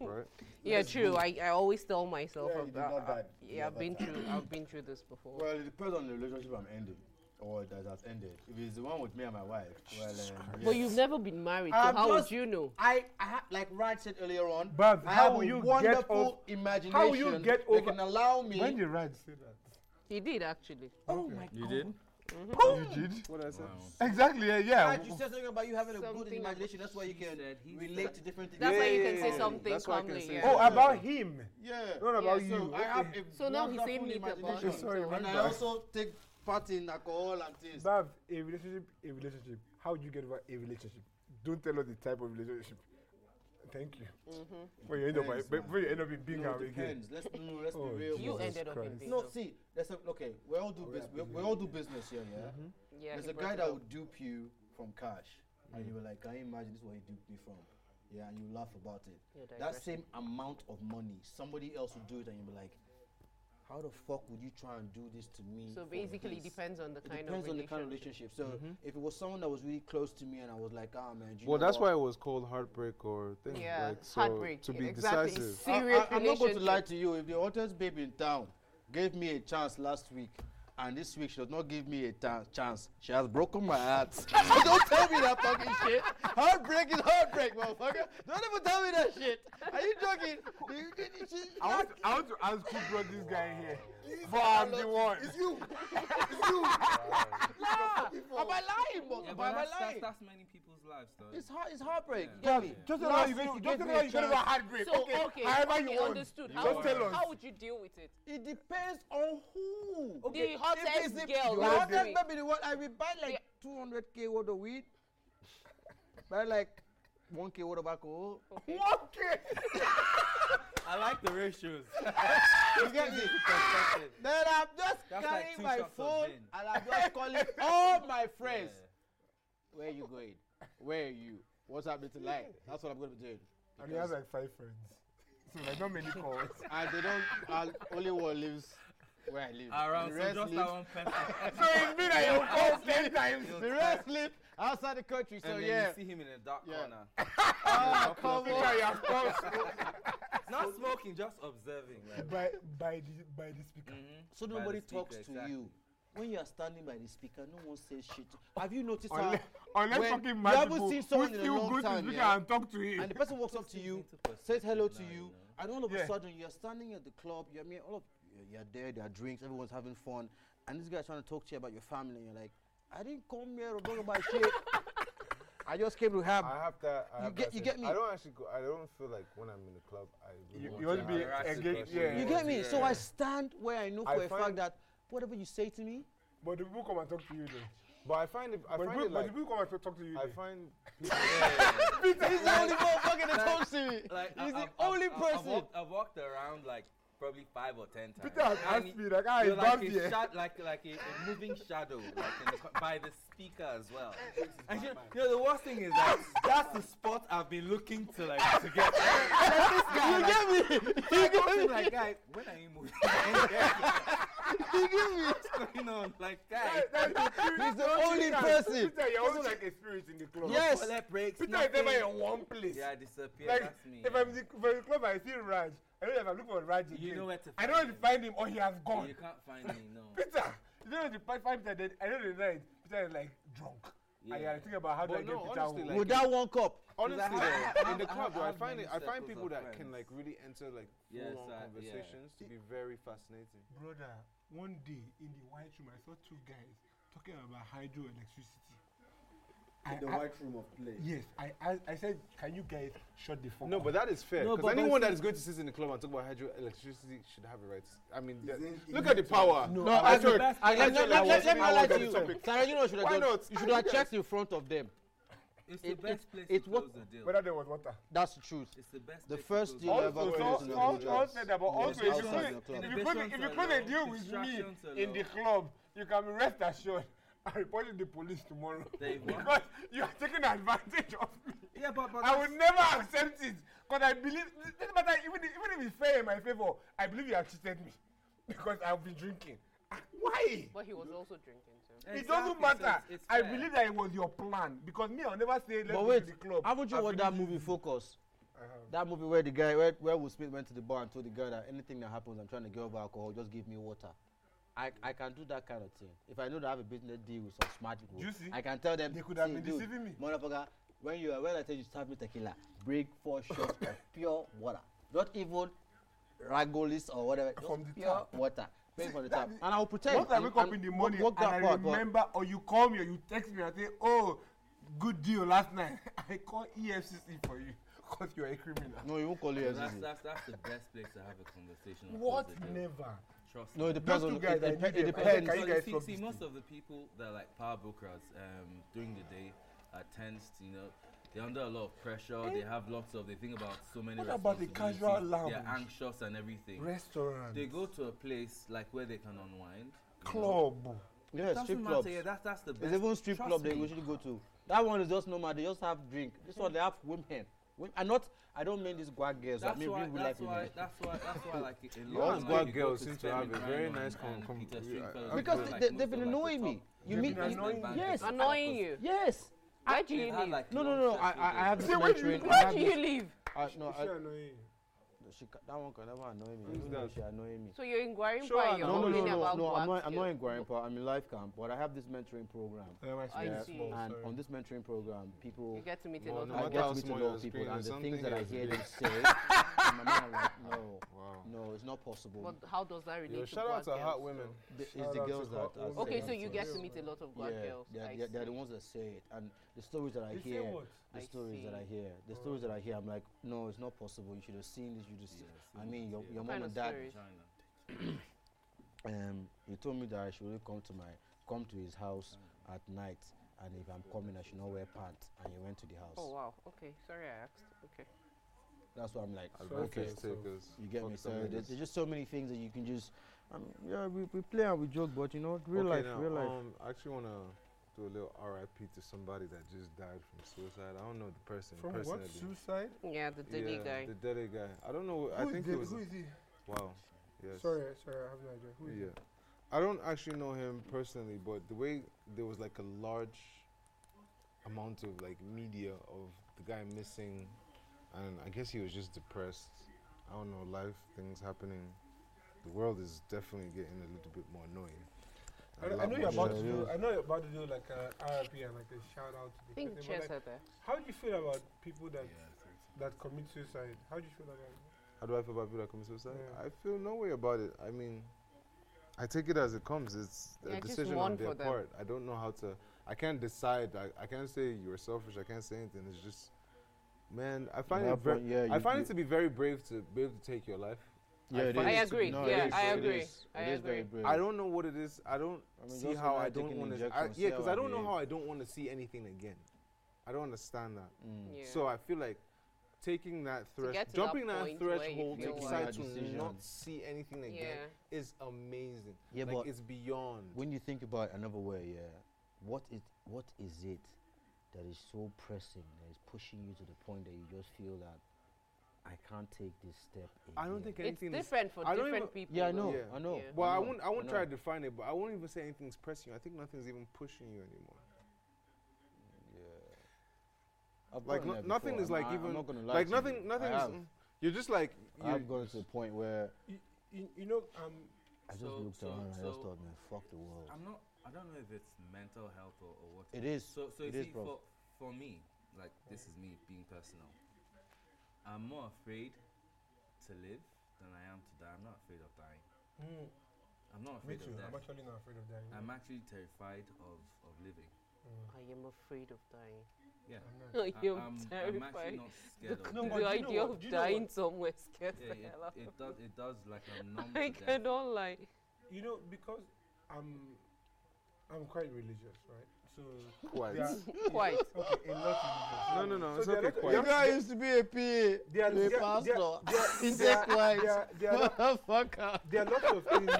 S3: right.
S7: Yeah, true. I, I always tell myself
S5: Yeah, you did
S7: about
S5: not
S7: I-
S5: die
S7: yeah, I've
S5: another
S7: been
S5: time.
S7: through I've been through this before.
S1: Well, it depends on the relationship I'm ending or that has ended. If it's the one with me and my wife, well, um,
S7: But
S1: yes.
S7: you've never been married, so
S1: I'm
S7: how would
S1: just-
S7: you know?
S1: I, I ha- like Raj said earlier on.
S2: But
S1: I
S2: how
S1: have
S2: will
S1: a
S2: you get
S1: wonderful
S2: off-
S1: imagination.
S2: how will you get
S1: that
S2: over-
S1: can allow me.
S2: When
S5: Hmm.
S2: did Raj say that?
S7: He did actually.
S1: Oh my
S9: You did.
S2: You did?
S3: What I said?
S2: Exactly. Yeah. yeah.
S1: Raj, you said something about you having a good
S7: Something
S1: imagination. That's why you can relate to different things.
S7: That's why you
S3: Yeah,
S7: can
S3: yeah,
S7: say
S3: yeah.
S7: something
S3: That's why I can
S7: calmly.
S3: say
S7: yeah.
S2: Oh, about him.
S1: Yeah.
S2: Not about
S1: yeah, so
S2: you.
S1: I have a
S7: So now he's saying
S1: wonderful
S7: meet about
S1: imagination.
S7: him. Sorry,
S1: and I
S2: remember.
S1: also take part in alcohol and things.
S2: Bav, a relationship, a relationship. How would you get over a relationship? Don't tell us the type of relationship. Thank you. Before you end up, by-
S1: Depends, man.
S2: before you end up in being
S1: no,
S2: out
S1: it
S2: again.
S1: depends. Let's, no, no, let's
S2: Oh,
S1: be real.
S7: You
S1: with this.
S7: ended up in
S2: Christ.
S7: being
S1: No, see, there's a, okay. We all do business. We, we all do business here, yeah.
S7: Yeah,
S1: There's
S7: he
S1: a
S7: brought
S1: guy
S7: it
S1: that
S7: up.
S1: would dupe you from cash,
S3: Mm.
S1: and you were like, "Can you imagine this? is Where he duped me from?" Yeah, and you laugh about
S7: You're
S1: it. That same amount of money, somebody else would do it, and you'd be like, "How the fuck would you try and do this to me?"
S7: So
S1: for
S7: basically, it
S1: this?"
S7: depends on the
S1: It
S7: kind
S1: depends
S7: of
S1: on the kind of
S7: relationship.
S1: relationship. So if it was someone that was really close to me, and I was like, "Ah, man," do you
S3: Mm-hmm. Well,
S1: know
S3: that's
S1: what?
S3: why it was called heartbreak or thing.
S7: Yeah,
S3: like, so
S7: heartbreak,
S3: To be
S7: exactly.
S3: decisive.
S1: I-
S7: serious
S1: I, am not going to lie
S7: relationship.
S1: to you. If the hottest babe in town gave me a chance last week, and this week she does not give me a ta- chance, she has broken my heart. so don't tell me that fucking shit. Heartbreak is heartbreak, motherfucker. Don't ever tell me that shit. Are you joking? You- you- you- she-
S2: I want, I want to ask who brought this guy here. But I'm the one.
S5: It's you. It's you.
S1: Ah, am I lying? But,
S9: Yeah,
S1: but am I
S9: but that's, that's,
S1: lying?
S9: that's many people's lives, though.
S1: It's heart. It's heartbreak. You
S2: Bav,
S1: get me?
S2: Just tell
S1: Last
S2: us you
S1: week
S2: just
S1: gave
S2: tell
S1: me
S2: us
S1: a
S2: you get over
S1: chance.
S2: heartbreak.
S7: So
S2: okay,
S7: okay,
S2: however you
S7: okay,
S2: want.
S7: understood.
S2: Just
S7: How, would-
S2: tell us.
S7: how would you deal with it?
S1: It depends on who.
S7: Okay. The hottest
S1: If it's the-
S7: girl
S1: The
S7: last
S1: hottest
S7: week.
S1: baby, the one I will buy like 200k worth of weed. buy like One K water back.
S2: One K.
S11: I like the ratios.
S1: You get me? Then I'm just
S11: That's like
S1: carrying
S11: two
S1: my
S11: shots of
S1: phone
S11: gin.
S1: and I'm just calling all my friends. Where you going? Where are you? What's happening tonight? That's what I'm going to be doing.
S2: And he has
S1: Because-
S2: like five friends. So like not many calls.
S1: and they don't, and only one lives where I live.
S9: Around,
S1: the
S9: so
S1: rest
S9: just
S1: live,
S9: that one person.
S2: so it's been like your call ten times.
S1: The rest live outside the country. So
S11: and then
S1: yeah.
S11: you see him in a dark
S1: Yeah.
S11: corner.
S1: Ah, come
S2: Think I
S1: on.
S2: have calls
S11: Not smoking, just observing. Like,
S2: by by the by the speaker.
S11: By the
S1: So
S9: mm-hmm.
S1: nobody
S11: speaker,
S1: talks to
S11: exactly.
S1: you. When you are standing by the speaker, no one says shit. Have you noticed
S2: Unless,
S1: how
S2: unless
S1: when
S2: fucking
S1: you
S2: mad
S1: haven't
S2: people
S1: seen
S2: who
S1: someone in a
S2: still
S1: long
S2: go to the
S1: time,
S2: speaker
S1: yeah?
S2: and talk to him.
S1: and the person walks up to you, says hello to you, and all of a
S2: Yeah.
S1: sudden you're standing at the club. You're I mean, all of you're- you're there. There are drinks. Everyone's having fun, and this guy's trying to talk to you about your family. And you're like, I didn't come here to talk about shit. I just came to have.
S8: I have that. I
S1: You
S8: have
S1: get-
S8: that
S1: you
S8: sense.
S1: get me?
S8: I don't actually go. I don't feel like when I'm in the club, I really
S2: You-
S8: want
S2: you wanna
S8: to
S2: be
S8: have that
S2: engaged,
S8: discussion.
S2: yeah.
S1: you get me? So
S11: Yeah.
S1: I stand where I know
S8: I
S1: for a fact
S8: find-
S1: that whatever you say to me,
S2: But the people come and talk to you though.
S8: But I find it. I
S2: But, the
S8: find
S2: people,
S8: it
S2: but
S8: like.
S2: the people come and talk- talk to you.
S8: I
S2: though.
S8: find
S1: he's the only motherfucker that talks to me.
S11: like
S1: He's
S11: I-
S1: the
S11: I've-
S1: only
S11: I've- I've
S1: person.
S11: walked- I've walked around like probably five or ten times.
S2: Peter has
S11: And
S2: asked
S11: it-
S2: me like, ah,
S11: you're
S2: it's
S11: like
S2: bad
S11: a
S2: here.
S11: shad- like like a, a moving shadow, like in the, co- by the speaker as well. And you know, you know, the worst thing is that that's the spot I've been looking to like to get.
S1: you get me?
S11: I got him like, guy, when are you moving?
S1: You get me?
S11: What's going on, like, guy?
S1: He's the only person.
S2: Peter, you're also like a spirit in the club.
S1: Yes.
S11: Toilet breaks.
S2: Peter is never
S11: nothing.
S2: in one place.
S11: Yeah, I disappear.
S2: Like
S11: that's me.
S2: if I'm in the, if I'm in the club, I see Raj. I don't know if I'm looking for Raj again.
S11: You know where to
S2: I
S11: find
S2: don't know
S11: him.
S2: to find him or he has gone.
S11: you can't find me. No.
S2: Peter, you know the five five Peter dead. I know the night Peter is like drunk. Yeah. And
S11: Yeah.
S2: you're thinking about how do
S8: But
S2: I get
S8: no,
S2: Peter
S8: honestly,
S2: home.
S8: like-
S1: Without one cup.
S8: honestly
S11: I have-
S8: though,
S11: I
S8: in the
S11: have- I
S8: club,
S11: have-
S8: though,
S11: I
S8: I
S11: have
S8: find it.
S11: many
S8: I find
S11: circles
S8: people
S11: of
S8: that can
S11: friends.
S8: like really enter like
S11: Yes,
S8: full-on
S11: I- yeah.
S8: conversations to be very fascinating.
S2: Brother, one day in the white room, I saw two guys talking about hydroelectricity.
S4: In the white room of play.
S2: Yes, I, I I said, can you guys shut the fuck
S8: No,
S2: up?
S8: but that is fair.
S11: No,
S8: Because
S11: but- but
S8: anyone
S11: see-
S8: that is going to sit in the club and talk about hydroelectricity should have a right. to s- I mean, that-
S4: in- he
S8: look at the power.
S2: No,
S1: No,
S2: I-
S1: I
S8: I
S1: should.
S8: heard-
S1: Let
S8: I heard
S1: let- let-
S8: you I
S1: let-
S8: was
S1: let me
S8: I was
S1: lie
S8: on
S1: to
S8: the
S1: you.
S8: topic.
S1: Sarah, you know what you should
S8: Why
S1: have done?
S8: not?
S1: You should have checked in front of them.
S11: It's
S1: It-
S11: the best
S1: it-
S11: place
S1: it
S11: to
S1: wa-
S11: close the deal.
S2: Whether there was water.
S1: That's the truth.
S11: It's the best.
S1: The
S11: place to
S1: first
S11: close
S1: deal
S11: deal.
S1: ever
S2: Also,
S1: created
S2: all,
S1: in
S2: all,
S1: Abuja.
S2: all said that, but also, if you
S1: outside
S2: couldn't-
S1: the club.
S2: if you couldn't if you
S11: Innovations
S2: couldn't
S11: alone,
S2: deal with me
S11: uh, distractions
S2: in the club, you can be rest assured. I'm reporting the police tomorrow
S11: There you go.
S2: because you are taking advantage of me.
S11: Yeah, but but
S2: I will never accept it because I believe. It doesn't matter even if, even if it's fair in my favor. I believe you have cheated me because I've been drinking. Ah, Why?
S7: But he was also drinking too.
S2: it doesn't matter. I believe that it was your plan because me, I'll never say let's
S1: But
S2: go
S1: wait,
S2: to the club.
S1: haven't you
S2: and
S1: watched that
S2: finish
S1: movie
S2: this."
S1: Focus?
S2: I have.
S1: That movie where the guy, where, where Will Smith went to the bar and told the girl that anything that happens, I'm trying to get over alcohol, just give me water. I, I can do that kind of thing. If I know that I have a business deal with some smart people,
S2: Do you see?
S1: I can tell them.
S2: They could have
S1: "See,
S2: been
S1: dude,
S2: deceiving me."
S1: Motherfucker, when you are when I tell you to serve me tequila, break four shots of pure water. Not even ragolis or whatever. Just
S2: From the
S1: pure
S2: tap.
S1: water. Bring
S2: See,
S1: from the
S2: that
S1: tap.
S2: is-
S1: And I will pretend.
S2: Once I
S1: and-
S2: wake up
S1: and
S2: in the
S1: wo-
S2: morning
S1: work that
S2: and I
S1: part, but-
S2: remember, or you call me or you text me and say, "Oh, good deal last night." I call E EFCC for you because you are a criminal.
S1: No, you won't call it.
S9: That's, that's, that's the best place to have a conversation. and
S2: What?
S9: close the deal.
S2: Never.
S9: Trust
S1: No,
S9: me.
S1: it depends
S2: Those
S1: on
S2: two
S1: it,
S2: guys, I need
S1: it, it
S2: them. I said,
S1: depends.
S2: "Can you
S9: So
S2: guys
S9: see,
S2: stop
S9: see,
S2: this
S9: most of the people that are like power brokers um, during the day are tensed, you know, they're under a lot of pressure, they
S1: Eh?
S9: have lots of, they think about so many
S2: What about the
S9: responsibilities,
S2: casual
S9: They're
S2: lounge?
S9: anxious and everything.
S2: Restaurant,
S9: They go to a place like where they can unwind. you know.
S2: club.
S1: Yeah,
S9: Doesn't
S1: strip
S9: matter,
S1: clubs.
S9: yeah, that's, that's the best.
S1: There's even strip
S9: Trust
S1: club they
S9: me.
S1: usually go to. That one is just normal. They just have drink. This one they have women. Women and not. I don't mean these guag girls.
S9: That's
S1: I mean
S9: why,
S1: we like
S9: that's,
S1: women.
S9: why, that's why, that's why, like, a- a
S8: All
S9: lot
S8: these
S9: of
S8: black
S9: people
S8: girls
S9: to
S8: seem to
S9: spend
S8: have
S9: and
S8: a
S9: grind
S8: very
S9: on
S8: nice
S9: and
S8: com- com-
S9: Peter
S8: yeah,
S9: Street
S8: I-
S9: fellas
S8: I-
S9: go,
S1: because
S9: like,
S1: they,
S9: most
S1: they've
S9: of,
S1: been
S9: like, the
S1: annoying me.
S9: top
S1: You
S2: They've
S1: mean?
S2: been
S1: you-
S2: annoying you.
S1: Yes.
S7: Annoying you.
S1: Yes.
S7: Why do you
S9: They've had,
S7: leave?
S9: like,
S1: No, no,
S9: long
S1: no. I,
S9: sexual
S1: I, I have
S9: days.
S1: this mentoring. I
S7: Why
S1: have
S7: do
S1: this-
S7: you leave?
S1: I, no,
S2: Is
S1: I,
S2: she annoying?
S1: she, ca- that one can never annoy me. Even
S8: that?
S1: though She annoying me.
S7: So you're in Guarimpa
S8: Sure,
S7: and you're
S1: No, no, no,
S7: complaining
S1: no,
S7: about
S1: no. I'm not.
S7: work
S1: I'm not
S7: skills.
S1: in Guarimpa. I'm in life camp, but I have this mentoring program.
S2: Um, I
S7: I
S2: smell
S7: see.
S2: small,
S1: and
S2: sorry.
S1: on this mentoring program, people
S7: You get to meet a
S8: Well,
S7: lot
S8: no
S7: of
S1: I
S8: matter
S1: get
S8: how
S1: to meet a
S8: small
S1: lot
S8: your
S1: of people,
S8: screen
S1: and
S8: is,
S1: the
S8: something
S1: things that I
S8: is
S1: hear
S8: big.
S1: them say, and my mom, I'm like, no,
S8: Wow.
S1: no, it's not possible.
S7: But how does that relate
S8: Yo,
S7: to
S8: shout out
S7: black
S8: to hot
S7: girls?
S8: women.
S1: The- it's
S2: Shout
S1: the
S2: out to
S1: girls that.
S2: Hot
S1: are
S2: Women.
S1: saying
S7: Okay, so
S1: that
S7: you
S1: to
S7: get
S1: us.
S7: to meet a lot of black
S1: yeah,
S7: girls.
S1: They're,
S7: I
S1: they're, they're the
S7: see.
S1: ones that say it, and the stories that I
S2: They say
S1: hear,
S2: what?
S1: the
S7: I
S1: stories that I
S7: see.
S1: hear, the stories that I hear, I'm like, no, it's not possible. You should have seen this. You just,
S9: Yeah,
S1: I
S9: seen
S1: mean,
S9: it,
S1: your,
S9: yeah.
S1: your mom
S7: What
S1: and
S7: kind of
S1: dad.
S7: stories?
S9: China.
S2: Mm.
S1: Um, he told me that I should really come to my, come to his house at night, and if I'm coming, I should not wear pants. And he went to the house.
S7: Oh wow. Okay. Sorry, I asked. Okay.
S1: That's what I'm like.
S3: Advantage
S1: Okay,
S3: takers.
S1: you get
S3: Fuck
S1: me.
S3: the
S1: So there's,
S3: niggas.
S1: there's just so many things that you can just. I mean, yeah, we, we play and we joke, but you know, real
S3: Okay,
S1: life,
S3: now,
S1: real life.
S3: Um, I actually want to do a little RIP to somebody that just died from suicide. I don't know the person
S2: From
S3: personally.
S2: what suicide?
S7: Yeah, the Delhi
S3: Yeah,
S7: guy.
S3: The Delhi guy. I don't know. I
S2: Who is
S3: think
S2: the-
S3: it was.
S2: who is he?
S3: Wow. Yes.
S2: Sorry, sorry, I have no idea. Who is
S3: Yeah. I don't actually know him personally, but the way there was like a large amount of like media of the guy missing, and I guess he was just depressed. I don't know, life, things happening. The world is definitely getting a little bit more annoying.
S2: I,
S3: A
S2: know- I
S3: lot
S2: know
S3: more
S2: you're about to
S3: shit.
S2: do. I know you're about to do like a RIP and like a shout out to the
S7: I
S2: person,
S7: think
S2: but, like,
S7: chairs are there.
S2: How do you feel about people that that commit suicide? How do you feel about it?
S3: How do I feel about people that commit suicide?
S2: Yeah.
S3: I feel no way about it. I mean, I take it as it comes. It's
S7: Yeah,
S3: a
S7: just
S3: decision
S7: mourn
S3: on their
S7: for them.
S3: part. I don't know how to. I can't decide. I, I can't say you're selfish. I can't say anything. It's just, man. um, I find it.
S1: That
S3: Ver-
S1: point, yeah,
S3: I
S1: you-
S3: find
S1: you-
S3: it to be very brave to be able to take your life.
S1: Yeah, it
S3: find
S7: is. I
S3: to be-
S7: agree.
S1: No, it
S7: Yeah,
S1: is,
S7: I
S1: it
S7: agree.
S1: is.
S7: I
S1: It is very
S7: agree.
S1: brave.
S3: I don't know what it is. I don't
S1: I mean,
S3: see
S1: just
S3: how
S1: when I
S3: I
S1: take
S3: don't
S1: an
S3: want to.
S1: injection, see
S3: Yeah, because
S1: how
S3: I
S1: I
S3: don't know
S1: behave.
S3: how I don't want to see anything again. I don't understand that.
S1: Mm.
S7: Yeah.
S3: So I feel like taking that
S7: get
S3: thresh,
S7: to that
S3: jumping that,
S7: point where you
S3: threshold to
S7: feel
S3: decide
S1: like-
S3: to
S1: Decision.
S3: not see anything again
S7: Yeah.
S3: is amazing.
S1: Yeah,
S3: like
S1: but-
S3: it's beyond.
S1: when you think about it another way, yeah, what is what is it that is so pressing that is pushing you to the point that you just feel that I can't take this step?
S3: I don't
S1: again?
S3: think
S7: It's
S3: anything. is-
S7: different for
S3: I don't
S7: different
S3: even-
S7: people.
S1: Yeah, I
S7: though.
S1: know, I know.
S7: Yeah.
S3: Well, I
S1: know,
S3: won't. I won't
S1: know.
S3: try to define it, but I won't even say anything's pressing you. I think nothing's even pushing you anymore. Yeah.
S1: I've
S3: Like
S1: gotten
S3: no-
S1: there
S3: nothing
S1: before,
S3: is
S1: I'm-
S3: like
S1: I- I'm
S3: even
S1: not gonna lie
S3: like
S1: to you.
S3: nothing. Nothing.
S1: I
S3: is- mm,
S1: have.
S3: You're just like you're,
S1: I've gotten to the point where
S2: You, you, you know, um,
S1: I just
S9: So-
S1: looked
S9: so-
S1: around and I just
S9: so-
S1: thought, man, fuck the world.
S9: I'm not. I don't know if it's mental health or, or what.
S1: It is.
S9: So so
S1: It
S9: you
S1: is,
S9: see,
S1: bro.
S9: for for me, like this is me being personal. I'm more afraid to live than I am to die. I'm not afraid of dying.
S2: mm,
S9: I'm not
S2: me
S9: afraid
S2: too.
S9: of death.
S2: I'm actually not afraid of dying.
S9: I'm actually terrified of of living.
S2: Mm.
S7: I am afraid of dying.
S9: Yeah.
S2: I'm not.
S7: I
S9: I-
S7: am
S9: I'm, I'm actually
S7: terrified.
S9: not scared of
S7: the
S2: No,
S9: death.
S2: but you know
S7: idea
S2: what?
S7: of
S2: Do you know what?
S7: dying somewhere scares
S9: Yeah,
S7: the
S9: it,
S7: hell out of me.
S9: it does. It does like I'm numb
S7: I
S9: to death.
S7: cannot lie.
S2: You know, because I'm, I'm quite religious, right? So
S3: quite.
S2: there are-
S7: Quite.
S2: Okay, a lot religious.
S3: No, no, no.
S2: So
S3: it's
S2: there are a lot
S3: okay.
S2: of-
S3: Quite.
S2: there are-
S5: guy used to be a PA.
S2: They are-
S5: a
S2: they are- they
S5: pastor.
S2: are- they are-
S5: He
S2: they
S5: said
S2: are-
S5: quite.
S2: they are- they are not-
S5: Motherfucker.
S2: There are lots of things.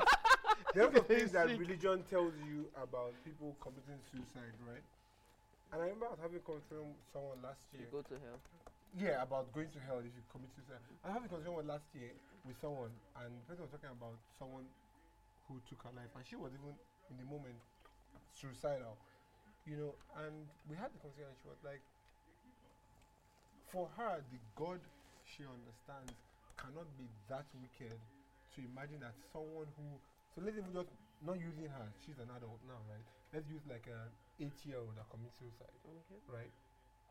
S2: There are lots of
S5: He's
S2: things that
S5: sick.
S2: religion tells you about people committing suicide, right? And I remember I was having a conversation with someone last
S7: You
S2: year.
S7: go to hell.
S2: Yeah, about going to hell if you commit suicide. I had a conversation with last year with someone, and the person was talking about someone who took her life, and she was even in the moment suicidal, you know. And we had the conversation, and she was like, for her, the God she understands cannot be that wicked to imagine that someone who. So let's even just not using her. She's an adult now, right? Let's use like an eight-year-old that commits suicide
S7: Okay.
S2: right,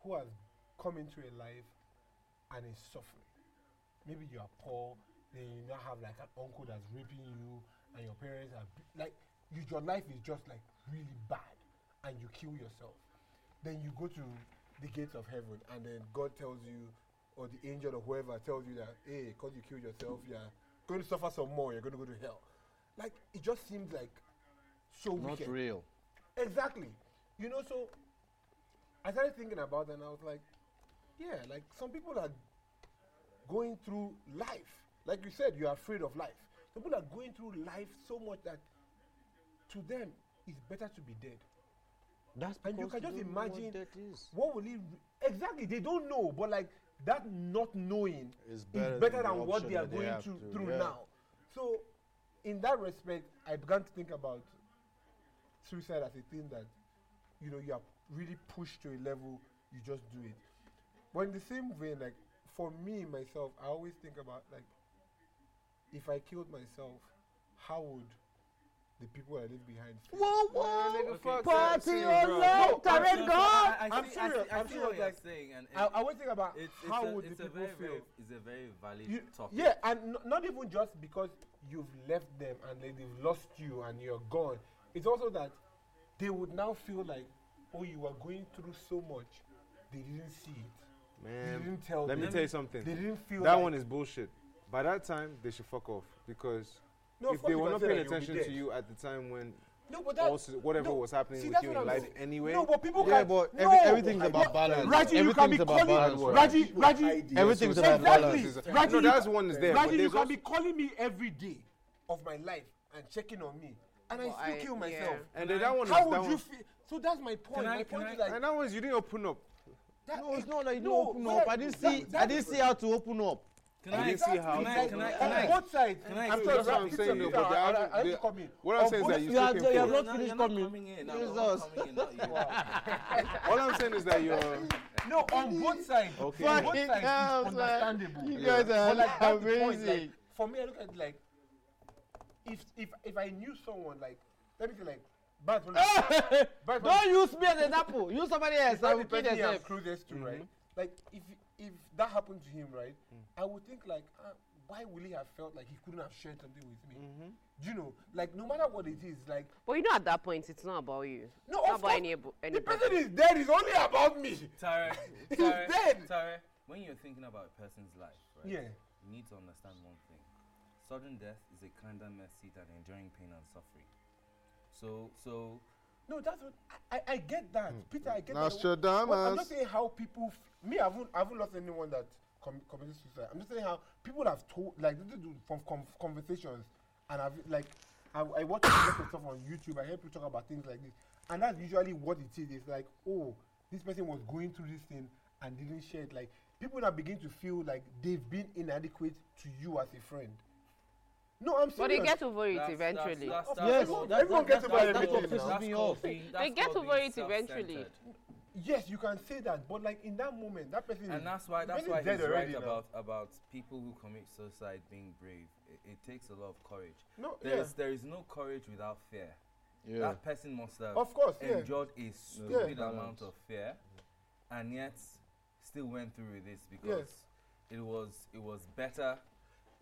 S2: who has come into a life and is suffering. Maybe you are poor, then you now have like an uncle that's raping you, and your parents are b- like, you, your life is just like really bad, and you kill yourself. Then you go to the gates of heaven, and then God tells you, or the angel or whoever tells you that, hey, because you killed yourself, you are going to suffer some more, you're going to go to hell. Like, it just seems like so
S1: Not
S2: wicked.
S1: real.
S2: Exactly. You know, so I started thinking about that and I was like, yeah, like some people are going through life. Like you said, you're afraid of life. Some people are going through life so much that to them it's better to be dead.
S1: That's
S2: And you can just imagine
S1: that is.
S2: What will it re- exactly? They don't know, but like that not knowing
S3: It's
S2: is better than, what they are going through, through now. So, in that respect, I began to think about suicide as a thing that, you know, you are really pushed to a level, you just do it. But in the same vein, like for me myself, I always think about like, if I killed myself, how would the people I leave behind? feel?
S5: Party
S2: on life,
S9: So- so I, I
S2: I'm
S9: see, I
S2: serious,
S9: see, I
S2: I'm
S9: see
S2: serious,
S9: what you're
S2: like,
S9: saying, and
S2: I,
S9: it-
S2: I always think about
S9: it's, it's
S2: how
S9: a,
S2: would
S9: it's
S2: the
S9: a
S2: people
S9: very,
S2: feel.
S9: very, it's a very valid
S2: You-
S9: topic.
S2: yeah, and n- not even just because you've left them and they, they've lost you and you're gone. It's also that they would now feel like, oh, you were going through so much, they didn't see it.
S3: Man,
S2: didn't tell
S3: let me
S2: them.
S3: tell you something.
S2: They didn't feel
S3: that
S2: like-
S3: one is bullshit. By that time, they should fuck off because
S2: No,
S3: if
S2: fuck
S3: they
S2: you
S3: were
S2: can
S3: not
S2: say
S3: paying
S2: that, you'll be
S3: attention to
S2: dead.
S3: you at the time when
S2: No, but that,
S8: also whatever
S2: no,
S8: was happening
S2: see,
S8: with
S2: that's
S8: you
S2: what
S8: in
S2: I'm
S8: life
S2: saying.
S8: anyway.
S2: No, but people
S8: Yeah,
S2: can.
S8: but
S2: no.
S8: every- everything's about balance.
S2: Raji, you can be
S8: Everything's about
S2: calling.
S8: balance, right?
S2: Raji,
S8: People's
S2: Raji,
S8: ideas. Everything's about
S2: exactly.
S8: balance.
S2: Raji,
S8: No,
S2: you
S8: that's
S2: can-
S8: one is there, but
S2: Raji, you
S8: there's
S2: can be calling me every day of my life and checking on me, and I
S8: Well,
S2: still
S8: I-
S2: kill
S8: yeah.
S2: myself.
S8: And then that one
S2: How
S8: is- that
S2: would you
S8: one-
S2: feel? So that's my point. My point is like.
S8: and that was you didn't open up.
S2: That- eh,
S1: no, it's not like you
S2: No,
S1: no, open
S2: but
S1: up. I didn't
S2: that-
S1: see. I
S2: that-
S1: didn't see how to open up.
S2: Can I- Exactly.
S8: Can I- can I-
S2: On
S8: can I-
S2: both sides.
S8: can I-
S2: I'm
S8: that's
S2: sorry,
S8: what I'm
S2: Peter,
S8: saying, though,
S2: Peter,
S8: but they
S2: I- I- I
S8: haven't-
S2: have to
S8: they-
S2: come in.
S8: what I'm
S2: On
S8: saying is
S2: both
S8: that you
S2: sides-
S8: still came forward. All I'm saying is that you're.
S2: No, on both sides.
S8: Okay.
S2: On both
S8: Fucking
S2: sides,
S8: hell,
S2: it's
S8: it's like,
S2: understandable.
S8: you guys are
S2: But, like, that's the point, like,
S8: amazing.
S2: for me, I look at it like, if if if I knew someone like, let me say like, bad.
S1: Ah!
S2: bad
S1: Don't use me as an apple. Use somebody else. I will kill
S2: I'm
S1: myself.
S2: closest to, right? Like, if if that happened to him, right, I would think like, ah, why would he have felt like he couldn't have shared something with me? Do you know, like, no matter what it is, like,
S7: But you know, at that point, it's not about you.
S2: No,
S7: it's not
S2: of
S7: about
S2: course.
S7: any, abo-
S2: the
S7: anybody.
S2: person is dead. It's only about me.
S9: Tare,
S2: He's
S9: Tare,
S2: dead.
S9: Tare, when you're thinking about a person's life, right?
S2: Yeah.
S9: You need to understand one thing. Sudden death is a kinder mercy than enduring pain and suffering. So, so
S2: No, that's what I, I, I get that, Peter. I get that.
S3: Nostradamus.
S2: Well, I'm not saying how people. F- me, I haven't, I haven't lost anyone that com- committed suicide. I'm just saying how people have told, like, this is from com- conversations, and I've like, I, I watch a lot of stuff on YouTube. I hear people talk about things like this, and that's usually what it is. It's like, oh, this person was going through this thing and didn't share it. Like, people now begin to feel like they've been inadequate to you as a friend. No, I'm serious.
S7: But they get over it
S9: That's- that's-
S7: eventually.
S9: that's-
S2: Of course,
S9: that's what-
S2: everyone- everyone gets
S9: that's- that's
S2: over
S9: what-
S2: everything
S9: that's
S2: now.
S9: what-
S2: They
S9: that's
S7: get
S9: what- that's what
S7: over
S9: being
S7: it eventually.
S9: self-centered.
S2: Yes, you can say that, but like in that moment, that person is
S9: and that's why
S2: the
S9: that's
S2: person
S9: why
S2: is dead
S9: he's right
S2: already now.
S9: about about people who commit suicide being brave. It, it takes a lot of courage.
S2: No,
S9: there
S2: yeah.
S9: is- there is no courage without fear.
S2: Yeah.
S9: That person must have
S2: Of course, yeah.
S9: endured a
S2: a balance.
S9: stupid amount of fear, and yet still went through with this because it was it was better.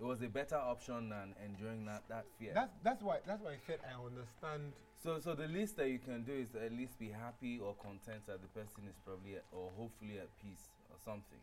S9: It was a better option than enduring that, that fear.
S2: That's that's why that's why I said I understand.
S9: So, so the least that you can do is at least be happy or content that the person is probably at, or hopefully at peace or something.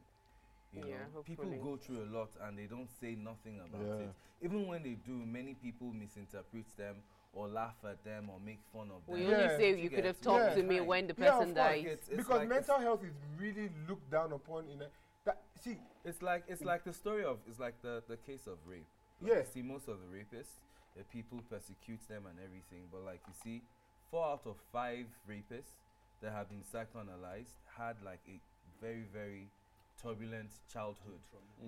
S9: You
S7: Yeah,
S9: know, people
S7: hopefully.
S9: go through a lot and they don't say nothing about
S3: Yeah.
S9: it. Even when they do, many people misinterpret them or laugh at them or make fun of
S7: Will
S9: them.
S7: you only say
S9: To
S7: you
S9: get-
S7: could have talked
S2: Yeah.
S7: to me when the
S2: Yeah, of
S7: person
S2: course.
S7: dies?
S9: It's- it's
S2: because
S9: like-
S2: mental health is really looked down upon in a, that. See,
S9: It's like it's like the story of it's like the, the case of rape. Like
S2: Yeah.
S9: You see, most of the rapists, the people persecute them and everything. But like you see, four out of five rapists that have been psychoanalyzed had like a very very turbulent childhood.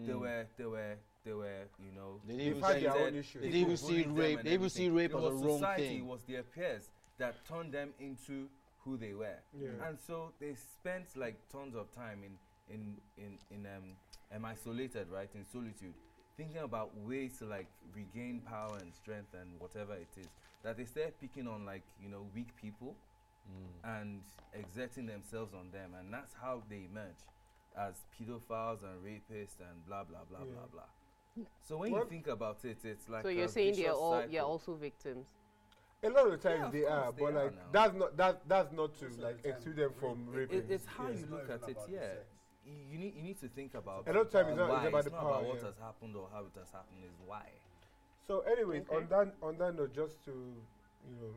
S9: They
S1: Mm.
S9: were they were they were you know
S1: They didn't even see- They
S9: treated-
S1: didn't
S9: people
S1: even see
S9: bullied them
S1: rape.
S9: and
S1: They even see
S9: everything.
S1: rape
S9: It
S1: as
S9: was
S1: a wrong
S9: society,
S1: thing.
S9: It was their peers that turned them into who they were.
S2: Yeah.
S9: And so they spent like tons of time in in in in um, um isolated, right, in solitude, thinking about ways to like regain power and strength and whatever it is. That they started picking on like you know weak people
S7: Mm.
S9: and exerting themselves on them, and that's how they emerge as pedophiles and rapists and blah blah blah
S2: Yeah.
S9: blah blah. So when you
S2: Well-
S9: think about it, it's like
S7: so
S9: a
S7: you're saying they're
S9: vicious
S7: all
S9: cycle.
S7: you're also victims.
S2: a lot of the
S9: Yeah,
S2: times
S9: of
S2: they are,
S9: course they
S2: but
S9: are
S2: like
S9: now.
S2: that's not that that's not to
S4: Most of
S2: like
S4: the time,
S2: exclude them from
S9: It-
S2: raping.
S9: it- it's how
S4: Yeah.
S9: you
S4: It's
S9: look
S4: not
S9: at
S4: even
S9: it,
S4: about the
S9: yeah.
S4: sex.
S9: You, you need you need to think about
S2: A lot of time it's not-
S9: why.
S2: it's about the
S9: not
S2: power,
S9: about what
S2: yeah.
S9: has happened or how it has happened. Is why.
S2: So, anyway,
S7: Okay.
S2: on that on that note, just to you know,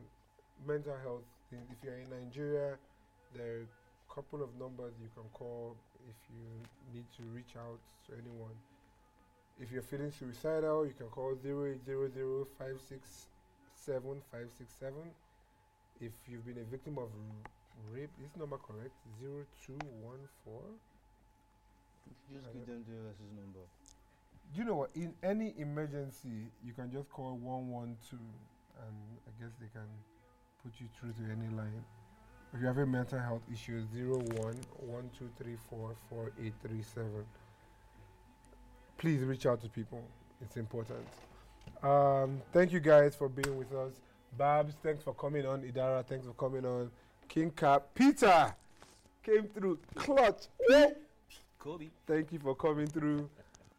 S2: mental health. thing, If you're in Nigeria, there are a couple of numbers you can call if you need to reach out to anyone. If you're feeling suicidal, you can call zero eight zero zero five six seven five six seven. If you've been a victim of r- rape, is this number correct? Zero two one four.
S1: Just give them the LS's number.
S2: you know what? In any emergency, you can just call 112 and I guess they can put you through to any line. If you have a mental health issue, 01 1234 4837. Please reach out to people, it's important. Um, thank you guys for being with us. Babs, thanks for coming on. Idara, thanks for coming on. King Cap, Peter came through clutch.
S9: Kobe.
S2: Thank you for coming through.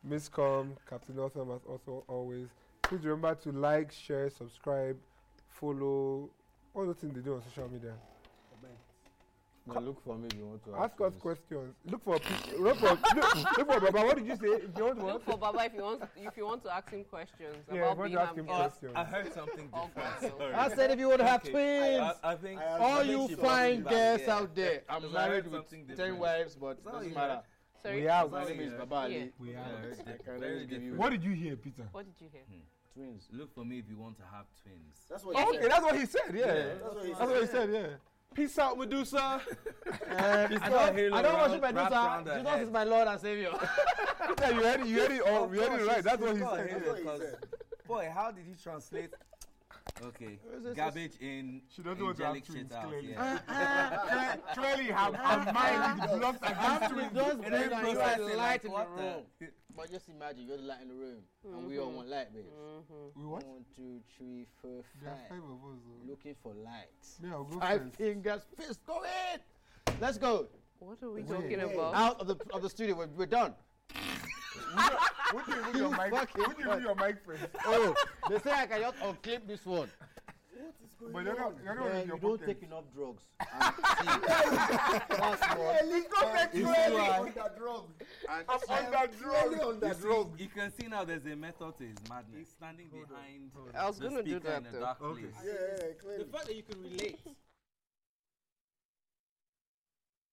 S2: Miss Com, Captain Awesome as also always. Please remember to like, share, subscribe, follow all the things they do on social media.
S12: Now look for me if you want to
S2: Ask us questions. Look for pic- look for look, look for Baba. What did you say? If you want what?
S7: Look for Baba if you want if you want to ask him questions
S2: Yeah,
S7: about
S2: want
S7: being
S2: to ask him
S1: Oh,
S7: ambitious.
S2: questions.
S9: I heard something different. sorry.
S1: I said if you would have
S9: I-
S1: twins.
S9: I, think
S1: All
S9: I think
S1: you
S9: she probably
S1: fine
S9: back
S1: girls
S9: there.
S1: out there,
S9: I
S1: I'm
S9: heard
S1: married with
S9: something
S1: ten
S9: different.
S1: wives, but
S9: that
S1: doesn't
S9: what you
S1: matter.
S7: Sorry,
S2: We are
S1: My name is Baba
S7: Yeah.
S1: Ali.
S2: we
S13: Yeah,
S2: are.
S13: it's
S1: I can
S13: different.
S1: only give you
S2: What did you hear, Peter?
S7: What did you hear?
S1: twins.
S13: Look for me if you want to have twins.
S5: That's what
S2: Okay, that's what he said. Yeah,
S5: That's what he
S2: that's what he
S5: said.
S2: said. Yeah.
S12: Peace out, Medusa.
S9: She's
S1: Uh, I
S9: got
S1: don't,
S9: halo
S1: I don't
S9: round-
S1: worship my
S9: wrapped
S1: daughter.
S9: round her
S1: Jesus
S9: head.
S1: is my Lord and Savior.
S2: Peter, you heard it. You heard it.
S1: Oh,
S9: Oh,
S2: All, you heard it right. That's what he
S9: Go
S2: said.
S9: ahead,
S5: That's what he
S9: 'cause-
S5: said.
S9: Boy, how did he translate? Okay, garbage in.
S2: She doesn't want to have
S9: angelic
S2: twins,
S9: shit out.
S2: clearly.
S9: Yeah.
S2: Cle- Clearly, her, her mind is blocked against twins.
S1: Just
S9: And then
S1: bring and you are
S9: process
S1: the light
S9: it, like,
S1: in the
S9: what the-
S1: room. But just imagine you're the light in the room, and we all want light, babes.
S2: We Mm-hmm. what?
S1: One, two, three, four,
S2: There are five
S1: five.
S2: of us. though.
S1: Looking for light.
S2: Me, I'll go
S1: Five
S2: first.
S1: fingers, fist, go ahead. Let's go
S7: What are we
S2: Wait,
S7: talking
S2: wait.
S7: about?
S1: out of the of the studio. We're, we're done.
S2: Would you move your mic? Would you move your mic first?
S1: Oh, they say I can just unclip this one.
S2: But you're not. You're not
S1: Yeah,
S2: with your
S1: you don't
S2: pocket.
S1: take enough drugs. And see, that's what.
S9: If you
S5: Clearly
S9: are-
S5: on that drug.
S1: And
S2: I'm on that
S5: Clearly
S2: drug.
S5: on that drug.
S9: You can see now there's a method to his madness. Standing behind
S7: I was
S9: the
S7: gonna do
S9: speaker in
S7: that
S9: a
S7: though.
S9: dark
S2: Okay.
S9: place.
S5: Yeah, yeah, clearly.
S14: fact that you can relate